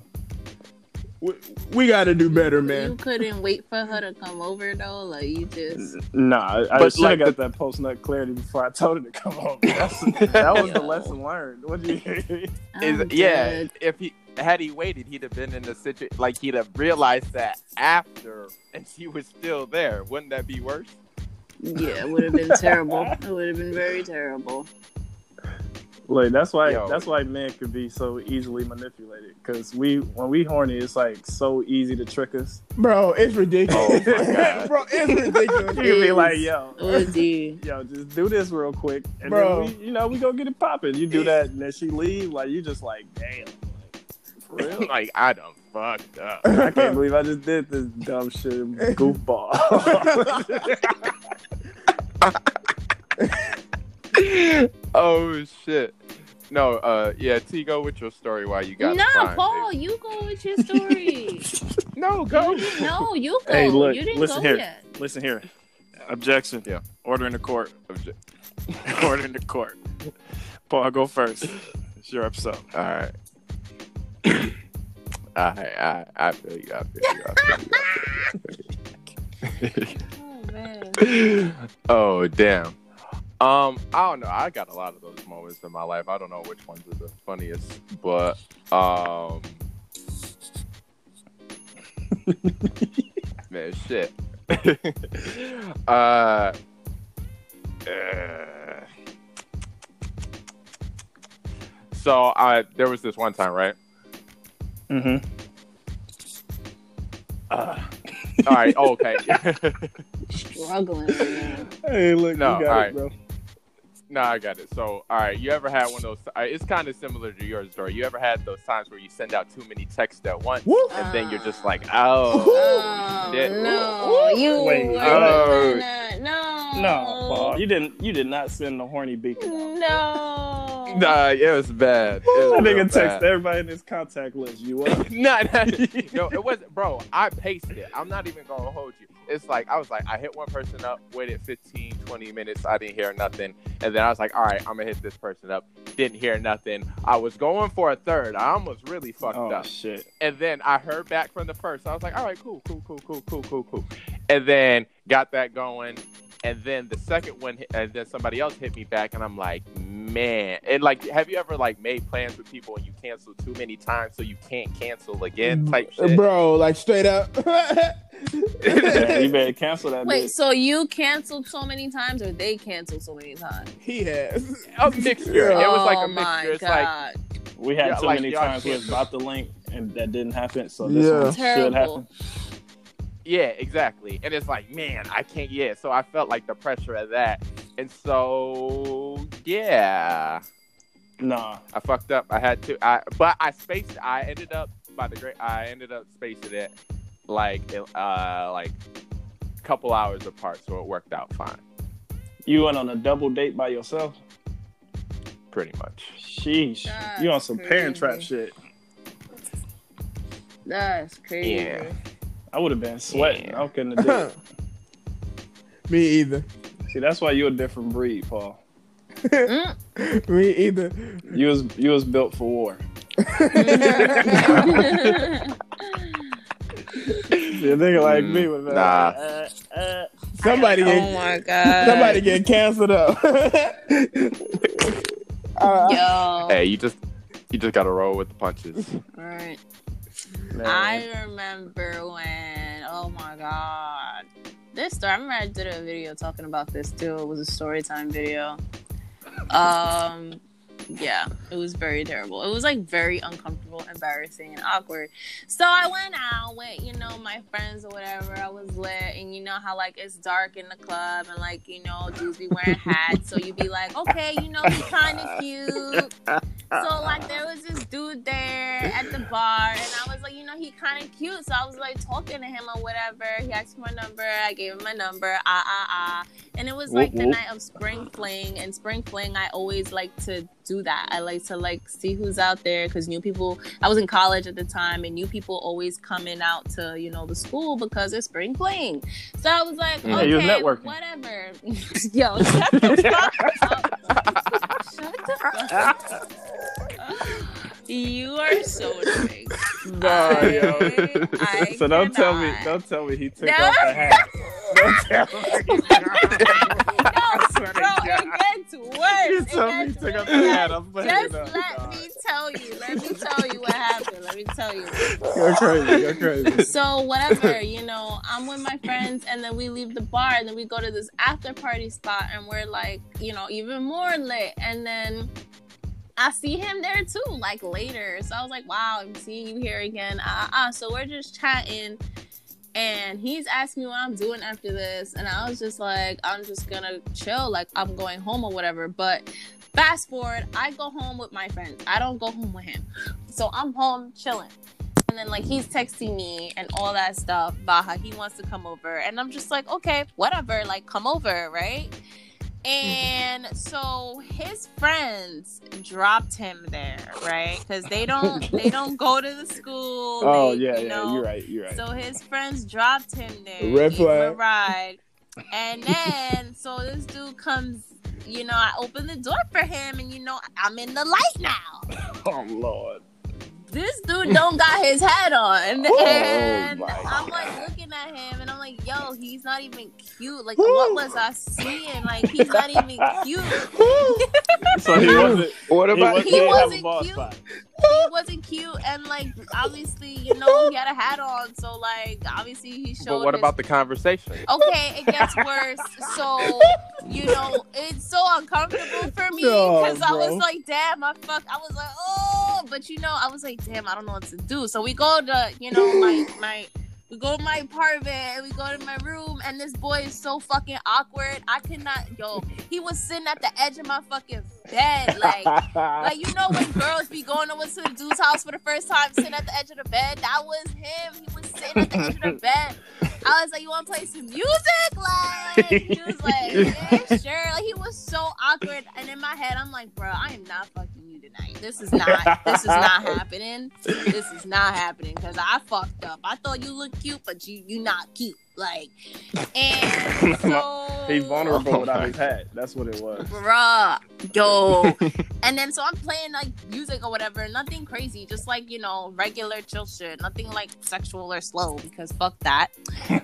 S4: We, we gotta do better,
S5: you
S4: man.
S5: couldn't wait for her to come over though. Like you just.
S3: Nah, I, I
S1: But,
S3: should
S1: like,
S3: have got that post nut clarity before I told her to come over. That's,
S1: [laughs]
S3: that was the
S5: Yo.
S3: lesson learned. What do you? [laughs]
S1: Is,
S5: I'm
S1: yeah,
S5: dead.
S1: if he had he waited, he'd have been in the situation. Like he'd have realized that after, and she was still there. Wouldn't that be worse? [laughs]
S5: Yeah, it would have been terrible. It would have been very terrible.
S3: Like that's why
S1: Yo.
S3: that's why men could be so easily manipulated because we when we horny it's like so easy to trick us. [laughs]
S4: Bro, it's ridiculous. [laughs]
S1: Oh, my God.
S4: bro, it's ridiculous.
S3: You could be
S5: Yes.
S3: like, yo,
S5: Indeed.
S3: yo, just do this real quick, and
S4: Bro.
S3: then we, you know we go get it popping. You do that, and then she leave. Like you just like, damn, [laughs]
S1: like I done fucked
S5: [laughs]
S1: up.
S3: I [laughs] can't believe I just did this dumb shit, goofball. [laughs]
S1: oh shit. No, uh, yeah, T, go with your story while you got
S5: No,
S1: time,
S5: Paul,
S1: baby.
S5: you go with your story.
S1: [laughs] No, go.
S5: no, you go.
S3: Hey, look,
S5: you didn't
S3: listen
S5: go
S3: here.
S5: yet.
S3: Listen here, objection.
S1: Yeah.
S3: order in the court. [laughs]
S1: Obje-
S3: Order in the court. Paul, go first. It's your episode.
S1: All right. [coughs] I, I I feel you. I feel you. I feel you.
S5: Oh man.
S1: oh damn. Um, I don't know. I got a lot of those moments in my life. I don't know which ones are the funniest, but um, man, shit. [laughs] uh, uh, so I there was this one time, right?
S3: Mm-hmm. Ah.
S1: All right, okay.
S5: Struggling right now. [laughs]
S3: Hey, look,
S1: No,
S3: you got
S1: alright.
S3: it, bro.
S1: No, I got it. So, all right, you ever had one of those? Uh, it's kind of similar to yours, story. You ever had those times where you send out too many texts at once,
S4: [laughs] Woo.
S1: and then you're just like,
S3: Ah.
S4: Woo.
S1: oh,
S3: [laughs]
S5: Oh,
S1: Shit.
S5: no. You
S3: Wait,
S5: were
S1: oh.
S5: gonna- no.
S3: No, Paul, you didn't. You did not send the horny beacon. out.
S5: No.
S1: nah, it was bad. It
S3: That
S1: was real
S3: nigga
S1: bad. [laughs]
S3: text everybody in his contact list. You up?
S1: Nah, nah,
S3: [laughs]
S1: no, it wasn't, bro. I paced it. I'm not even gonna hold you. It's like I was like, I hit one person up, waited 15, 20 minutes, I didn't hear nothing, and then I was like, all right, I'm gonna hit this person up, didn't hear nothing. I was going for a third. I almost really fucked
S3: Oh
S1: up. [laughs]
S3: shit!
S1: And then I heard back from the first. I was like, all right, cool, cool, cool, cool, cool, cool, cool. And then got that going. and then the second one, hit- and then somebody else hit me back, and I'm like, man. And like, have you ever like made plans with people and you cancel too many times so you can't cancel again? Type
S4: uh,
S1: shit.
S4: bro. Like straight up. [laughs]
S3: Yeah, you better cancel that.
S5: Wait,
S3: bitch.
S5: so you canceled so many times, or they canceled so many times?
S4: he has.
S1: A mixture. It was like
S5: oh
S1: a
S5: my
S1: mixture. It's like
S5: god,
S3: we had
S1: yeah,
S3: too
S1: like,
S3: many
S1: y'all
S3: times we was
S1: canceled.
S3: about to link and that didn't happen. So this
S4: Yeah.
S3: one should happen.
S5: terrible.
S1: Yeah, exactly. And it's like, man, I can't. Yeah, so I felt like the pressure of that, and so yeah,
S3: Nah,
S1: I fucked up. I had to. I but I spaced. I ended up by the great. I ended up spacing it like it- uh like a couple hours apart, so it worked out fine,
S3: you went on a double date by yourself.
S1: pretty much.
S3: Sheesh,
S5: That's
S3: you on some parent trap
S5: crazy.
S3: shit.
S5: That's crazy.
S1: Yeah.
S5: [laughs]
S3: [laughs] I would have been sweating.
S1: Yeah.
S3: I couldn't have
S4: [laughs]
S3: did
S4: Me either.
S3: it. See, that's why you a different breed, Paul.
S4: Me
S3: [laughs]
S4: either.
S3: You was you was built for war.
S5: Oh,
S4: Yeah, nigga
S1: like me
S5: Mm.
S4: with
S1: that. Nah.
S4: Somebody
S5: oh
S4: get
S5: my god.
S4: somebody get canceled up. [laughs] Uh,
S5: Yo.
S1: Hey, you just you just gotta roll with the punches.
S3: [laughs]
S5: Right.
S3: Man.
S5: I remember when, oh my god, this story. I remember I did a video talking about this too. It was a story time video. Um, yeah, it was very terrible. It was like very uncomfortable, embarrassing, and awkward. So I went out with you know my friends or whatever. I was lit, and you know how like it's dark in the club, and like you know dudes be wearing hats, so you be like, okay, you know he's kind of cute. So like there was this dude there at the bar, and I was like, you know, he kind of cute. So I was like talking to him or whatever. He asked for my number. I gave him my number. Ah ah ah. And it was like the
S3: Whoop, whoop.
S5: night of spring fling. And spring fling, I always like to do that. I like to like see who's out there because new people. I was in college at the time, and new people always coming out to you know the school because it's spring fling. So I was like,
S1: Yeah,
S5: okay,
S3: you're networking.
S5: whatever. [laughs] Yo, shut the fuck
S3: [laughs]
S5: up. Shut the fuck up. You are so annoying.
S1: Nah, yo.
S5: I
S3: so don't tell me,
S5: cannot.
S3: don't tell me he took
S5: No.
S3: off the hat. Don't
S5: [laughs]
S3: tell me.
S5: No, bro, it gets worse.
S3: You
S5: It
S3: told me he
S5: gets
S3: took off the
S5: worse.
S3: hat. I'm putting
S5: Just
S3: it up.
S5: let
S3: dog.
S5: me tell you. Let me tell you what happened. Let me tell you.
S4: Go crazy. Go crazy.
S5: So whatever, you know, I'm with my friends, and then we leave the bar, and then we go to this after party spot, and we're like, you know, even more lit. And then I see him there too, like later. So I was like, wow, I'm seeing you here again. Ah, ah. ah. So we're just chatting, and he's asking me what I'm doing after this, and I was just like, I'm just gonna chill, like I'm going home or whatever. But fast forward, I go home with my friends. I don't go home with him. So I'm home chilling. And then like he's texting me and all that stuff about how he wants to come over. And I'm just like, okay, whatever, like come over, right? And so his friends dropped him there, right? Because they don't they don't go to the school.
S3: [laughs] Oh
S5: they,
S3: yeah,
S5: you
S3: yeah.
S5: know,
S3: You're [laughs] right. You're right.
S5: so his friends dropped him there,
S4: Red
S5: gave him a
S4: flag.
S3: [laughs]
S5: ride, and then so this dude comes. You know, I open the door for him, and you know I'm in the light now.
S3: [laughs] oh lord.
S5: This dude don't got his hat on,
S3: [laughs] Oh,
S5: and
S3: my
S5: I'm like looking at him, and I'm like, "Yo, he's not even cute. Like, what was I seeing? Like, he's not even cute.
S3: So
S1: [laughs]
S3: he wasn't.
S1: What
S3: He
S5: He
S3: wasn't, he didn't have
S5: wasn't
S3: a ball
S5: cute.
S3: spot.
S5: He wasn't cute, and like, obviously, you know, he had a hat on, so like, obviously, he showed.
S1: But what
S5: his
S1: about the conversation?
S5: okay, it gets worse. So, you know, it's so uncomfortable for me
S4: No,
S5: because I was
S4: bro.
S5: like, damn, I fuck. I was like, oh, but you know, I was like, damn, I don't know what to do. So we go to, you know,
S4: [laughs]
S5: my my. We go to my apartment and we go to my room, and this boy is so fucking awkward. I could not, yo. He was sitting at the edge of my fucking bed, like like you know when girls be going over to the dude's house for the first time, sitting at the edge of the bed. That was him. He was sitting at the edge of the bed. I was like, "You want to play some music?" Like he was like, "Yeah, sure." Like he was so awkward, and in my head, I'm like, "Bro, I am not fucking you tonight. This is not. This is not happening. This is not happening." Because I fucked up. I thought you looked cute, but you you not cute. Like, and so
S3: He's vulnerable
S1: Oh
S3: without
S1: my
S3: his hat. That's what
S5: [laughs]
S3: it was.
S5: bruh,
S1: [laughs]
S5: yo. and then so I'm playing like music or whatever, nothing crazy, just like you know regular chill shit, nothing like sexual or slow because fuck that.
S1: [laughs]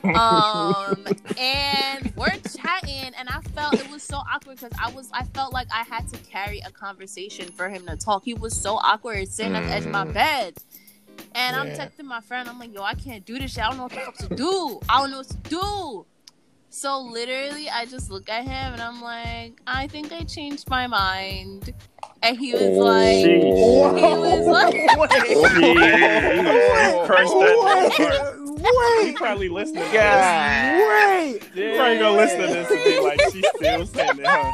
S5: Um, and we're chatting, and I felt it was so awkward because I was I felt like I had to carry a conversation for him to talk. He was so awkward sitting at the edge of my
S1: Mm.
S5: bed. And I'm
S1: Yeah.
S5: texting my friend. I'm like, yo, I can't do this shit. I don't know what the fuck to do. I don't know what to do. So literally, I just look at him and I'm like, I think I changed my mind. And he was
S1: Oh.
S5: like,
S3: She-
S5: he was
S1: [laughs]
S5: like,
S3: He probably listening. to this.
S4: Wait,
S3: Yeah. Probably gonna listen to this and be like, she still saying it, huh?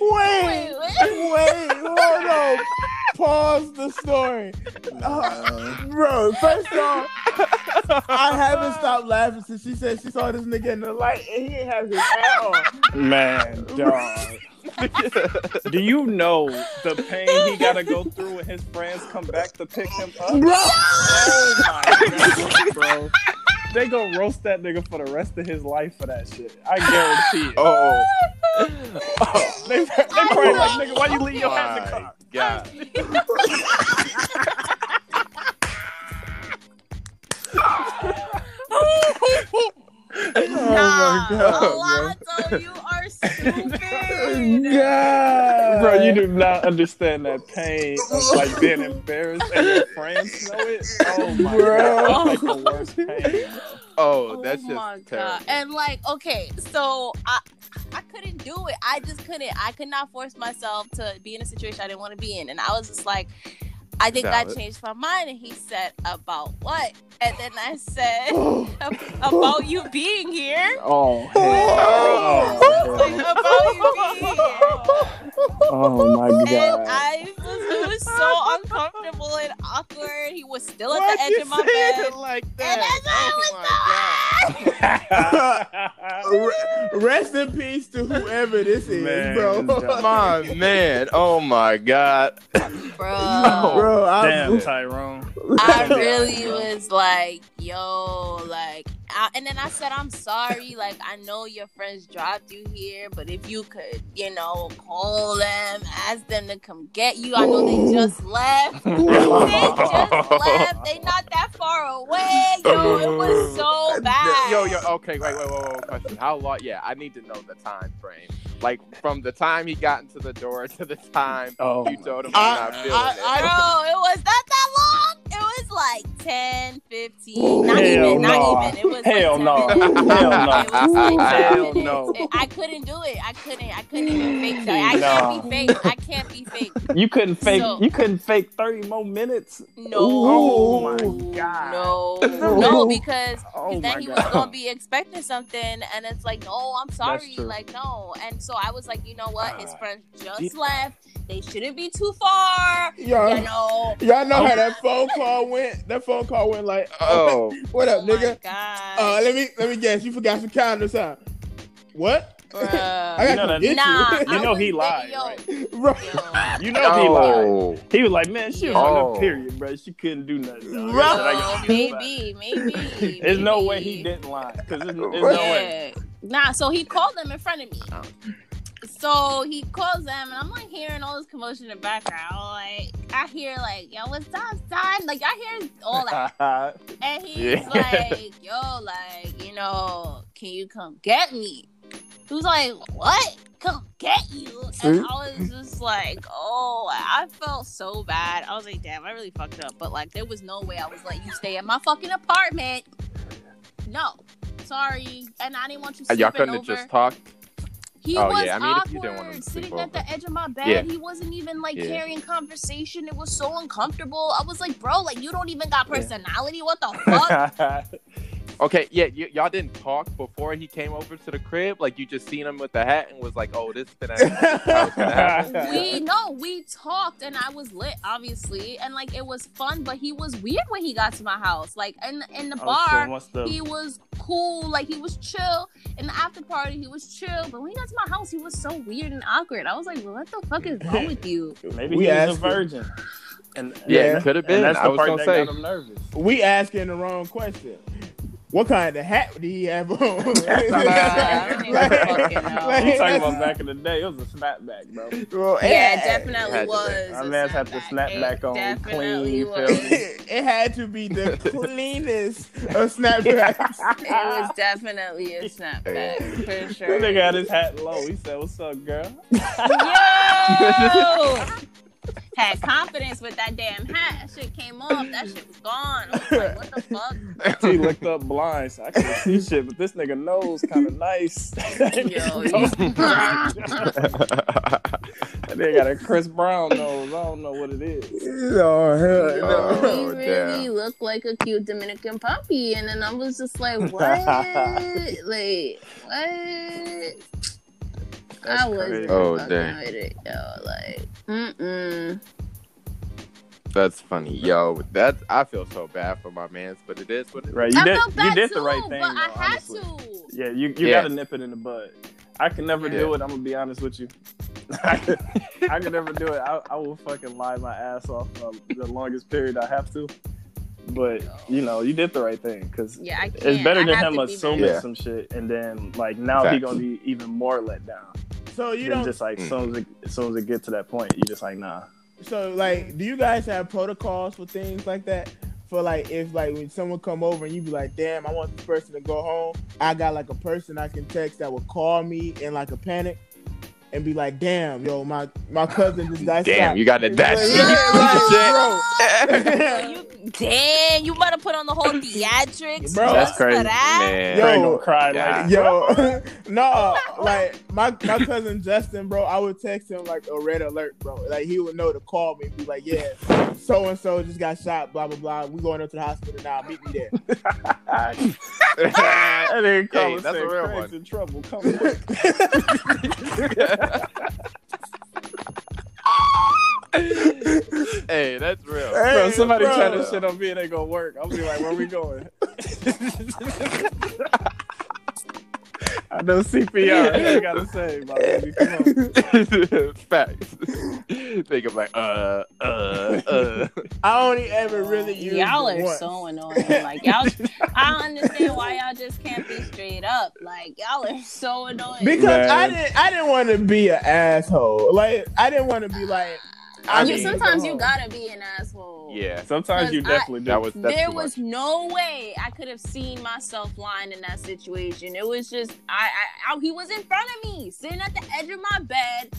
S4: wait,
S5: wait,
S4: wait,
S5: wait.
S4: hold on. Pause the story. Uh, bro, first off, I haven't stopped laughing since she said she saw this nigga in the light and he ain't have his hat on.
S3: Man, dog. Do you know the pain he gotta go through when his friends come back to pick him up?
S4: Bro,
S3: Oh my god, bro. They gonna roast that nigga for the rest of his life for that shit. I guarantee it.
S1: [laughs] Oh,
S3: They, they probably like, nigga, why you leave your hat in
S1: my
S3: the car?
S1: God.
S5: Nah,
S1: Oh God,
S5: Alonzo, you are stupid.
S4: God.
S3: Bro, you do not understand that pain of like being embarrassed and your friends know it. Oh my
S4: Bro.
S3: god, that's like the worst pain.
S1: [laughs] Oh, that's just terrible.
S5: And like, okay, so I I couldn't do it. I just couldn't. I could not force myself to be in a situation I didn't want to be in. And I was just like, I think I
S1: Valid.
S5: changed my mind. And he said, About what? And then
S1: [laughs]
S5: I said, About you being here.
S3: Oh,
S5: Like, about you being here.
S3: oh my
S5: And I was, it was so uncomfortable and awkward. He was still at
S1: Why'd
S5: the edge
S1: you
S5: of my
S1: say
S5: bed.
S1: it like
S5: And
S1: that?
S5: that's how it was
S4: Re- Rest in peace to whoever this is,
S3: Man,
S4: bro.
S3: dog.
S1: Oh my man. Oh my god.
S5: Bro.
S4: Bro,
S3: [laughs]
S4: I, [laughs]
S3: Damn, Tyrone.
S5: I really was like, yo, like, I, and then I said, I'm sorry. Like, I know your friends dropped you here, but if you could, you know, call them, ask them to come get you. I know they
S1: [laughs]
S5: just left. They just left. They not that far away. Yo, it was so bad.
S1: Yo, yo, okay, wait, wait, wait, wait, wait, question. How long? Yeah, I need to know the time frame. Like from the time he got into the door to the time
S3: Oh,
S1: you told him you're
S4: I-
S1: not feeling
S4: I-
S1: it.
S4: I-
S5: Bro, it was not that long. It was like 10, 15. Not
S3: Hell
S5: even,
S3: no.
S5: not even. It was
S3: Hell
S5: like 10
S3: no.
S5: minutes.
S3: Hell
S5: It was
S1: no.
S5: like 10
S3: [laughs] Hell
S5: minutes.
S3: no.
S5: It- I couldn't do it. I couldn't. I couldn't even fake that. I
S3: Nah.
S5: can't be fake. I can't be fake.
S3: you couldn't fake.
S5: So-
S3: you couldn't fake thirty more minutes.
S5: No.
S3: Oh my God.
S5: No. No, because
S3: Oh
S5: then
S3: my
S5: he was
S3: god.
S5: gonna be expecting something, and it's like, no, I'm sorry,
S3: true.
S5: like no. And so I was like, you know what? His
S3: Ah.
S5: friends just left. They shouldn't be too far.
S4: Yo,
S5: You know.
S4: y'all know how
S3: [laughs]
S4: that phone call went. That phone call went like,
S1: oh,
S4: what up,
S5: oh
S4: nigga?
S5: My God.
S4: Uh, let me let me guess. You forgot some calendar time. What?
S5: Bruh.
S4: [laughs] I
S3: You
S4: got
S3: know that-
S4: to get
S5: Nah,
S4: you,
S3: You
S4: [laughs]
S5: I
S3: know he
S5: was
S3: lied,
S5: like, yo,
S3: right?
S4: bro.
S5: yo.
S3: You know he lied.
S1: oh.
S3: He was like, man, she was on
S1: Oh.
S3: her period, bro. She couldn't do nothing. dog.
S4: Right.
S3: I got you back.
S5: maybe, maybe.
S3: [laughs] There's no
S5: maybe.
S3: way he didn't lie. Cause there's, there's no way.
S5: Yeah. Nah, so he called them in front of me. So he calls them, and I'm like hearing all this commotion in the background. Like I hear like, "Yo, what's up, son?" Like I hear all that,
S3: [laughs]
S5: and he's
S1: Yeah.
S5: like, "Yo, like you know, can you come get me?" He was like, "What? Come get you?" And
S1: Mm.
S5: I was just like, "Oh, I felt so bad." I was like, "Damn, I really fucked up." But like, there was no way I was letting you stay at my fucking apartment. No, sorry, and I didn't want you sleeping
S1: Uh, Y'all couldn't have
S5: over.
S1: just talked.
S5: He
S1: Oh,
S5: was
S1: yeah, I mean, if
S5: awkward,
S1: you didn't want him to sleep
S5: sitting at
S1: over.
S5: the edge of my bed.
S1: Yeah.
S5: He wasn't even like
S1: Yeah.
S5: carrying conversation. It was so uncomfortable. I was like, bro, like you don't even got personality. What the
S3: [laughs]
S5: fuck?
S1: Okay, yeah, y- y'all didn't talk before he came over to the crib. Like you just seen him with the hat and was like, "Oh, this been [laughs]
S5: we no, we talked, and I was lit, obviously, and like it was fun. But he was weird when he got to my house. Like in in
S3: Oh,
S5: the bar, he was cool, like he was chill. In the after party, he was chill. But when he got to my house, he was so weird and awkward. I was like, what the fuck is wrong
S1: [laughs]
S5: with you?
S3: Maybe
S4: We
S3: he was a
S4: asked him.
S3: virgin. And
S1: Yeah,
S4: Yeah.
S1: it could have
S3: and
S1: been.
S3: that's
S1: I
S3: the
S1: was
S3: part
S1: gonna
S3: that
S1: say.
S3: got him nervous.
S4: We asking the wrong question. what kind of hat did he have on?
S5: I don't even fucking know.
S4: [laughs] Like,
S3: You talking
S4: that's-
S3: about back in the day? It was a snapback, bro.
S4: well,
S5: Yeah,
S4: it-
S5: definitely
S1: Had to be.
S5: was.
S3: My
S5: a
S3: man's had the
S5: snapback.
S3: snapback
S5: It
S3: on
S5: definitely
S3: clean,
S5: was.
S3: feel me?
S4: [laughs] It had to be
S3: [laughs]
S4: the cleanest of
S5: [laughs]
S4: [laughs] snapbacks.
S5: It was definitely a snapback for
S3: [laughs] That nigga
S5: sure.
S3: had his hat low. He said, "What's up, [laughs] girl?"
S5: Yo! Had confidence with that damn hat. That shit came off. That shit was gone. I was like, what the
S3: [laughs]
S5: fuck?
S3: He looked up blind, so I couldn't see shit. But this nigga nose kind of nice. [laughs]
S5: Yo,
S3: that nigga got a Chris Brown nose. I don't know what it is.
S4: oh hell no.
S1: Oh,
S5: he really
S1: damn.
S5: looked like a cute Dominican puppy, and then I was just
S3: [laughs]
S5: like, "What? like what?" I was
S3: crazy.
S1: Oh,
S5: fucking
S1: damn.
S5: with it, yo. Like, mm-mm.
S1: That's funny, yo. That I feel so bad for my man's, but it is what it is.
S3: Right, you
S5: I
S3: did.
S5: felt bad
S3: You did
S5: too,
S3: the right thing.
S5: but I
S3: though,
S5: had
S3: honestly.
S5: to.
S3: Yeah, you, you
S1: Yeah.
S3: gotta nip it in the bud. I can never do
S1: Yeah.
S3: it. I'm gonna be honest
S1: [laughs]
S3: with you. I can, I can never do it. I, I will fucking lie my ass off for the longest period I have to. But you know, you did the right thing because
S5: Yeah, I can't.
S3: it's better
S5: I
S3: than
S5: have
S3: him
S5: to be [laughs]
S3: assuming
S1: better. Yeah.
S3: some shit and then like now he
S1: Facts. Mm.
S3: gonna be even more let down.
S4: So you
S3: than
S4: don't.
S3: just like as soon as it, as soon as it get to that point, you just like nah.
S4: So like, do you guys have protocols for things like that? For like, if like when someone come over and you be like, "Damn, I want this person to go home," I got like a person I can text that would call me in like a panic and be like, "Damn, yo, my my cousin just got
S1: Damn,
S4: shot."
S1: you got to dash. [laughs]
S3: [laughs]
S4: [laughs]
S5: better. you, damn, you better put on the whole theatrics.
S4: Bro,
S5: just
S3: that's crazy,
S5: for that.
S4: Yo,
S3: Yo, gonna cry
S1: yeah.
S3: [laughs] like
S4: [laughs] Yo, no, like my my cousin Justin, bro, I would text him like a red alert, bro. Like he would know to call me, and be like, yeah, so and so just got shot, blah blah blah. We going up to the hospital now. Meet me there.
S3: that
S1: Man.
S3: nigga call
S1: Hey,
S3: and
S1: that's
S3: say,
S1: a real
S3: "Craig's
S1: one."
S3: in trouble. Come
S4: [laughs]
S3: quick.
S1: [laughs] hey, that's real.
S3: Bro,
S4: Hey,
S3: somebody
S4: bro.
S3: try this shit on me, it ain't gonna work. I'll be like, where we going? [laughs] I know CPR. I gotta say, my baby. Come
S1: [laughs]
S3: on.
S1: Facts. Think of like, uh, uh, uh.
S4: I only ever really use
S5: y'all
S4: it
S5: are
S4: once.
S5: so annoying. Like
S4: [laughs]
S5: y'all, I don't understand why y'all just can't be straight up. Like y'all are so annoying.
S4: because
S3: Man.
S4: I didn't I didn't want to be an asshole. Like I didn't want to be like. I
S5: you
S4: need to go
S5: sometimes you
S4: home.
S5: gotta be an
S1: uh-huh.
S5: asshole.
S1: Yeah,
S3: Sometimes you
S5: Cause I-
S3: definitely do.
S1: that was that's
S5: there
S1: too much.
S5: was no way I could have seen myself lying in that situation. It was just I, I, I he was in front of me, sitting at the edge of my bed.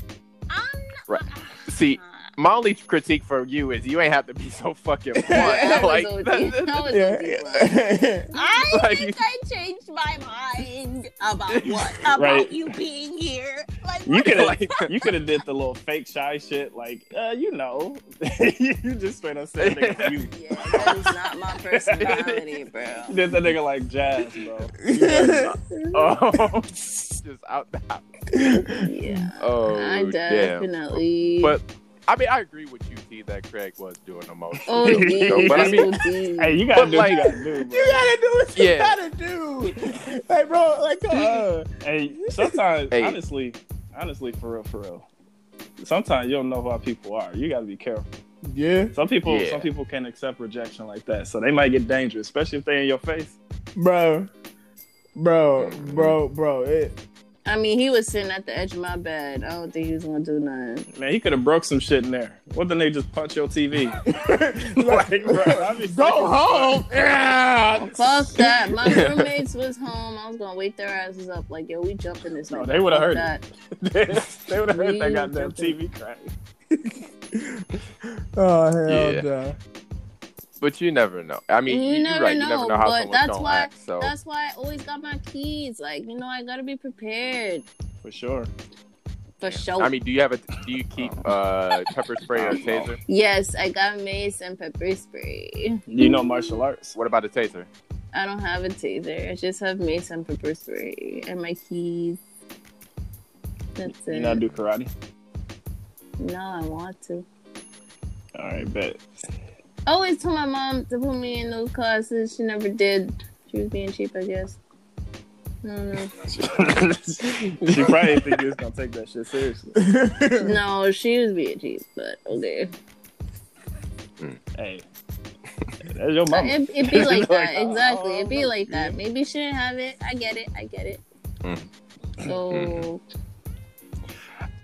S5: I'm not,
S1: Right. See, my only critique for you is you ain't have to be so
S5: [laughs]
S1: fucking
S5: [laughs] that
S1: blunt. [laughs] like,
S5: was OD.
S1: that- that-
S5: That was
S4: Yeah,
S5: OD, bro.
S4: yeah.
S5: I
S3: [laughs]
S1: Like-
S5: think I changed my mind about what about
S3: Right.
S5: you being here. Like
S3: You
S5: what
S3: could
S5: the
S3: have [laughs] you could have did the little fake shy shit like uh you know [laughs] you just straight up said nigga you
S5: Yeah, that is not
S3: [laughs]
S5: my personality, bro.
S3: You did that nigga like jazz bro
S1: oh, just out the house.
S5: Yeah,
S1: Oh,
S5: I
S1: damn.
S5: definitely.
S1: But I mean, I agree with you, T. That Craig was doing the most.
S5: oh,
S1: [laughs]
S5: [laughs]
S1: You know,
S3: [laughs]
S1: but I mean,
S3: [laughs] hey you gotta
S1: But,
S3: do
S1: like-
S3: what you gotta do
S4: [laughs]
S3: bro.
S4: You gotta do what you
S1: Yeah.
S4: gotta do. Like bro, like come on.
S3: Hey, sometimes
S1: Hey.
S3: honestly, honestly, for real, for real. Sometimes you don't know who people are. You got to be careful.
S4: Yeah,
S3: Some people,
S1: Yeah.
S3: some people can't accept rejection like that, so they might get dangerous, especially if they in your face.
S4: bro, bro, bro, bro. It,
S5: I mean, he was sitting at the edge of my bed. I don't think he was gonna do nothing.
S3: Man, he could have broke some shit in there. What the nigga just punch your
S4: [laughs]
S3: TV? [laughs] like, bro, I be
S4: go home.
S3: [laughs]
S5: Fuck that. My roommates was home. I was gonna wake their asses up. Like, yo, we jumping this.
S3: No,
S5: nigga.
S3: they would've
S5: Fuck
S3: heard it.
S5: that.
S3: [laughs] they would have heard
S5: We
S3: that goddamn
S5: jumping.
S3: TV crack.
S4: Oh hell
S1: Yeah.
S4: no.
S1: but you never know. I mean,
S5: You
S1: you, are
S5: never
S1: right. you never
S5: know,
S1: know how
S5: but
S1: someone's
S5: that's
S1: gonna
S5: why-
S1: act.
S3: Oh.
S1: So
S5: That's why I always got my keys. Like, you know, I gotta be prepared
S3: For sure.
S5: for sure.
S1: I mean, do you have a? Do you keep uh, pepper spray or taser?
S5: yes, I got mace and pepper spray.
S3: You know martial arts.
S1: What about a taser?
S5: I don't have a taser. I just have mace and pepper spray and my keys. That's
S3: You
S5: it.
S3: know, do karate.
S5: No, I want to.
S3: All right, bet. [laughs]
S5: I always told my mom to put me in those classes. She never did. She was being cheap, I guess. No, no.
S3: she probably think you was gonna take that shit seriously.
S5: no, she was being cheap, but okay.
S3: Hey, That's your mama.
S5: It, it be like that,
S3: Like,
S5: exactly. It be
S3: oh,
S5: like that. Maybe she didn't have it. I get it. I get it.
S1: Mm.
S5: So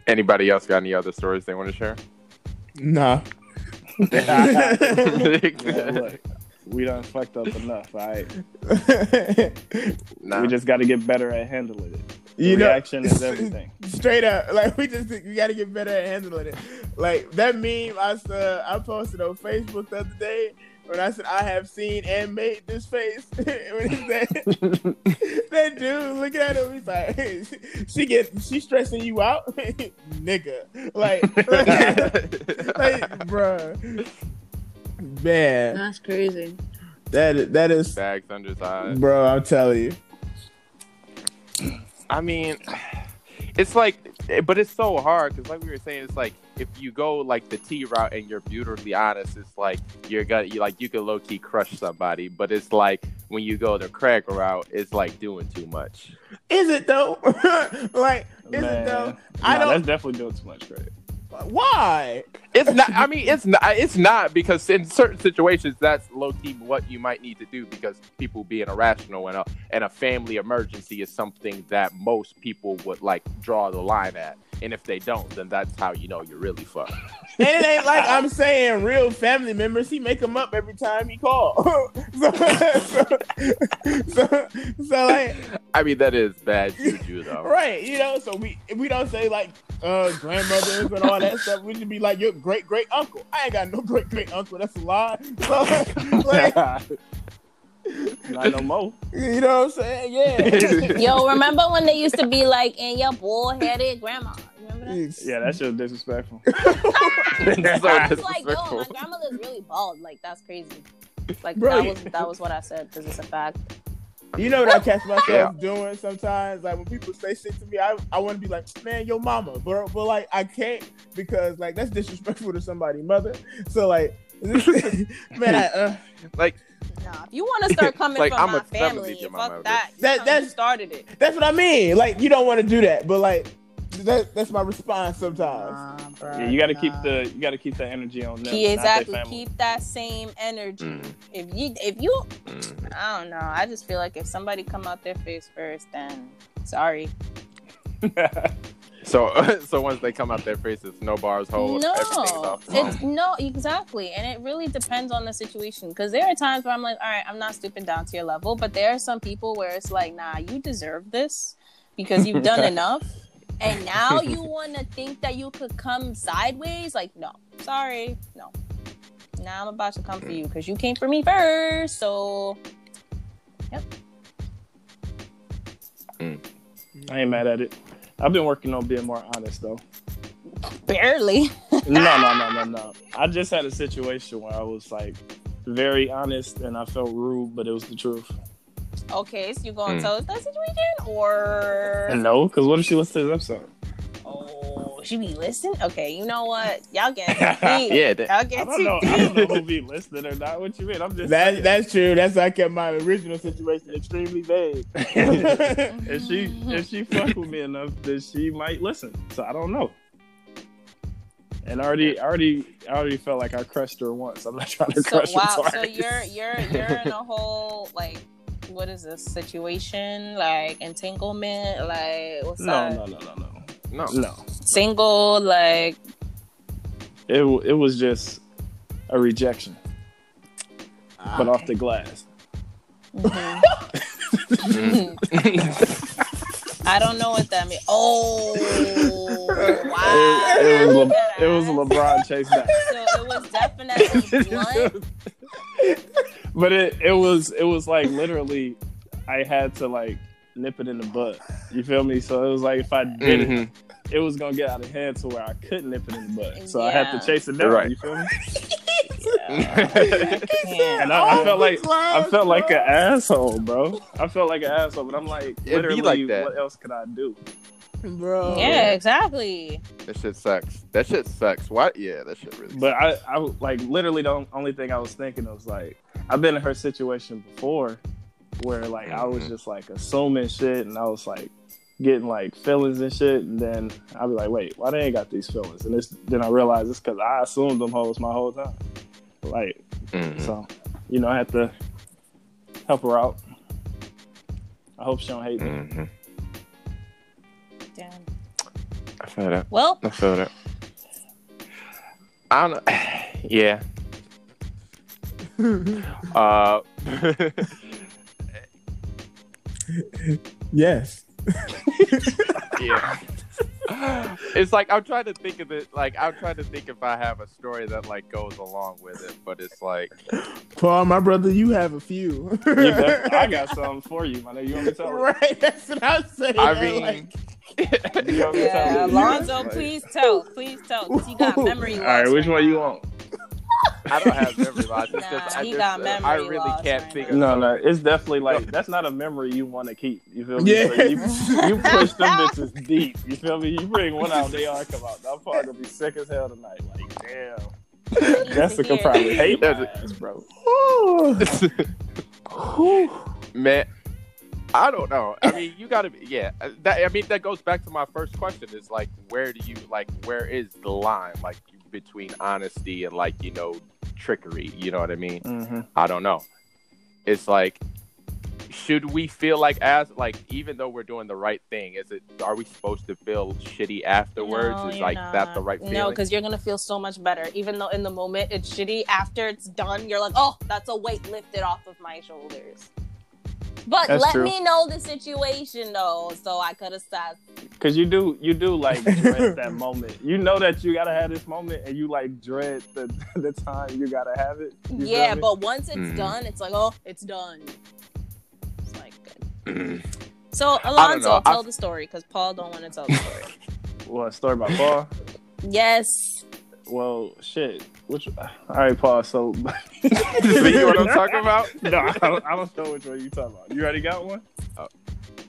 S1: Anybody else got any other stories they want to
S3: [laughs]
S1: share? [laughs]
S4: Nah. [laughs]
S3: Yeah, look, we done fucked up enough. All right,
S1: [laughs] nah. [laughs]
S3: we just [laughs] got to get better at handling it. The
S4: you know,
S3: reaction is everything.
S4: straight up, [laughs] like we just we gotta get better at handling it. Like that meme I saw, I posted on Facebook the other day when I said I have seen and made this face. [laughs] when he said that dude, look at him, he's like, [laughs] she get she stressing you out, [laughs] nigga. Like, [laughs] like, bruh. Man,
S5: that's crazy.
S4: that is- that is,
S1: Bags under his eyes.
S4: bro. I'm telling you.
S1: I mean, it's like, but it's so hard because, like we were saying, it's like if you go like the T route and you're beautifully honest, it's like you're gonna you, like you could low key crush somebody. But it's like when you go the Craig route, it's like doing too much.
S4: Is it though? [laughs] like, is
S3: Man,
S4: it though? I
S3: I
S4: don't-
S3: don't. That's definitely doing too much credit.
S4: Why?
S1: It's not. I mean, it's not. It's not because in certain situations, that's low key what you might need to do because people being irrational and a and a family emergency is something that most people would like draw the line at. And if they don't, then that's how you know you're really fucked.
S4: And it ain't like I'm saying real family members. He make them up every time he call. [laughs] so, so, so, so, like,
S1: I mean, that is
S5: [laughs]
S1: bad juju, though.
S4: right? You know, so we we don't say like uh grandmothers and all that stuff. We should be like your great great uncle. I ain't got no great great uncle. That's a lie. [laughs] So, like,
S3: Not no more.
S4: you know what I'm
S1: [laughs]
S4: saying? Yeah.
S5: Yo, remember when they used to be like, and your bald headed grandma?
S1: [laughs]
S5: Remember that?
S3: Yeah, that's
S4: [laughs]
S3: just disrespectful.
S1: [laughs] It's so
S5: It's like, yo,
S1: disrespectful.
S5: my grandma is really bald. Like, that's crazy. Like,
S4: Bro,
S5: that was that was what I said because it's a fact.
S4: You know what I catch myself
S1: Yeah.
S4: doing sometimes? Like when people say shit to me, I, I want to be like, man, yo mama. But, but like, I can't because like that's disrespectful to somebody, mother. So like, [laughs] man, I, uh,
S1: like,
S5: Nah, if you want to
S1: [laughs]
S5: start coming
S1: Like,
S5: from
S1: I'm
S5: my
S1: a- I'm gonna
S5: family,
S1: leave your mama
S5: fuck
S1: out
S5: that.
S4: That-
S5: You
S4: that's-
S5: started it.
S4: that's what I mean. Like you don't want to do that, but like that, that's my response sometimes.
S3: Yeah, you got to keep the you got to keep the energy on them.
S5: Keep-
S3: not their
S5: exactly.
S3: family.
S5: Keep that same energy.
S1: mm,
S5: If you, if you,
S1: mm.
S5: I don't know. I just feel like if somebody come out their face first, then sorry.
S1: so [laughs] so once they come out their faces, no bars hold. everything's
S5: no,
S1: off the phone.
S5: it's no exactly, and it really depends on the situation. Because there are times where I'm like, all right, I'm not stooping down to your level, but there are some people where it's like, nah, you deserve this because you've done enough, and now you want to think that you could come sideways? Like, no, sorry, no. Now I'm about to come for you because you came for me first. So
S3: [laughs] I ain't mad at it. I've been working on being more honest though.
S5: barely. [laughs]
S3: No, no, no, no, no. I just had a situation where I was like very honest and I felt rude, but it was the truth.
S5: Okay, so you gonna
S1: Mm.
S5: tell us that situation, or
S3: And no, because what if she listens to this episode?
S5: oh, she be listening? Okay, you know what? Y'all get deep.
S1: yeah, that,
S5: Y'all
S3: I
S5: get
S3: don't
S5: too
S3: know.
S5: deep.
S3: I don't know
S4: [laughs]
S3: who be listening or not. What you mean? I'm just
S4: That
S3: saying.
S4: that's true. That's how I kept my original situation extremely
S3: [laughs]
S4: vague. [laughs]
S5: [laughs]
S3: if she
S5: Mm-hmm.
S3: if she fuck with me enough, then she might listen. So I don't know. And I already, I already, I already felt like I crushed her once. I'm not trying to
S5: so
S3: crush
S5: wow,
S3: her twice.
S5: so you're you're you're in a whole like what is this situation like entanglement like what's
S3: no,
S5: that
S3: no, no, no,
S1: no.
S3: no, no.
S5: single like
S3: It w- it was just a rejection, but off the glass.
S5: mhm.
S1: Mm.
S5: I don't know what that means. Oh wow,
S3: It, it was
S5: Look
S3: Le-
S5: at
S3: it was
S5: us.
S3: LeBron chase back.
S5: so it was
S3: [laughs]
S5: definitely blunt.
S3: but it it was it was like literally, I had to like nip it in the bud. You feel me? So it was like if I
S5: [laughs]
S3: did it,
S1: Mhm.
S3: it was gonna get out of hand to where I couldn't nip it in the bud. So I had
S5: Yeah.
S3: to chase it down.
S1: Right.
S3: You feel me?
S5: Yeah.
S3: And I, I felt like
S4: Glass,
S3: I felt like an
S4: Oh, bro.
S3: asshole, bro. I felt like an asshole, but I'm like,
S1: be
S3: literally,
S1: like that.
S3: what else could I do?
S4: bro.
S5: Yeah, exactly.
S1: that shit sucks. That shit sucks. What? Yeah, that shit really.
S3: But I, I like literally the only thing I was thinking was like, I've been in her situation before, where like I was
S1: Mhm.
S3: just like assuming shit, and I was like getting like feelings and shit, and then I'd be like, wait, why they ain't got these feelings? And it's, then I realized it's because I assumed them hoes my whole time. Like
S1: Mhm.
S3: So, you know, I had to help her out. I hope she don't hate [laughs] me.
S1: Mhm.
S5: Damn.
S1: I feel that.
S5: Well,
S1: I feel that. I don't know. [sighs] Yeah. Uh, [laughs]
S4: yes.
S1: yeah. it's like I'm trying to think of it. Like I'm trying to think if I have a story that like goes along with it, but it's
S5: [laughs]
S1: like
S4: Paul, my brother, you have a few.
S3: You
S4: [laughs]
S3: def- I got something for you, my nigga. You want me to tell her?
S4: right, that's what I'm saying.
S1: I mean,
S4: like,
S3: You want me to tell
S5: yeah,
S3: her?
S5: Alonzo,
S3: Like,
S5: please tell, please tell, 'cause he got memory
S3: All
S5: loss.
S3: right, which
S5: right
S3: one
S5: now.
S3: you want?
S1: [laughs] I don't have memory loss. It's
S5: [laughs] Nah,
S1: just, I,
S5: he
S1: just,
S5: got
S1: uh,
S5: memory
S1: I really
S5: loss
S1: can't
S5: right
S1: think of
S3: No, no, it's definitely like that's not a memory you want to keep. You feel me? So
S4: Yeah.
S3: you, you push [laughs] them bitches deep. You feel me? You bring one out, they all come out. I'm probably gonna be sick as hell tonight. Like, damn, Jessica
S5: Here.
S3: probably hate my
S1: That's-
S3: ass, bro.
S1: [laughs] man i don't know i mean you gotta be yeah uh, that, i mean that goes back to my first question is like where do you like where is the line like between honesty and like you know trickery you know what i mean
S3: Mm-hmm.
S1: i don't know it's like should we feel like as like even though we're doing the right thing is it are we supposed to feel shitty afterwards
S5: No,
S1: is
S5: you're
S1: like that
S5: not.
S1: the right feeling
S5: No, because you're gonna feel so much better, even though in the moment it's shitty. After it's done, you're like, oh, that's a weight lifted off of my shoulders. But
S3: That's
S5: let
S3: true.
S5: me know the situation though, so I could assess.
S3: Cause you do, you do like dread that moment. You know that you gotta have this moment, and you like dread the [laughs] the time you gotta have it. You feel
S5: yeah,
S3: me?
S5: but once it's
S1: Mhm.
S5: done, it's like, oh, it's done. It's like good.
S1: [laughs] Mm.
S5: So
S1: know.
S5: Alonzo,
S1: I-
S5: tell the story because Paul don't want to tell the story.
S1: [laughs]
S3: well, a story about Paul.
S5: yes.
S3: Well, shit. Which, all right, Paul. So, [laughs] no,
S1: See what i'm talking about
S3: I don't, I [laughs] don't know which one you talking about. You already got one.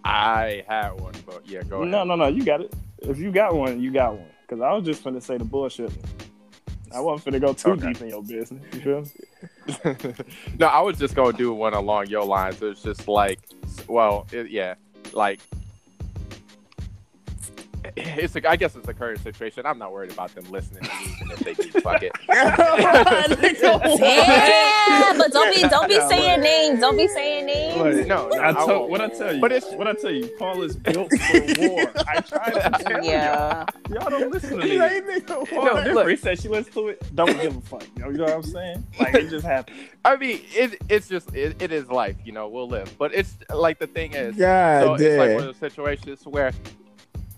S1: i had one but yeah go ahead
S3: No, no, no. You got it. If you got one, you got one. Because I was just finna say the bullshit. one. I wasn't finna go too
S1: Okay.
S3: deep in your business. You feel me?
S1: [laughs] no, I was just gonna do one along your lines. It's just like, well, it, yeah, like it's. A, I guess it's a current situation. I'm not worried about them listening to me, even if they do. Fuck
S5: [laughs]
S1: it. [laughs]
S5: Yeah, but don't be don't be
S3: Yeah,
S5: saying
S3: like-
S5: names. Don't be saying names.
S3: Like,
S1: No, no,
S3: I
S1: I
S3: told,
S1: won't.
S3: what I tell you.
S1: But it's-
S3: what I tell you. Paul is built for [laughs] war. I try to tell
S5: Yeah.
S3: you. Y'all don't listen to me.
S4: Like, nigga,
S3: Paul
S1: No,
S4: what?
S3: different.
S1: look.
S3: He said she listens to it. Don't give a fuck. You know, you know what I'm saying? Like it just happened.
S1: I mean, it, it's just it, it is life. You know, we'll live. But it's like the thing is, so
S4: God
S1: it's like one
S4: damn.
S1: of those situations where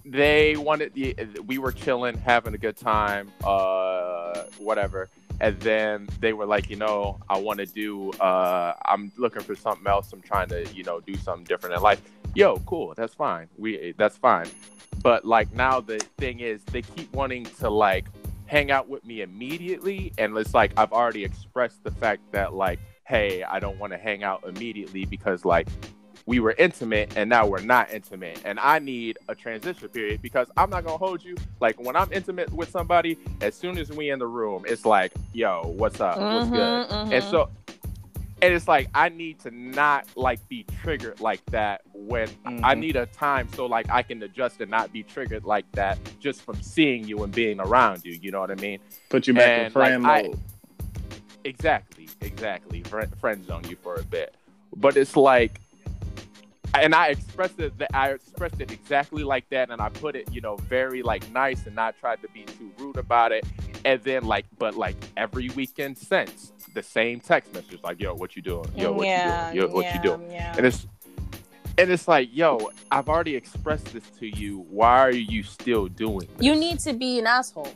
S1: they wanted the, we were chilling having a good time uh whatever and then they were like you know i want to do uh i'm looking for something else i'm trying to you know do something different in life yo cool that's fine we that's fine but like now the thing is they keep wanting to like hang out with me immediately and it's like i've already expressed the fact that like hey i don't want to hang out immediately because like we were intimate and now we're not intimate and i need a transition period because i'm not gonna hold you like when i'm intimate with somebody as soon as we in the room it's like yo what's up what's good
S5: Mhm, mhm.
S1: and so and it's like i need to not like be triggered like that when i need a time so like i can adjust and not be triggered like that just from seeing you and being around you you know what i mean
S3: Put you back in
S1: And, like,
S3: frame
S1: I-
S3: mode.
S1: exactly exactly Fri friend zone you for a bit but it's like and i expressed it that i expressed it exactly like that and i put it you know very like nice and not tried to be too rude about it and then like but like every weekend since the same text message like yo what you doing yo what
S5: yeah,
S1: you doing yo what you doing
S5: Yeah.
S1: and it's and it's like yo i've already expressed this to you why are you still doing this?
S5: You need to be an asshole.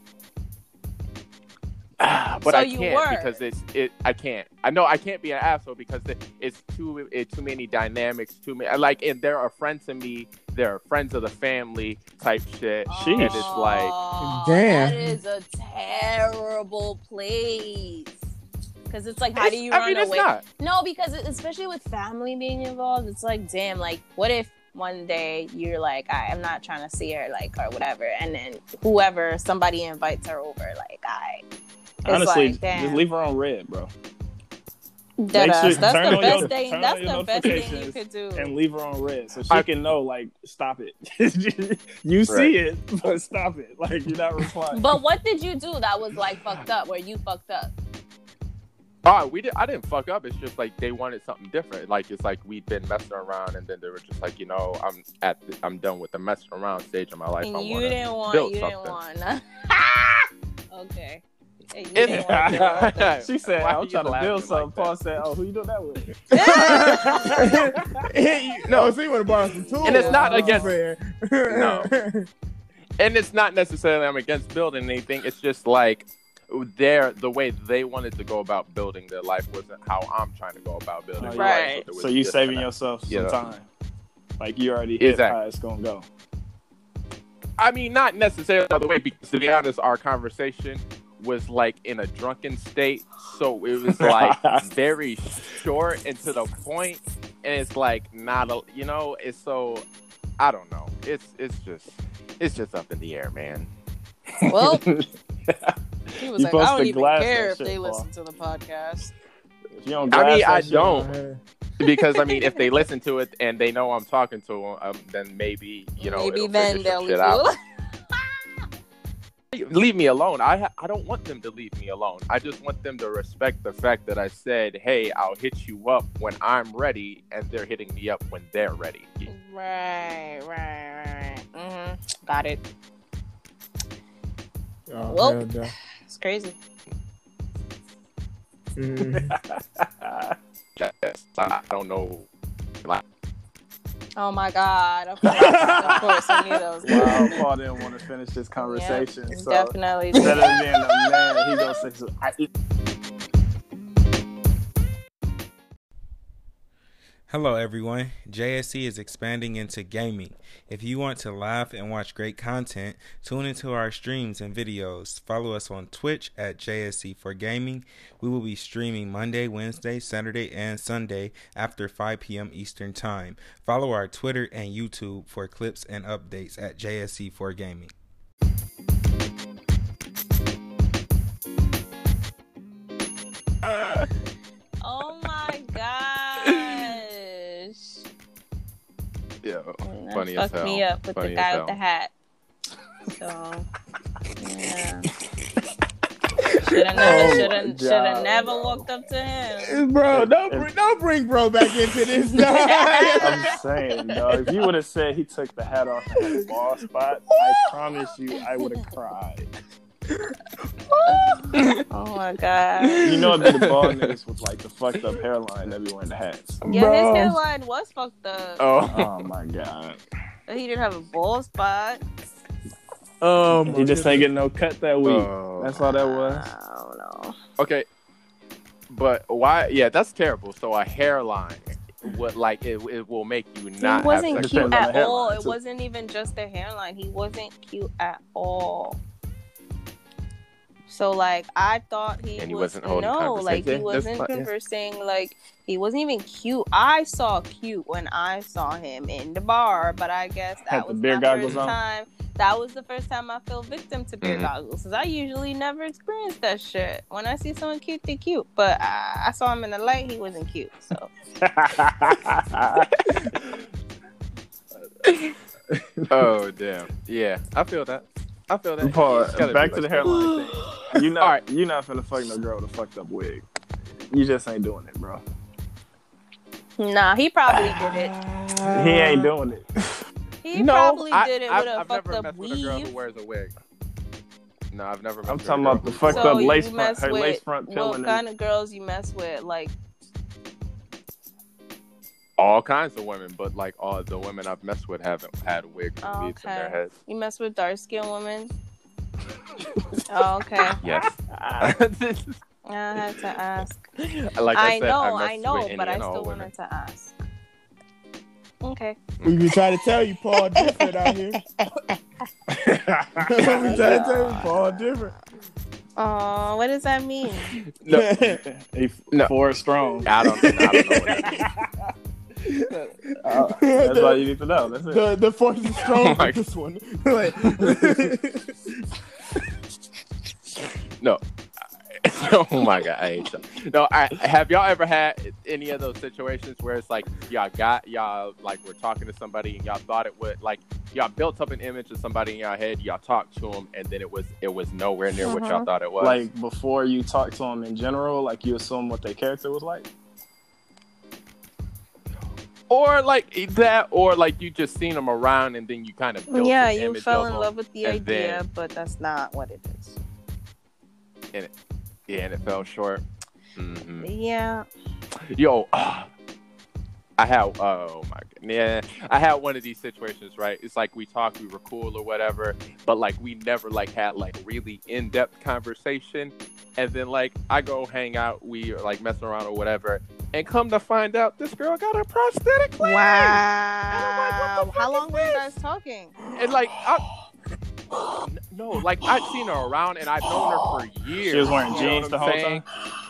S1: Ah, [sighs] but
S5: So
S1: I
S5: you
S1: can't
S5: were.
S1: because it's it. I can't. I know I can't be an asshole because the- it's too it, too many dynamics. Too many like, and they're a friend to me. They're friends of the family type shit.
S3: Sheesh.
S1: And it's like,
S4: Damn.
S5: That is a terrible place. Because it's like, how do
S1: it's-
S5: you
S1: I
S5: run
S1: mean, it's
S5: away?
S1: not.
S5: No, because it- especially with family being involved, it's like, damn, like, what if one day you're like, I, I'm not trying to see her, like, or whatever, and then whoever, somebody invites her over, like, I. It's
S3: Honestly,
S5: like, damn.
S3: just leave her on red, bro.
S5: Dead
S3: Make sure-
S5: ass. That's
S3: turn
S5: the
S3: on
S5: best
S3: your-
S5: thing.
S3: turn
S5: That's
S3: on your
S5: the best thing you
S3: notifications
S5: could do.
S3: and leave her on red so she
S1: I-
S3: can know like stop it [laughs] you
S1: Right.
S3: see it but stop
S1: [laughs]
S3: it like you're not replying
S5: but what did you do that was like fucked up? Where you fucked up?
S1: Oh, we did. I didn't fuck up. It's just like they wanted something different. Like it's like we'd been messing around, and then they were just like, you know, I'm at, the, I'm done with the messing around stage of my life.
S5: and
S1: I
S5: you
S1: wanna
S5: didn't want.
S1: build
S5: You
S1: something.
S5: didn't want. [laughs] okay. And you
S1: It-
S5: didn't want to build
S3: She said,
S1: Why
S3: "I'm
S1: you
S3: trying to
S1: laughing
S3: build
S1: like
S3: something."
S1: that?
S3: Paul said, "Oh, who you doing that
S1: [laughs]
S4: [laughs]
S3: with?"
S4: no, so you want to borrow some tools.
S1: And it's not
S4: That's
S1: against-
S4: fair. [laughs]
S1: and it's not necessarily I'm against building anything. It's just like their the way they wanted to go about building their life wasn't how I'm trying to go about building. my life,
S5: Right.
S1: there was
S3: So you
S1: disconnect.
S3: saving yourself some
S1: Yeah.
S3: time. Like you already hit
S1: Exactly.
S3: how it's gonna go.
S1: I mean, not necessarily by the way. Because to be honest, our conversation was like in a drunken state, so it was
S3: [laughs]
S1: like very short and to the point, and it's like not a, you know, it's so I don't know. It's it's just it's just up in the air, man.
S3: [laughs]
S5: it. Well, he was like,
S3: You
S5: I
S3: supposed
S5: don't
S3: to
S5: even
S3: glass
S5: care
S3: that
S5: if
S3: shit,
S5: they
S3: Paul.
S5: listen to the podcast.
S3: If you don't
S1: I mean,
S3: grasp
S1: I
S3: that shit, [laughs]
S4: Oh,
S1: don't. because I mean, if
S5: [laughs]
S1: they listen to it and they know I'm talking to them, um, then maybe you know,
S5: maybe
S1: it'll
S5: then
S1: figure
S5: they'll
S1: some
S5: leave
S1: shit
S5: you.
S1: out.
S5: alone.
S1: Leave me alone. I ha- I don't want them to leave me alone. I just want them to respect the fact that I said, "Hey, I'll hit you up when I'm ready," and they're hitting me up when they're ready.
S5: [laughs] Right, right, right. right. hmm Got it.
S4: Oh,
S5: Well.
S4: hell no.
S5: It's crazy.
S4: Mhm.
S1: That's- I I don't know.
S5: Oh my god. Of course, of course we knew those.
S3: Wow, Paul didn't want to finish this conversation.
S5: Yep,
S3: so
S5: Definitely.
S3: instead of being a man, he goes say, "I eat
S7: Hello, everyone. JSC is expanding into gaming. If you want to laugh and watch great content, tune into our streams and videos. Follow us on Twitch at JSC for Gaming. We will be streaming Monday, Wednesday, Saturday, and Sunday after 5 p.m. Eastern Time. Follow our Twitter and YouTube for clips and updates at JSC for Gaming.
S5: oh
S1: [laughs]
S5: my gosh.
S1: Yeah,
S5: That
S1: Funny as
S5: fucked me
S1: hell.
S5: up with
S1: Funny
S5: the
S1: as
S5: guy with the
S1: hell.
S5: hat. So, yeah. Should have never,
S3: Oh my
S5: should have, should
S3: God,
S5: have never
S3: bro.
S5: walked up to him.
S4: [laughs] bro, don't bring, don't bring bro back into [laughs] this. dog.
S3: [laughs] I'm saying, dog. If you would have said he took the hat off and had a ball spot, I promise you, I would have cried.
S5: [laughs] Oh my god.
S3: You know, it'd be the bald niggas with like the fucked up hairline that be wearing the hats.
S5: Yeah,
S4: Bro.
S5: his hairline was fucked up.
S1: Oh,
S3: Oh my god,
S5: But He didn't have a bald spot.
S4: Oh, my
S3: he just
S4: goodness.
S3: ain't getting no cut
S1: [laughs]
S3: that week. Oh.
S1: Oh.
S3: That's all that was.
S5: I don't know.
S1: Uh, Okay, but why? Yeah, that's terrible. So a hairline, what like it, it will make you not.
S5: He wasn't
S1: have sex
S5: cute
S1: with
S3: Depends on the
S5: at
S3: hairline,
S5: all. It
S3: too.
S5: wasn't even just the hairline. He wasn't cute at all. So like I thought he
S1: And he
S5: was
S1: wasn't holding
S5: no, like he
S1: conversation.
S5: wasn't
S1: That's fine, yeah.
S5: conversing. Like he wasn't even cute. I saw cute when I saw him in the bar, but I guess
S3: Had
S5: that
S3: the
S5: was
S3: beer
S5: my
S3: goggles
S5: first
S3: on?
S5: time. That was the first time I fell victim to beer
S1: Mhm.
S5: goggles. Cause I usually never experience that shit. When I see someone cute, they cute. But I, I saw him in the light. He wasn't cute.
S1: [laughs]
S5: So
S1: Oh damn. Yeah, I feel that. I feel that.
S3: Paul,
S1: It's gotta
S3: back
S1: be
S3: to the
S1: like-
S3: hairline thing. [laughs] You not,
S1: All right.
S3: you not finna fuck no girl with a fucked up wig. You just ain't doing it, bro.
S5: nah, he probably did it.
S3: he
S5: Uh,
S3: ain't doing it.
S5: He
S1: no,
S5: probably
S1: I,
S5: did it
S1: I've,
S5: with a
S1: I've
S5: fucked
S1: never
S5: up
S1: messed with a girl who
S5: weave.
S1: wears a wig. No, I've never.
S3: I'm
S1: messed with a
S3: talking
S1: girl
S3: about the
S1: who-
S3: fucked
S5: so
S3: up lace
S5: you
S3: front,
S5: mess
S3: her
S5: with
S3: lace front
S5: what
S3: pillow.
S5: kind of girls you mess with? Like,
S1: all kinds of women, but like all the women I've messed with haven't had wigs and
S5: Oh,
S1: weaves in their
S5: okay.
S1: heads.
S5: you mess with dark skinned
S1: [laughs]
S5: women? oh, okay. [laughs]
S1: Yes. [laughs]
S5: I had to ask.
S1: like I,
S5: I,
S1: said,
S5: know,
S1: I, messed
S5: I, know,
S1: with
S5: but
S1: any
S5: I
S1: and all
S5: still
S1: women.
S5: wanted to ask. Okay.
S4: We be trying to tell you, Paul, different out here. [laughs]
S1: [laughs]
S4: we trying to tell you, Paul, different.
S5: Oh, what does
S1: [laughs]
S5: that mean?
S4: [laughs]
S1: No,
S3: [laughs] He
S1: No. [laughs]
S3: four strong.
S1: I don't. I don't know.
S3: [laughs]
S1: What it is.
S3: Uh, that's all you need to know. That's it.
S4: the the force
S3: [laughs]
S4: is strong
S1: Oh my-
S4: with this one. like,
S1: [laughs] oh my god, I hate y'all. No, I have y'all ever had any of those situations where it's like y'all got y'all like were talking to somebody and y'all thought it would like y'all built up an image of somebody in y'all head, y'all talked to them, and then it was it was nowhere near what
S5: Uh-huh.
S1: y'all thought it was.
S3: Like before you talk to them in general, like you assume what their character was like.
S1: or like e, that, or like you just seen them around, and then you kind of built
S5: yeah,
S1: an
S5: you
S1: image
S5: fell
S1: of
S5: in
S1: 'em,
S5: love with the
S1: and
S5: idea,
S1: then-
S5: but that's not what it is.
S1: yeah, and it fell short. Mhm.
S5: Yeah.
S1: yo ah, i had oh my god yeah i had one of these situations right it's like we talked we were cool or whatever but like we never like had like really in-depth conversation and then like i go hang out we are like messing around or whatever and come to find out this girl got a prosthetic leg.
S5: Wow.
S1: what the
S5: How
S1: fuck
S5: long
S1: is
S5: were you
S1: this?
S5: guys talking?
S1: and like I, no like i've seen her around and i've known her for years
S3: She was wearing
S1: You know
S3: jeans
S1: what
S3: the
S1: I'm
S3: whole
S1: saying?
S3: time.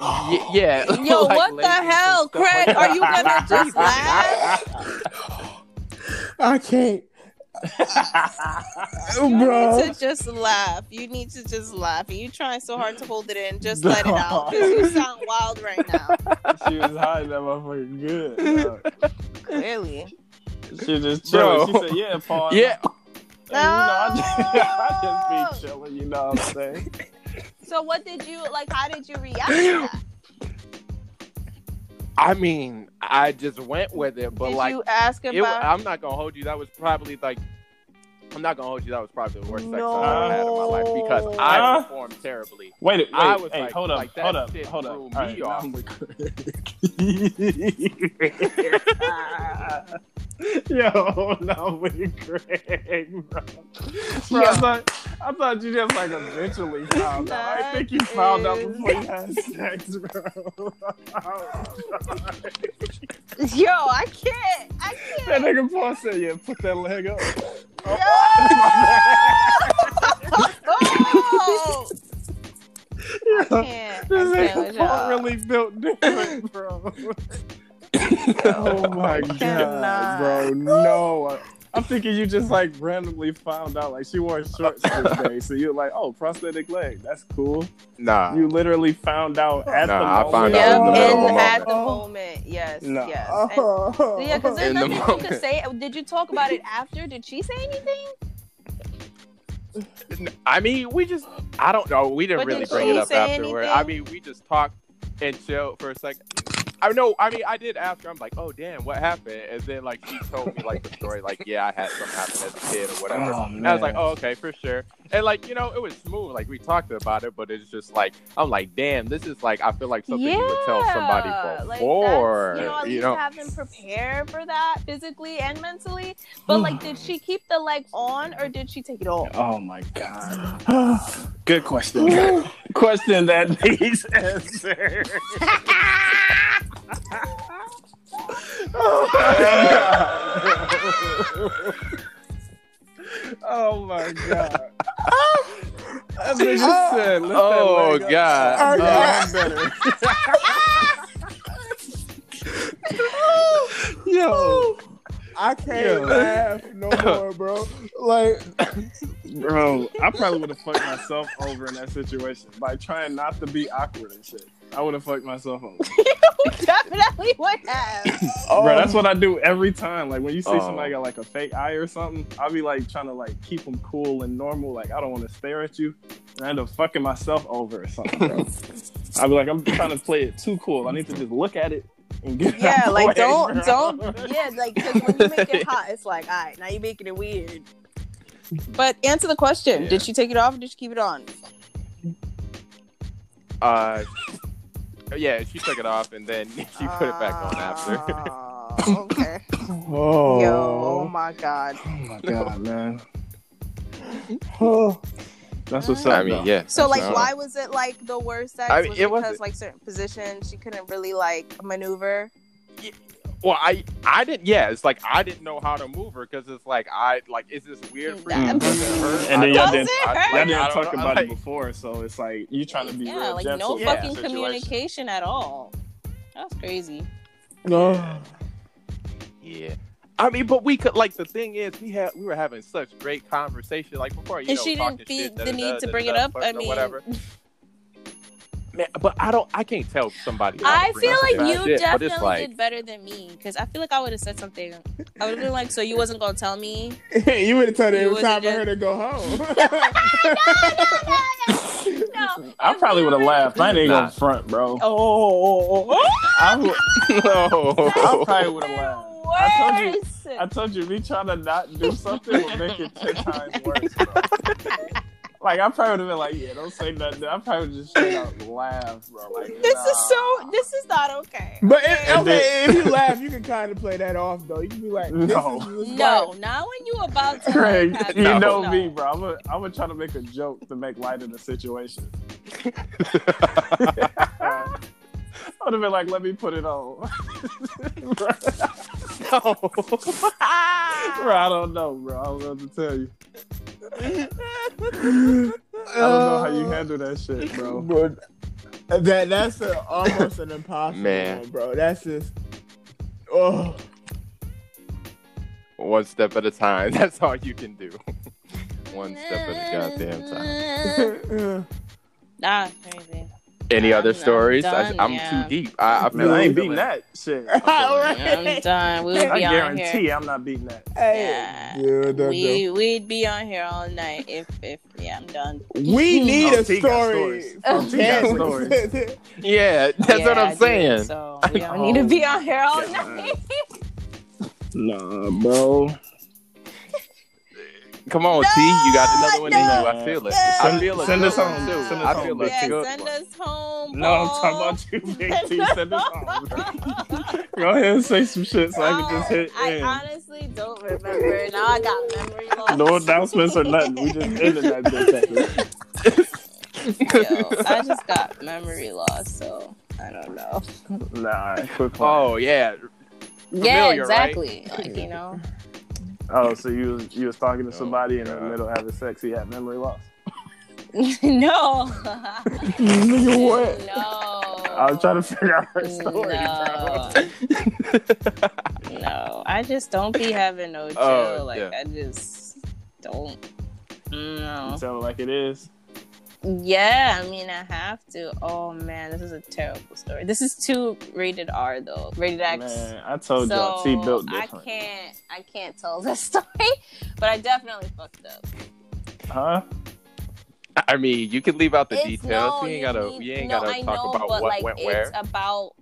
S1: Y- yeah [laughs]
S5: Yo,
S1: like,
S5: what the
S1: ladies and
S5: hell,
S1: stuff like
S5: Craig? Are you
S1: that.
S3: [laughs]
S5: gonna just laugh?
S4: [laughs] I can't,
S5: You
S4: bro.
S5: need to just laugh. You need to just laugh. You trying so hard to hold it in.
S1: [laughs]
S5: Just let it out. 'Cause you sound wild right now.
S3: she was hiding that motherfucker good.
S5: [laughs]
S3: dog.
S5: Really?
S3: She just chilling.
S1: Bro.
S3: She said, "Yeah, Paul."
S1: yeah
S3: And, [laughs] you know, I just, [laughs] I
S5: Oh.
S3: just be chilling. You know what I'm saying?
S5: So what did you like? How did you react? To that?
S1: I mean, I just went with it, but
S5: did
S1: like,
S5: you ask
S1: it, wa-
S5: about?
S1: I'm not gonna hold you. That was probably like, I'm not gonna hold you. That was probably the worst sex
S5: No.
S1: I've ever had in my life because I
S3: Huh?
S1: performed terribly.
S3: Wait, wait.
S1: I was
S3: hey,
S1: like-
S3: hold up,
S1: like, that
S3: hold up,
S1: shit
S3: hold up.
S1: threw
S3: All
S1: me
S3: right, now
S1: off.
S3: I'm with [laughs] Craig. Yo, no, with Craig, bro. Bro, I, thought, I thought you just like eventually found out. I think you found out
S5: That
S3: before you had [laughs] sex, bro.
S5: [laughs] Yo, I can't. I
S3: that
S5: can't.
S3: nigga Paul said, "Yeah, put that leg [laughs] up."
S1: [laughs]
S5: Oh! I can't. I
S3: This
S5: can't
S3: nigga
S5: with y'all.
S3: Paul really built different, bro. [laughs] oh my god,
S5: cannot.
S3: bro! No, I'm thinking you just like randomly found out like she wore shorts [laughs] today, so you're like, "Oh, prosthetic leg, that's cool."
S1: Nah,
S3: You literally found out at
S1: Nah,
S3: the
S1: I
S3: moment.
S1: found
S5: Yep,
S1: out in the middle of a
S5: and
S1: moment.
S5: at the moment, yes,
S3: No.
S1: [laughs]
S5: yes. And- yeah, because there's
S1: In the
S5: nothing you
S1: moment.
S5: could say. Did you talk about it after? Did she say anything?
S1: I mean, we just, I don't know. We didn't
S5: But
S1: really
S5: did
S1: bring
S5: she
S1: it up
S5: say
S1: afterward.
S5: anything?
S1: I mean, we just talked and chilled for a second. I know. I mean, I did ask her. I'm like, "Oh, damn, what happened?" And then, like, she told me like the story. Like, yeah, I had something happen as a kid or whatever.
S3: Oh,
S1: And I was like,
S3: man.
S1: oh, okay, for sure. And like, you know, it was smooth. Like we talked about it, but it's just like I'm like, damn, this is like I feel like something you would tell somebody
S5: Yeah, like,
S1: before.
S5: that's- you know, at least have them prepare for that physically and mentally. But like, did she keep the leg on or did she take it off?
S3: Oh my god. [sighs] Good question. question that needs answer. [laughs]
S1: [laughs]
S3: oh my god. That
S4: Ah.
S3: nigga said, lift that
S1: Oh,
S3: leg up.
S1: God.
S3: Oh, I'm better. Yo,
S4: I can't
S3: Yeah.
S4: laugh
S3: [laughs]
S4: no more, bro. Like,
S3: bro, I probably would have fucked myself over in that situation by trying not to be awkward and shit. I would have fucked myself over.
S5: [laughs] Definitely would have.
S4: oh,
S3: Bro, that's what I do every time. Like when you see
S1: Oh.
S3: somebody got like a fake eye or something, I'll be like trying to like keep them cool and normal. Like I don't want to stare at you, and I end up fucking myself over or something. Bro. I'll be like, I'm trying to play it too cool. I need to just look at it and get. it
S5: [laughs]
S3: out
S5: Yeah,
S3: the way,
S5: like
S3: [laughs]
S5: don't
S3: bro.
S5: don't yeah, like 'cause when you make it
S1: [laughs]
S5: hot, it's like, all right, now you're making it weird. But answer the question:
S3: Yeah.
S5: Did she take it off or did she keep it on?
S1: uh, yeah, she took it off and then [laughs] she put it back on after.
S5: Ah.
S1: [laughs]
S5: after. Oh, okay.
S3: Whoa.
S5: Yo,
S4: [laughs]
S5: oh my god.
S3: Oh my god, man.
S4: oh,
S3: That's what's up.
S1: I mean, yeah.
S5: So like,
S1: that's-
S5: why was it like the worst sex?
S1: I mean,
S5: was
S1: it
S5: it because
S1: wasn't-
S5: like certain positions she couldn't really like maneuver.
S1: Well, I I didn't. Yeah, it's like I didn't know how to move her because it's like I like is this weird for you?
S5: Mm.
S1: Does it hurt?
S3: And then
S1: I
S3: y'all
S1: don't-
S3: didn't-
S5: Does
S1: I-
S5: it hurt?
S3: I
S1: like,
S3: didn't
S1: I don't
S3: talk
S1: know,
S3: about
S1: like-
S3: it before, so it's like you trying to be
S5: Yeah,
S3: real
S5: like
S3: gentle.
S5: no
S1: Yeah,
S5: fucking
S1: situation.
S5: communication at all. That was crazy.
S4: no.
S1: Yeah. I mean, but we could like the thing is we had we were having such great conversation like before you
S5: And
S1: know
S5: she
S1: talking
S5: didn't
S1: shit,
S5: feel the
S1: da-da-da,
S5: need to bring it
S1: da-da-da,
S5: up. I
S1: flirting or
S5: mean-
S1: whatever. man, but I don't. I can't tell somebody.
S5: I feel like
S1: That's
S5: you
S1: it, but it's
S5: definitely
S1: like- [laughs]
S5: did better than me because I feel like I would have said something. I would have been like, "So you wasn't gonna tell [laughs] me?"
S4: you would have told her
S5: You
S4: it
S5: would've
S4: was time for
S5: just-
S4: her to go
S5: [laughs]
S4: home. [laughs]
S5: No.
S3: I probably would
S5: [laughs]
S3: have laughed. I ain't even
S1: Nah.
S3: gonna front, bro.
S5: Oh,
S3: I, would,
S1: Oh. [laughs]
S3: I
S1: no.
S3: probably would have laughed. I told you- I told you, me trying to not do something will make it ten times worse. Bro. Like I probably would have been like, yeah, don't say nothing. I probably would just straight out laugh, bro. Like
S5: This
S3: nah.
S5: is so. This is not okay.
S4: but if,
S3: And
S4: okay, if you laugh, you can kind of play that off though. You can be like, this
S3: No.
S4: is- this is
S5: No, not when you about to.
S3: [laughs] Craig,
S5: Patrick,
S3: you
S1: No.
S3: know
S5: no. [laughs]
S3: me, bro. I'm gonna I'm try to make a joke to make light of the situation. [laughs] I would have been like, let me put it on. [laughs] bro, bro, I don't know, bro. I don't know what to tell you.
S5: [laughs]
S3: I don't know how you
S5: Oh.
S3: handle that shit, bro.
S4: bro. That that's a, almost
S3: [laughs]
S4: an impossible
S1: Man.
S4: one, bro. That's just
S5: [laughs]
S4: oh
S1: One step at a time. [laughs] That's all you can do. One step at a goddamn time.
S5: [laughs] Nah, crazy.
S1: Any other
S5: I'm
S1: stories?
S5: done,
S1: I, am
S5: yeah.
S1: too deep. I, I
S3: Man,
S1: feel
S3: I ain't
S1: like-
S3: beating that shit. [laughs]
S4: All right.
S5: I'm done. We would
S3: I
S5: be on here.
S3: guarantee I'm not beating that.
S4: Hey,
S5: Yeah.
S4: dude, that-
S5: We we'd be on here all night if if yeah I'm done. [laughs]
S4: we need
S3: Oh,
S4: a
S3: T got
S4: story.
S3: stories.
S4: from
S3: Oh,
S4: [laughs]
S3: T got
S4: Kansas.
S3: stories.
S1: Yeah, that's
S5: Yeah,
S1: what
S5: I
S1: I'm
S5: do.
S1: saying.
S5: So we don't
S3: Oh,
S5: need to be on here all
S3: God.
S5: night.
S3: Nah, bro.
S1: Come on, T. You got another one in
S5: No,
S1: you. I feel it.
S5: no.
S1: I feel it.
S3: Send us
S5: home.
S1: Too.
S5: Send us
S1: I feel
S3: home,
S1: like
S5: [laughs] yeah,
S1: a good
S5: send
S1: one.
S5: us home.
S3: No, I'm
S5: Paul.
S3: talking about you, Big T. Send
S5: [laughs]
S3: us home, [laughs] bro.
S5: Oh,
S3: Go ahead and say some shit
S5: [laughs]
S3: so I can just hit
S5: I
S3: in.
S5: honestly don't remember. Now I got memory loss.
S3: No announcements or nothing.
S5: [laughs]
S3: We just ended that bitch. [laughs]
S5: Yo, I just got memory loss, so I don't know.
S3: Nah, quit playing.
S1: Oh yeah.
S5: yeah,
S1: Familiar, right?
S5: exactly. Like you know, [laughs]
S3: Oh, so you was, you was talking to somebody and in the middle of having sex, he had memory loss.
S5: no, [laughs]
S3: Nigga, what?
S5: no.
S3: I was trying to figure out her story.
S5: Oh, No. [laughs] no, I just don't be having no chill.
S1: Oh,
S5: like
S1: yeah.
S5: I just don't.
S3: Bro.
S5: No.
S3: Tell it like it is.
S5: Yeah, I mean I have to. Oh man, this is a terrible story. This is too rated R though. Rated X.
S3: Man, I told y'all T built
S5: I
S3: different.
S5: can't I can't tell this [laughs] story, but I definitely fucked up.
S3: Huh?
S1: I mean, you can leave out the
S5: It's-
S1: details.
S5: no,
S1: we ain't
S5: you
S1: gotta.
S5: need-
S1: We ain't
S5: no,
S1: gotta
S5: I
S1: talk
S5: know,
S1: about
S5: but,
S1: what
S5: like,
S1: went where.
S5: It's about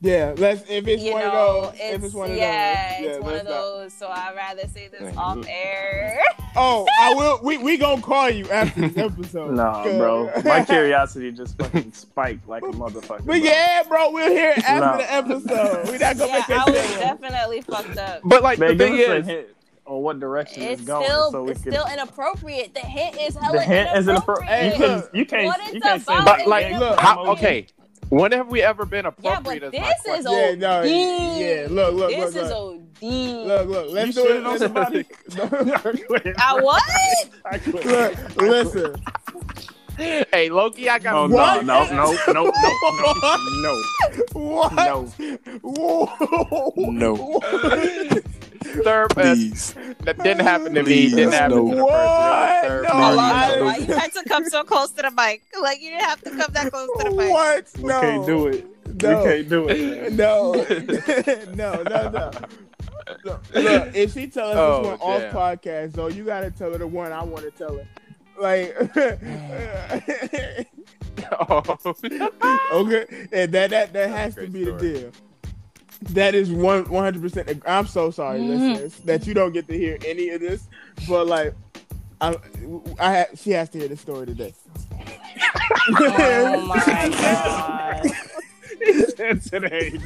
S4: Yeah, let's if it's
S5: you
S4: one
S5: know,
S4: of those.
S5: it's,
S4: if it's one of
S5: yeah,
S4: those.
S5: it's one
S4: let's
S5: of
S4: not-
S5: those. So I'd rather say this
S1: Dang,
S5: off
S1: look.
S4: [laughs]
S5: air.
S4: Oh, I will. We we gonna call you after
S3: [laughs]
S4: this episode.
S3: Nah, bro.
S4: [laughs]
S3: My curiosity just fucking spiked like a motherfucker. bro.
S4: But yeah, bro, we'll hear it
S3: No.
S4: after the episode. We not gonna
S5: yeah,
S4: make
S5: I
S4: that
S5: was
S4: shit.
S5: definitely fucked up.
S1: But like
S3: Man,
S1: the
S3: give
S1: thing
S3: us a
S1: is,
S3: hint on what direction [laughs] it's,
S5: It's
S3: going
S5: still,
S3: so we
S5: it's
S3: can.
S5: still inappropriate. The hint is hella
S3: the hint is
S5: inappropriate.
S3: inappropriate. You can, you can't,
S5: What is
S3: you can't say.
S5: about
S1: but
S5: it
S1: like,
S5: look,
S1: how,
S3: [laughs]
S1: okay. When have we ever been
S5: Yeah,
S1: appropriate?
S5: but
S1: is my
S5: this
S1: question.
S5: is
S4: Yeah,
S5: OD.
S4: no, yeah, yeah. Look, look,
S5: this
S4: look,
S5: is
S4: look.
S5: OD.
S4: look, look.
S3: You
S4: Let's do
S3: shit
S4: it.
S3: on
S4: Let's-
S3: somebody.
S5: I
S3: [laughs]
S5: what?
S3: I quit.
S4: [laughs] Look, listen.
S1: [laughs] hey, Loki, I
S3: Oh,
S1: got
S3: no,
S4: What?
S3: no, no, no,
S4: [laughs]
S3: no,
S4: What?
S3: no,
S4: Whoa.
S3: no, no.
S1: [laughs] third best.
S3: Please.
S1: That didn't happen to me.
S3: Please,
S1: Didn't happen
S3: no.
S1: to the person. It was third
S4: What?
S1: best.
S4: No, Oh, I-
S5: Why you had to come so close to the mic? Like you didn't have to come that close to the mic.
S4: What?
S3: We
S4: No.
S3: can't do it.
S4: No.
S3: We can't
S4: [laughs]
S3: do it. man.
S4: No. no, no,
S1: [laughs]
S4: no. Look, look, if she tell us
S1: Oh,
S4: this one
S1: damn.
S4: off podcast, though, you gotta tell her the one I want to tell her.
S1: [sighs]
S4: Like, [laughs]
S1: Oh. [laughs]
S4: okay, and that that that has to
S1: great
S4: be
S1: story.
S4: the deal. That is one one hundred percent. I'm so sorry, listeners, that you don't get to hear any of this. But like, I, I ha- she has to hear the story today. [laughs]
S5: Oh my god.
S3: Today,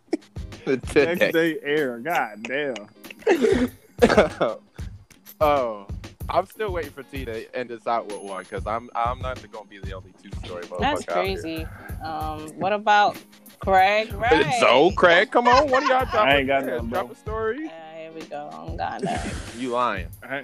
S3: [laughs] next
S1: Today.
S3: day air. God damn.
S1: oh, I'm still waiting for T to end this out with one because I'm I'm not gonna be the only two story motherfucker.
S5: That's
S1: out here.
S5: crazy. Um, what about Craig? Right.
S1: So Craig, come on, one of y'all drop,
S3: I
S1: a-
S3: ain't got
S1: yeah,
S5: [laughs]
S3: none, bro.
S1: drop a story.
S5: Uh, here we go. I'm gonna.
S1: You lying?
S3: I,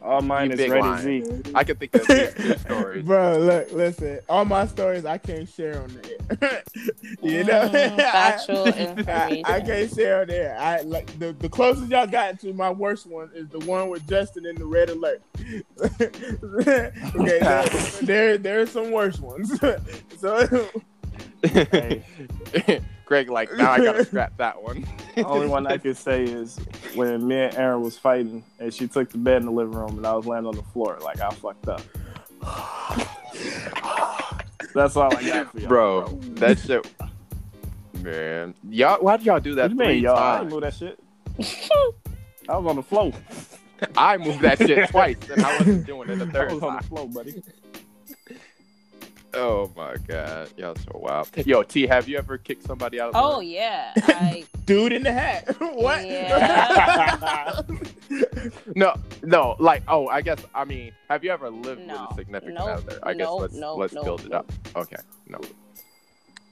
S3: All mine is
S1: big
S3: ready
S1: lion.
S3: Z.
S1: I can think of at least two stories.
S4: Bro, look, listen. All my stories I can't share on there. [laughs] you know, [laughs]
S5: Mm, factual
S4: I, I,
S5: information.
S4: I can't share on there. I like the, the closest y'all got to my worst one is the one with Justin in the red alert. [laughs] okay, now,
S1: [laughs]
S4: there there are some worse ones. [laughs] so [laughs]
S3: Hey,
S1: [laughs] Greg, like now I gotta scrap that
S3: [laughs]
S1: one.
S3: only one I could say is when me and Aaron was fighting, and she took the bed in the living room, and I was laying on the floor like I fucked up. That's all I got for y'all,
S1: bro, that shit. Man, y'all, why did y'all do that
S3: you
S1: three
S3: mean, y'all? I didn't
S1: times?
S3: move that [laughs] shit. I was on the floor.
S1: I moved that shit twice, and I wasn't doing it the
S3: I
S1: third
S3: was on
S1: time.
S3: the floor, [laughs] buddy.
S1: Oh my god, y'all so wild. Yo, T, have you ever kicked somebody out? Of the
S5: Oh
S1: room?
S5: yeah, I,
S4: dude in the hat. [laughs] what? [laughs]
S5: Yeah.
S1: no, no, like oh, I guess I mean, have you ever lived
S5: No.
S1: with a significant
S5: Nope.
S1: other? [laughs] I guess
S5: Nope.
S1: let's
S5: Nope.
S1: let's
S5: Nope.
S1: build it up. Okay, no.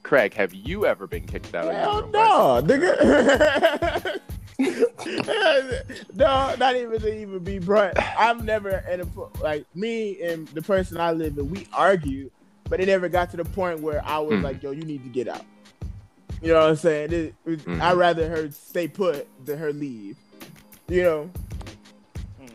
S1: Craig, have you ever been kicked out
S4: Hell
S1: of your room? by a
S4: no,
S1: significant other?
S4: nigga. [laughs] no, not even to even be brought. I've never at a po- like me and the person I live with, we argued, but it never got to the point where I was
S1: Mhm.
S4: like, "Yo, you need to get out." You know what I'm saying? It, it-
S1: Mhm.
S4: I'd rather her stay put than her leave. You know?
S3: Mm,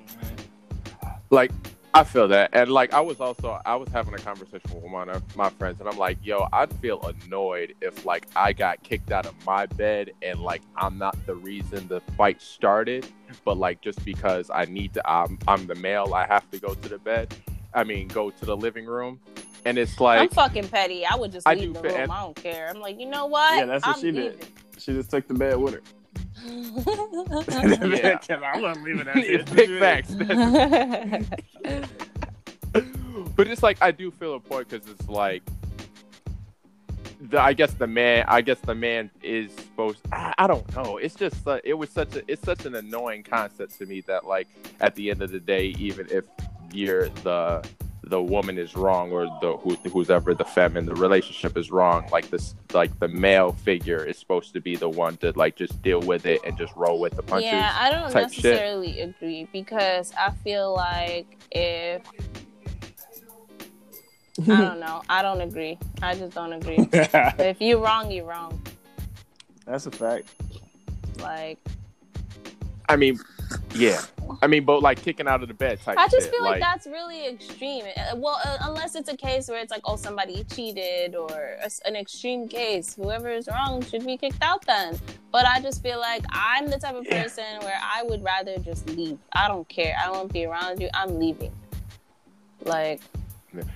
S1: like I feel that, and like I was also I was having a conversation with one of my friends, and I'm like, yo, I'd feel annoyed if like I got kicked out of my bed, and like I'm not the reason the fight started, but like just because I need to, I'm I'm the male, I have to go to the bed, I mean go to the living room, and it's [laughs]
S5: I'm
S1: like
S5: fucking petty. I would just
S1: I
S5: leave
S1: do
S5: the
S1: fit-
S5: room. I don't care. I'm like, you know what?
S3: Yeah, that's what
S5: I'm
S3: she did. She just took the bed with her.
S5: leaving.
S1: [laughs] Yeah.
S3: [laughs] 'Cause I wasn't
S1: [laughs]
S3: leaving that shit.
S1: big
S5: [laughs]
S1: facts. [laughs] but it's like I do feel a point because it's like the, I guess the man I guess the man is supposed I, I don't know it's just uh, it was such a it's such an annoying concept to me that like at the end of the day even if you're the the woman is wrong or the who, who's ever the femme in the relationship is wrong like this like the male figure is supposed to be the one to like just deal with it and just roll with the punches
S5: Yeah, I don't
S1: type shit.
S5: necessarily agree because I feel like if
S1: [laughs]
S5: I don't know, I don't agree. I just don't agree. if you're wrong, you're wrong.
S3: That's a fact.
S5: Like
S1: I mean yeah I mean but like kicking out of the bed type
S5: I just
S1: shit,
S5: feel like, that's really extreme. Uh, Well, uh, unless it's a case where it's like, oh, somebody cheated or a s an extreme case, whoever is wrong should be kicked out then. But I just feel like I'm the type of person where I would rather just leave. I don't care. I won't be around you. I'm leaving. Like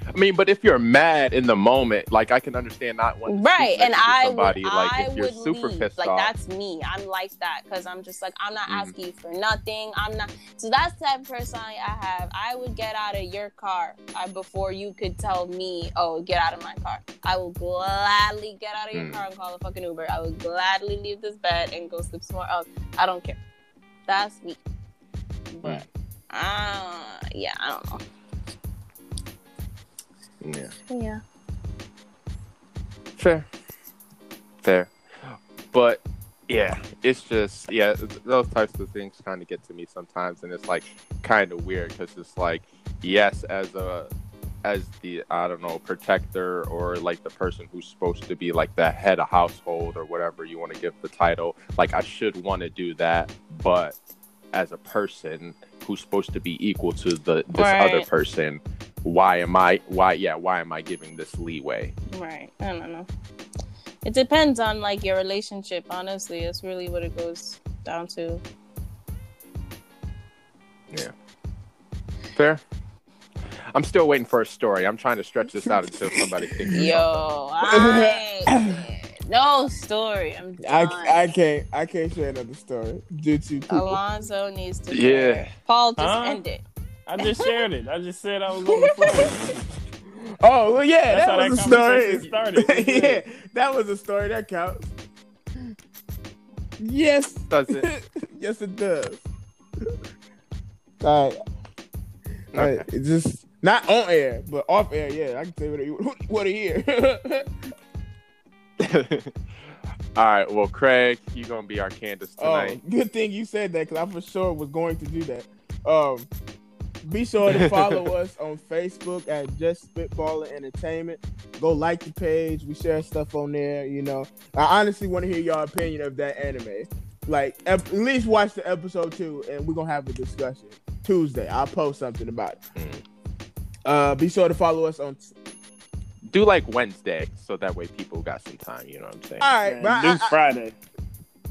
S1: I mean, but if you're mad in the moment, like I can understand not wanting to sleep
S5: right, and
S1: next to
S5: I
S1: somebody.
S5: would,
S1: like
S5: I
S1: if you're
S5: would
S1: super
S5: leave.
S1: pissed
S5: Like
S1: off.
S5: that's me. I'm like that because I'm just like I'm not
S1: Mhm.
S5: asking you for nothing. I'm not. So that's the type of personality I have. I would get out of your car uh, before you could tell me, "Oh, get out of my car." I will gladly get out of your
S1: Mm.
S5: car and call a fucking Uber. I will gladly leave this bed and go sleep somewhere else. I don't care. That's me.
S1: Mm.
S5: But uh, yeah, I don't know.
S1: yeah.
S5: Yeah.
S1: Fair. Fair. But yeah, it's just yeah, th- those types of things kind of get to me sometimes, and it's like kind of weird because it's like yes, as a as the I don't know protector or like the person who's supposed to be like the head of household or whatever you want to give the title, like I should want to do that, but as a person who's supposed to be equal to the this other
S5: Right.
S1: person, why am I why yeah why am I giving this leeway?
S5: Right. I don't know. It depends on like your relationship, honestly. That's really what it goes down to.
S1: Fair. I'm still waiting for a story. I'm trying to stretch this out until somebody thinks. of
S5: Yo, I no story. I'm
S4: I,
S5: done.
S4: I can't I can't share another story due to people.
S5: Alonzo needs to.
S1: Yeah.
S5: share. Paul just
S3: Huh?
S5: end it.
S3: I just shared it. I just said I [laughs] was on the floor.
S4: [laughs] Oh well, yeah,
S3: That's
S4: that
S3: how that
S4: was a story.
S3: conversation
S4: [laughs]
S3: started.
S4: yeah, that was a story that counts. Yes,
S1: something. Does it?
S4: [laughs]
S1: [laughs]
S4: yes, it does. All right, all right.
S1: Okay.
S4: It's just not on air, but off air. Yeah, I can tell you what a, what a [laughs] year.
S1: All right. Well, Craig, you're gonna be our Candace
S4: oh, [laughs]
S1: tonight.
S4: good thing you said that because I for sure was going to do that. Um, Be sure to follow us on Facebook at Just Spitballer Entertainment. Go like the page. We share stuff on there. You know, I honestly want to hear your opinion of that anime. Like, ep- at least watch the episode two, and we're gonna have a discussion Tuesday. I'll post something about it. Uh, be sure to follow us on.
S1: Do like Wednesday, so that way people got some time. You know what I'm saying?
S4: All right,
S3: Man,
S4: but I-
S3: do
S4: I-
S3: Friday.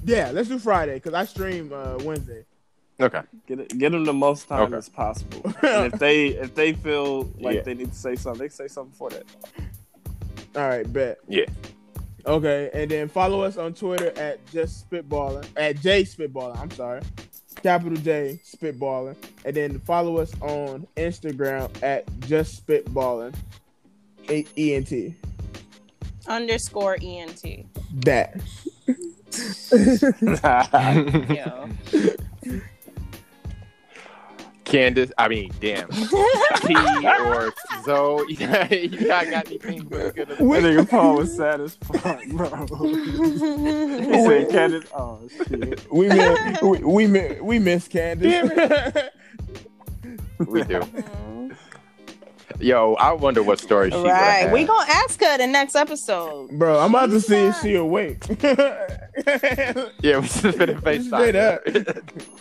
S4: yeah, let's do Friday because I stream uh, Wednesday.
S1: Okay.
S3: Get it, get them the most time
S1: Okay.
S3: as possible. [laughs] and if they if they feel like
S1: Yeah.
S3: they need to say something, they say something for that.
S4: All right, bet.
S1: Yeah.
S4: Okay, and then follow us on Twitter at just spitballer at J spitballer. I'm sorry, capital J spitballer, and then follow us on Instagram at just spitballing. A- E ENT.
S5: Underscore E ENT.
S4: That.
S5: [laughs] Yo.
S1: [laughs] Candace, I mean,
S5: [laughs]
S1: damn. T or Zoe. [laughs] Yeah, you got got anything really good?
S5: [laughs]
S1: to-
S3: That nigga Paul was sad as fuck, [laughs] bro. he said, Candace, oh shit.
S4: [laughs] We miss, we, we, miss, we miss Candace.
S1: We do. Yo, I wonder what story she
S5: right.
S1: would
S5: We gonna ask her the next episode.
S4: Bro, I'm about to see if
S5: She's
S4: she awake. [laughs]
S1: Yeah, we just been in
S4: Straight up.
S1: FaceTime.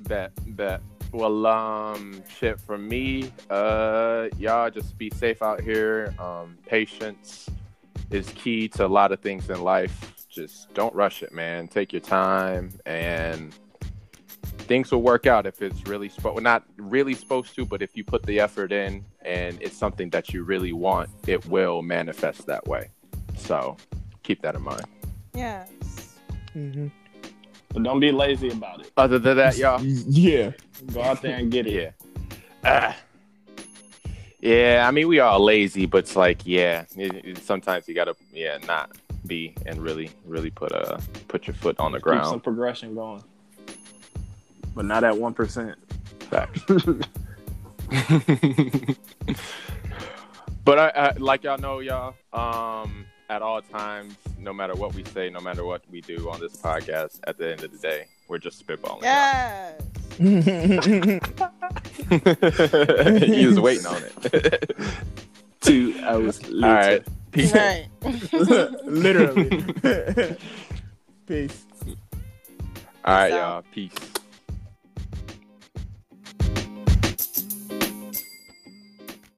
S1: bet, bet. Well, um, shit for me. Uh, y'all just be safe out here. Um, patience is key to a lot of things in life. Just don't rush it, man. Take your time and things will work out if it's really supposed well, not really supposed to, but if you put the effort in and it's something that you really want, it will manifest that way. So keep that in mind.
S5: Yes.
S4: Mhm.
S3: But don't be lazy about it.
S1: Other than that, y'all.
S4: Yeah. [laughs]
S3: Go out there and get it.
S1: Yeah. Ah. yeah, I mean, we are lazy, but it's like, yeah, it- it- sometimes you gotta, yeah, not be and really, really put a put your foot on the
S3: Keep some [laughs]
S1: ground.
S3: progression going. But not at one percent.
S1: Facts. but I, I, like y'all know, y'all, um, at all times, no matter what we say, no matter what we do on this podcast, at the end of the day, we're just spitballing. y'all.
S5: Yes.
S1: [laughs] he was waiting on it.
S3: Two hours later.
S1: all right. Peace.
S5: Right.
S4: [laughs] Literally. Peace.
S1: All right,
S5: So-
S1: y'all. Peace.